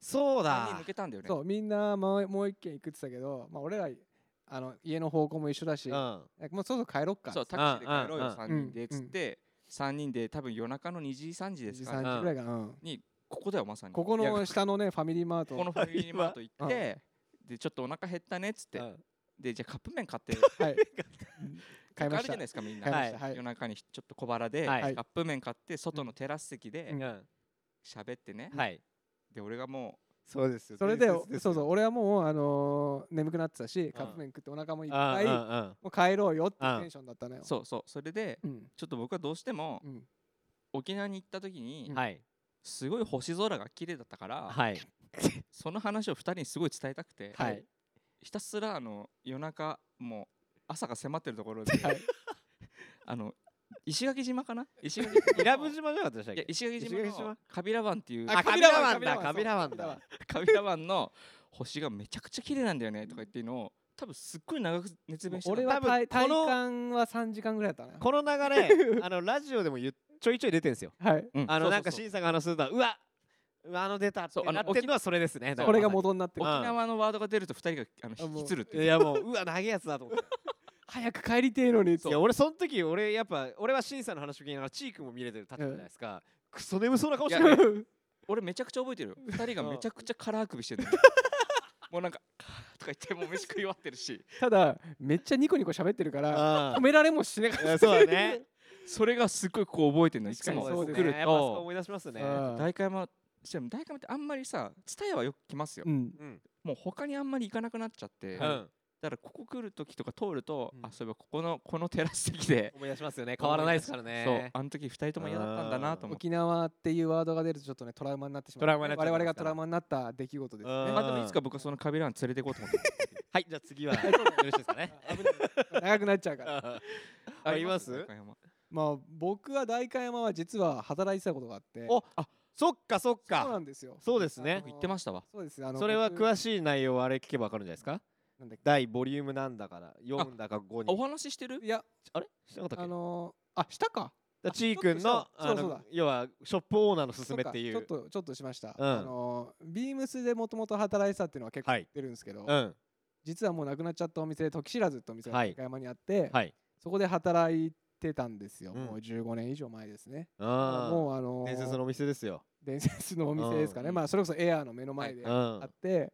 Speaker 3: そう
Speaker 4: 3人
Speaker 3: だ
Speaker 4: 抜けたんだよね
Speaker 5: そうみんなもうもう一軒行くって言ってたけどまあ俺らあの家の方向も一緒だし
Speaker 3: うん
Speaker 5: も
Speaker 3: は
Speaker 5: うそろそろ帰ろっか
Speaker 4: そうタクシーで帰ろう
Speaker 3: うん
Speaker 4: よ
Speaker 3: うん
Speaker 4: 3人で
Speaker 5: うん
Speaker 4: つって、三3人で多分夜中の2時3時ですか
Speaker 3: ね
Speaker 5: 3時ぐらいかなうん
Speaker 4: にここだよまさに
Speaker 5: ここ
Speaker 3: いや
Speaker 5: の下のねファミリーマー
Speaker 4: こ
Speaker 5: ト
Speaker 4: このファミリーマート行
Speaker 5: 今
Speaker 4: って、でちょっとお腹減ったねっつって、でじゃあカップ麺買って
Speaker 5: はい [laughs] 買い
Speaker 4: あ
Speaker 5: ま
Speaker 4: る
Speaker 5: し
Speaker 4: じゃ
Speaker 5: た
Speaker 4: ないですかみんな、
Speaker 5: 買いま
Speaker 3: は
Speaker 5: したはい
Speaker 4: 夜中にちょっと小腹で、
Speaker 3: はい
Speaker 4: カップ麺買って外のテラス席
Speaker 5: う
Speaker 4: で
Speaker 5: ん
Speaker 4: 喋ってね、
Speaker 3: はい
Speaker 4: で俺がも
Speaker 3: そうですよ
Speaker 5: それで
Speaker 3: 伝説す
Speaker 5: そう
Speaker 3: よ
Speaker 5: そう俺はもうあのー眠くなってたしカップ麺食ってお腹もいっ
Speaker 3: うん
Speaker 5: ぱい
Speaker 3: うんう
Speaker 5: も
Speaker 3: ん
Speaker 5: う帰ろうよって
Speaker 3: うん
Speaker 5: テンションだったのよ
Speaker 4: うそうそうそれで
Speaker 5: うん
Speaker 4: ちょっと僕はどうしても
Speaker 5: うん
Speaker 4: 沖縄に行った時に、
Speaker 3: はい
Speaker 4: すごい星空が綺麗だったから、
Speaker 3: はい
Speaker 4: その話を2人にすごい伝えたくて、
Speaker 3: はい
Speaker 4: ひたすらあの夜中もう朝が迫ってるところで、
Speaker 5: はい
Speaker 4: [laughs] あの石垣島かな石垣島の
Speaker 3: 伊良部島じゃなかったでしたっ
Speaker 4: いや
Speaker 3: け
Speaker 4: 石垣島
Speaker 3: 石垣島
Speaker 4: のカビラ湾っていう
Speaker 3: あカビラ湾だカビラ湾だ
Speaker 4: [laughs] カビラ湾の星がめちゃくちゃ綺麗なんだよねとか言っていうのを多分すっごい長く熱弁してた
Speaker 5: 俺は
Speaker 3: 多分
Speaker 5: 体体
Speaker 3: この
Speaker 5: 感は3時間ぐらいだった
Speaker 3: この流れあのラジオでも言っちょいちょい出てんですよ
Speaker 5: なはい
Speaker 4: うん
Speaker 3: あの
Speaker 4: そうそうそう
Speaker 3: なんか審査が話すとうわうわあの出たって
Speaker 4: そうあの
Speaker 3: なってるのはそれですねだから
Speaker 5: これが元になってる
Speaker 3: うん
Speaker 4: 沖縄のワードが出ると二人があの
Speaker 5: あもう
Speaker 4: 引きつるっていう
Speaker 3: いやもううわ長いやつだと思って
Speaker 5: 早く帰りてえのに
Speaker 3: い
Speaker 5: [laughs]
Speaker 3: や俺その時俺やっぱ俺は審査の話を聞きながらチークも見れてる立場じゃないですかクソ眠そうな顔して
Speaker 4: いや
Speaker 3: る
Speaker 4: 俺めちゃくちゃ覚えてるよ二人がめちゃくちゃカラー首してるもうなんか「とか言ってもう飯食い終わってるした
Speaker 5: だめっちゃニコニコ喋ってるか
Speaker 3: [laughs]
Speaker 5: ら
Speaker 3: あ
Speaker 5: 褒められもしなかった
Speaker 3: あそうだね
Speaker 4: それがすっごいこう覚えてるのいつも
Speaker 5: そうですね
Speaker 4: 来る
Speaker 3: やっぱそこ
Speaker 4: と
Speaker 3: 思い出しますね
Speaker 5: [laughs] うん
Speaker 4: 大会もしかも大会もってあんまりさ蔦屋はよく来ますよ、
Speaker 5: うん
Speaker 2: うん
Speaker 4: もう他にあんまり行かなくなっちゃって、
Speaker 3: う
Speaker 4: だ
Speaker 3: ん
Speaker 4: からここ来る時とか通ると、
Speaker 2: うん
Speaker 4: あそういえばここのこのテラス席で、
Speaker 3: 思い出しますよね変わらないですからね
Speaker 4: そうあの時二人とも嫌だったんだなと思って
Speaker 5: 沖縄っていうワードが出るとちょっとねトラウマになってしまう
Speaker 3: トラウマになっちゃいます
Speaker 5: 我
Speaker 3: から
Speaker 5: 々がトラウマになった出来事ですね
Speaker 3: うん
Speaker 4: まあでもいつか僕はそのカビラン連れて行こうと思って
Speaker 3: はいじゃあ次 [laughs] はよろしいですかね
Speaker 5: 危ない長くなっちゃうから
Speaker 3: [laughs] [laughs] ああります
Speaker 4: 中山
Speaker 5: まあ僕は代官山は実は働いてたことがあって
Speaker 3: おあそっかそっ
Speaker 5: そうな
Speaker 3: か
Speaker 5: んですよ
Speaker 3: そうですね
Speaker 4: 僕行ってましたわ
Speaker 5: そうですあの
Speaker 3: それは
Speaker 5: 僕
Speaker 3: 詳しい内容はあれ聞けばわかるんじゃないですか
Speaker 5: なんだっけ
Speaker 3: 第ボリュームなんだから4だか5
Speaker 4: お
Speaker 3: に
Speaker 4: 話ししてる
Speaker 5: いや
Speaker 3: あれしてなかった
Speaker 5: あ
Speaker 3: っけだか
Speaker 5: のーあしたから
Speaker 3: ちーくんの
Speaker 5: あそ
Speaker 3: あ
Speaker 5: うそうだ
Speaker 3: の要はショップオーナーの勧めってい
Speaker 5: そっ
Speaker 3: う
Speaker 5: かちょっとちょっとしました、
Speaker 3: うん
Speaker 5: あのービームスでもともと働いてたっていうのは結構
Speaker 3: は
Speaker 5: 言
Speaker 3: い
Speaker 5: ってるんですけど、
Speaker 3: うん
Speaker 5: 実はもうなくなっちゃったお店で時知らずってお店が
Speaker 3: はい
Speaker 5: 代官山にあって、
Speaker 3: はい
Speaker 5: そこで働いてたんですよ、
Speaker 3: うん
Speaker 5: もう15年以上前ですね、
Speaker 3: あー
Speaker 5: もうあのー
Speaker 3: 伝説のお店ですよ
Speaker 5: 伝説のお店ですかね、
Speaker 3: うん
Speaker 5: まあそれこそエアーの目の前で
Speaker 3: うん
Speaker 5: あ
Speaker 3: あ
Speaker 5: って、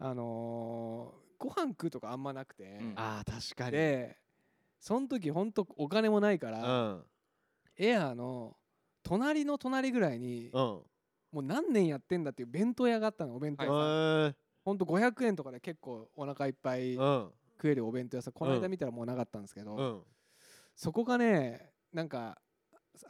Speaker 5: あのーご飯食うとかあんまなくて、
Speaker 4: うん
Speaker 3: あー確かに
Speaker 5: でその時ほんとお金もないか
Speaker 3: う
Speaker 5: ら、
Speaker 3: ん
Speaker 5: エアーの隣の隣ぐらいに、
Speaker 3: うん
Speaker 5: もう何年やってんだっていう弁当屋があったのお弁当
Speaker 4: はい
Speaker 5: 屋さん、
Speaker 3: うん
Speaker 5: ほんと500円とかで結構お腹いっぱい
Speaker 3: うん
Speaker 5: 食えるお弁当屋さんこの
Speaker 3: う
Speaker 5: 間
Speaker 3: ん
Speaker 5: 見たらもうなかったんですけど、
Speaker 3: うん
Speaker 5: そこがねなんか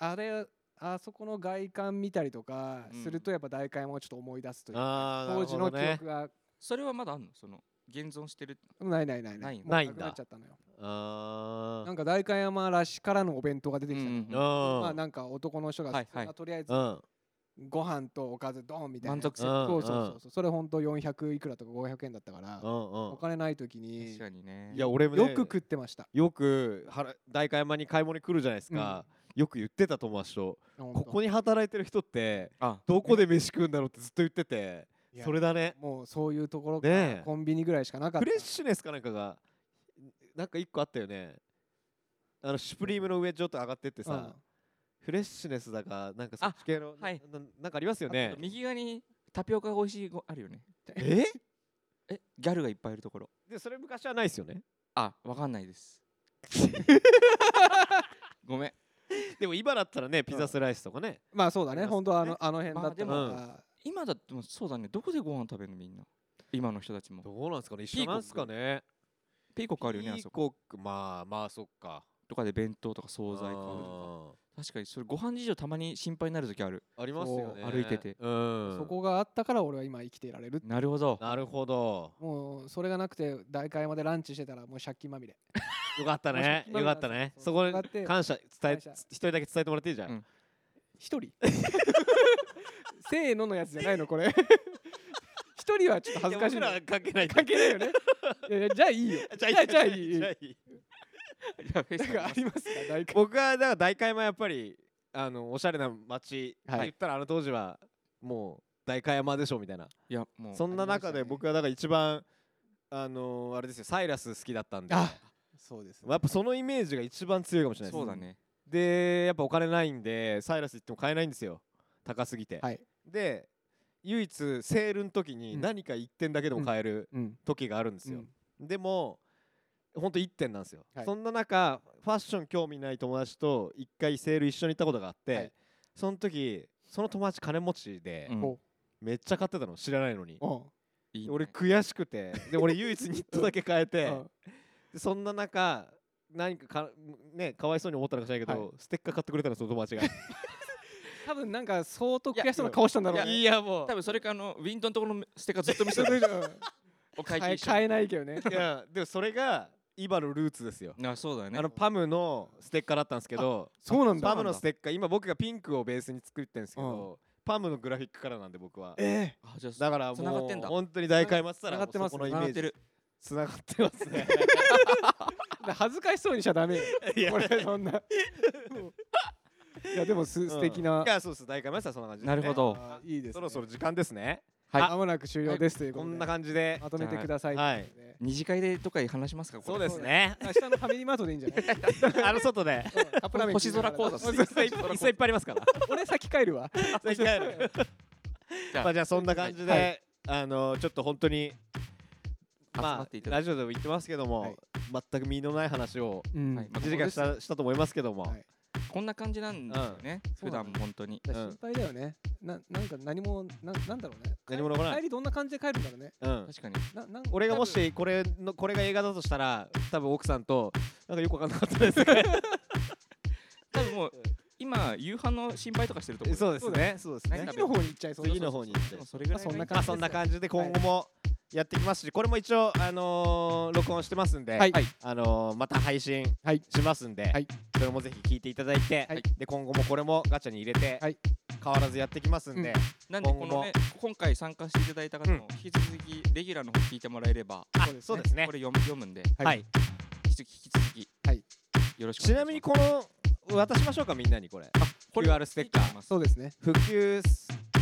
Speaker 5: あれあそこの外観見たりとかするとやっぱ代官山をちょっと思い出すという
Speaker 3: あーな
Speaker 5: 当
Speaker 3: る
Speaker 5: 時
Speaker 3: ほ
Speaker 5: の
Speaker 3: ど
Speaker 5: 記
Speaker 3: ね
Speaker 5: 憶が
Speaker 4: それはまだあんのその現存してる
Speaker 5: ないないない
Speaker 4: ない
Speaker 5: もう
Speaker 3: ないん
Speaker 5: く
Speaker 3: だ
Speaker 5: なっちゃったのよ
Speaker 3: あ
Speaker 5: なんか代官山らしからぬお弁当が出てきたのよ
Speaker 4: うんうん
Speaker 3: あ
Speaker 5: まあなんか男の人が、
Speaker 4: はいはい
Speaker 5: まあとりあえず
Speaker 3: うん
Speaker 5: ご飯とおかずドンみたいな
Speaker 4: 満足せ
Speaker 3: うん
Speaker 5: そうそうそうそうそれほんと400いくらとか500円だったから
Speaker 3: うんうん
Speaker 5: お金ない時に
Speaker 4: 確かにね
Speaker 3: いや俺もね
Speaker 5: よく食ってました
Speaker 3: よく原代官山に買い物に来るじゃないですか、よく言ってた友達と
Speaker 5: ほんと
Speaker 3: ここに働いてる人って
Speaker 4: あ
Speaker 3: どこで飯食うんだろうってずっと言ってて
Speaker 5: いや
Speaker 3: それだね
Speaker 5: もうそういうところ
Speaker 3: ね
Speaker 5: か
Speaker 3: え
Speaker 5: コンビニぐらいしかなかっ
Speaker 3: フ
Speaker 5: た
Speaker 3: レッシュネスかなんかがなんか一個あったよねあのシュプリームの上ちょっと上がってってさ、
Speaker 5: うん
Speaker 3: フレッシュネスだかなんかそっち系のな,、
Speaker 4: はい
Speaker 3: ななんかありますよね
Speaker 4: 右側にタピオカが美味しいごあるよね
Speaker 3: え
Speaker 4: えギャルがいっぱいいるところ
Speaker 3: でそれ昔はないですよね
Speaker 4: あわかんないです
Speaker 3: [laughs]
Speaker 4: ごめん
Speaker 3: でも今だったらねピザスライスとかね、
Speaker 5: まあそうだ
Speaker 4: あ
Speaker 5: ね
Speaker 4: ります
Speaker 5: 本当はあ
Speaker 4: ね
Speaker 5: のあの辺
Speaker 4: まあ
Speaker 5: だった
Speaker 4: で
Speaker 5: か
Speaker 3: も
Speaker 5: ら
Speaker 4: 今だってもうそうだねどこでご飯食べるのみんな今の人たちも
Speaker 3: どうなんですかね一緒なんですかね
Speaker 4: ピーコックあるよねあ
Speaker 3: ピー
Speaker 4: そこ
Speaker 3: コックまあまあそっか
Speaker 4: とかで弁当とか惣菜買うと
Speaker 3: あー
Speaker 4: か確かにそれご飯事情たまに心配になる時ある
Speaker 3: ありますよね
Speaker 4: そう歩いてて
Speaker 3: うん
Speaker 5: そこがあったから俺は今生きていられる
Speaker 4: なるほど
Speaker 3: な [laughs] るほど
Speaker 5: もうそれがなくて大会までランチしてたらもう借金まみれ
Speaker 3: よかったね
Speaker 5: もう
Speaker 3: よかったね
Speaker 5: そう
Speaker 3: そこ
Speaker 5: そうだって
Speaker 3: で感謝伝え
Speaker 5: 感謝
Speaker 3: 一人だけ伝えてもらっていいじゃん、
Speaker 4: うん
Speaker 5: 一人 [laughs] せーののやつじゃないのこれ [laughs] 一人はちょっと恥ずかしい
Speaker 3: いや僕らは関係ない
Speaker 5: 関係ないよねいやいやじゃあいいよ
Speaker 3: じゃあい
Speaker 5: じゃあ
Speaker 3: い
Speaker 5: じゃあいい
Speaker 3: じゃあいい
Speaker 4: やべえ
Speaker 5: なんかありますか大会
Speaker 3: 僕はだから大会もやっぱりあのおしゃれな街って
Speaker 5: はい
Speaker 3: 言ったらあの当時はもう大会山でしょみたいない
Speaker 4: やもう
Speaker 3: そんな中
Speaker 5: あ
Speaker 3: で
Speaker 5: りましたね
Speaker 3: 僕はだから一番あのあれですよサイラス好きだったんでや
Speaker 5: あそうですね
Speaker 3: っぱそのイメージが一番強いかもしれないです
Speaker 4: そうだね
Speaker 3: でやっぱお金ないんでサイラス行っても買えないんですよ高すぎて、
Speaker 5: はい
Speaker 3: で唯一セールの時に
Speaker 5: うん
Speaker 3: 何か1点だけでも買える
Speaker 5: うん
Speaker 3: 時があるんですよ、でもほんと1点なんですよ、
Speaker 5: はい
Speaker 3: そんな中ファッション興味ない友達と1回セール一緒に行ったことがあって、
Speaker 5: はい
Speaker 3: その時その友達金持ちで、
Speaker 4: うん
Speaker 5: お
Speaker 3: めっちゃ買ってたの知らないのに
Speaker 5: お
Speaker 4: いいね
Speaker 3: 俺悔しくてで俺唯一ニットだけ買えて、
Speaker 5: うん
Speaker 3: でそんな中何かか,、ね、かわいそうに思ったのかしらないけど、
Speaker 5: は
Speaker 3: ステッカー買ってくれたのその友達が
Speaker 5: 多分なんか相当悔しそうな顔したんだろうね
Speaker 3: いやもう
Speaker 4: 多分それかあのウィントのところのステッカーずっと [laughs] 見せ
Speaker 5: それ
Speaker 4: て
Speaker 5: 以上うん
Speaker 4: お会計
Speaker 5: 買え
Speaker 4: 一緒
Speaker 5: 買えないけどね
Speaker 3: いやでもそれが今のルーツですよ、
Speaker 4: あそうだよね
Speaker 3: あのパムのステッカーだったんですけど
Speaker 5: そうなんだ
Speaker 3: パムのステッカー今僕がピンクをベースに作ってるんですけど、パムのグラフィックからなんで僕は
Speaker 5: え
Speaker 4: あじゃあ
Speaker 3: だから
Speaker 4: 繋がっ
Speaker 3: も
Speaker 4: てん
Speaker 3: う
Speaker 4: だ
Speaker 3: 本当に大会待ってたら
Speaker 5: 繋がってます
Speaker 3: もうそこのイメー
Speaker 4: 繋がって
Speaker 3: ジ
Speaker 4: る
Speaker 3: つながってますね
Speaker 5: え恥ずかしそうにしちゃダメよ
Speaker 3: いや
Speaker 5: これそんないやでもす素敵
Speaker 3: う
Speaker 5: なん
Speaker 3: いやそうです大会待ってたらそんな感じです
Speaker 4: な
Speaker 3: ね、
Speaker 4: るほど
Speaker 5: あいいですね
Speaker 3: そろそろ時間ですね
Speaker 4: はい
Speaker 5: まもなく終了ですというこ
Speaker 3: こと
Speaker 5: で
Speaker 3: んな感じで
Speaker 5: まとめてください
Speaker 3: はい
Speaker 5: とうことで
Speaker 4: 二次会でとかに話しますか
Speaker 3: そう
Speaker 4: これ
Speaker 3: ですね
Speaker 5: 明日のファミリーマートでいいんじゃない
Speaker 3: [laughs] あの外で
Speaker 5: うんカップラーメン
Speaker 4: 星空講座
Speaker 5: そう
Speaker 3: 椅
Speaker 5: そう
Speaker 3: 子いっぱい椅子いっぱいありますから
Speaker 5: 俺先帰るわ
Speaker 3: 絶対帰る
Speaker 4: じゃあ
Speaker 3: まあじゃあそんな感じで、
Speaker 4: は
Speaker 3: あのちょっと本当に
Speaker 4: 集まっていただ
Speaker 3: ラ
Speaker 4: き、
Speaker 3: ジオでも言ってますけども、
Speaker 5: はい
Speaker 3: 全く身のない話を
Speaker 5: うん
Speaker 4: はいまあ
Speaker 3: 1時間したしたと思いますけども、
Speaker 5: はい
Speaker 4: こんな感じなんですよね、
Speaker 5: うん
Speaker 4: 普段も本当に
Speaker 5: だから心配だよね、ななんか何もななんだろうね
Speaker 3: 何も残らな
Speaker 5: 帰
Speaker 3: い、
Speaker 5: りどんな感じで帰るんだろうね
Speaker 3: うん、
Speaker 4: 確かに
Speaker 5: ななん
Speaker 3: 俺がも
Speaker 5: 多分
Speaker 3: しこれのこれが映画だとしたら多分奥さんとなんかよくわかんなかったですね
Speaker 4: 多分もう今夕飯の心配とかしてると思
Speaker 3: [laughs]
Speaker 4: う
Speaker 3: そうですねそうですね
Speaker 4: 何食べ
Speaker 5: 次の方に行っちゃいそうだ
Speaker 3: 次の方に行って
Speaker 4: でもそれぐらいがいい
Speaker 5: まあそんな
Speaker 3: まあ
Speaker 5: 感じ
Speaker 3: そんな感じで今後もやっていきますしこれも一応あのー録音してますんで、
Speaker 5: はい
Speaker 3: あのーまた配信
Speaker 5: はい
Speaker 3: しますんで、
Speaker 5: はい
Speaker 3: それもぜひ聞いていただいて、
Speaker 5: はい
Speaker 3: で今後もこれもガチャに入れて、
Speaker 5: はい
Speaker 3: 変わらずやってきますんで、
Speaker 4: なんでこのね今回参加していただいた方も引き続きレギュラーの方聞いてもらえれば、
Speaker 3: あそうですね
Speaker 4: これ読む読むんで
Speaker 5: はい
Speaker 3: はい
Speaker 4: 引き続き引き続き
Speaker 5: はい
Speaker 4: よろしく
Speaker 3: ちなみにこの渡しましょうかみんなにこれ
Speaker 4: こ
Speaker 3: QR ステッカー
Speaker 5: そうですね
Speaker 3: 復旧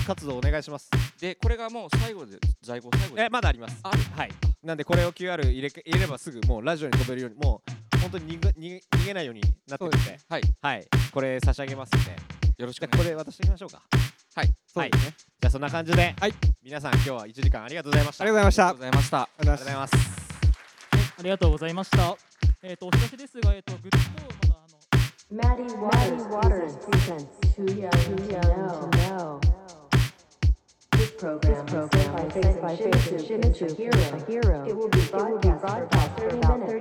Speaker 3: 活動お願いします
Speaker 4: でこれがもう最後で在庫最後で
Speaker 3: えまだあります
Speaker 4: あ
Speaker 3: はいなんでこれを QR 入れ入れればすぐもうラジオに飛べるようにもう本当に逃げ逃げ逃げないようになってるんで
Speaker 5: そうですね
Speaker 4: はい
Speaker 3: はいこれ差し上げますんで
Speaker 4: よろしく
Speaker 3: じゃあこ
Speaker 4: お願いし
Speaker 3: れ渡していきましょうか
Speaker 5: そう
Speaker 3: はい
Speaker 5: ですね、
Speaker 3: じゃあそんな感じで、
Speaker 5: はい
Speaker 3: 皆さん今日は1時間ありがとうございました
Speaker 5: ありがとうございまし
Speaker 4: ます
Speaker 5: た
Speaker 4: ありがとうございました
Speaker 5: ありが
Speaker 3: ありがとうございます
Speaker 6: ありがとうございました。えっ、と、お知らせですが、えっ、と、グッズと、まだ、あの、
Speaker 1: Maddie Waters, presents, Too Young, too young to Know. This program, is set by Face and Shimizu, Shimizu Hero. It will be broadcast for about 30 minutes.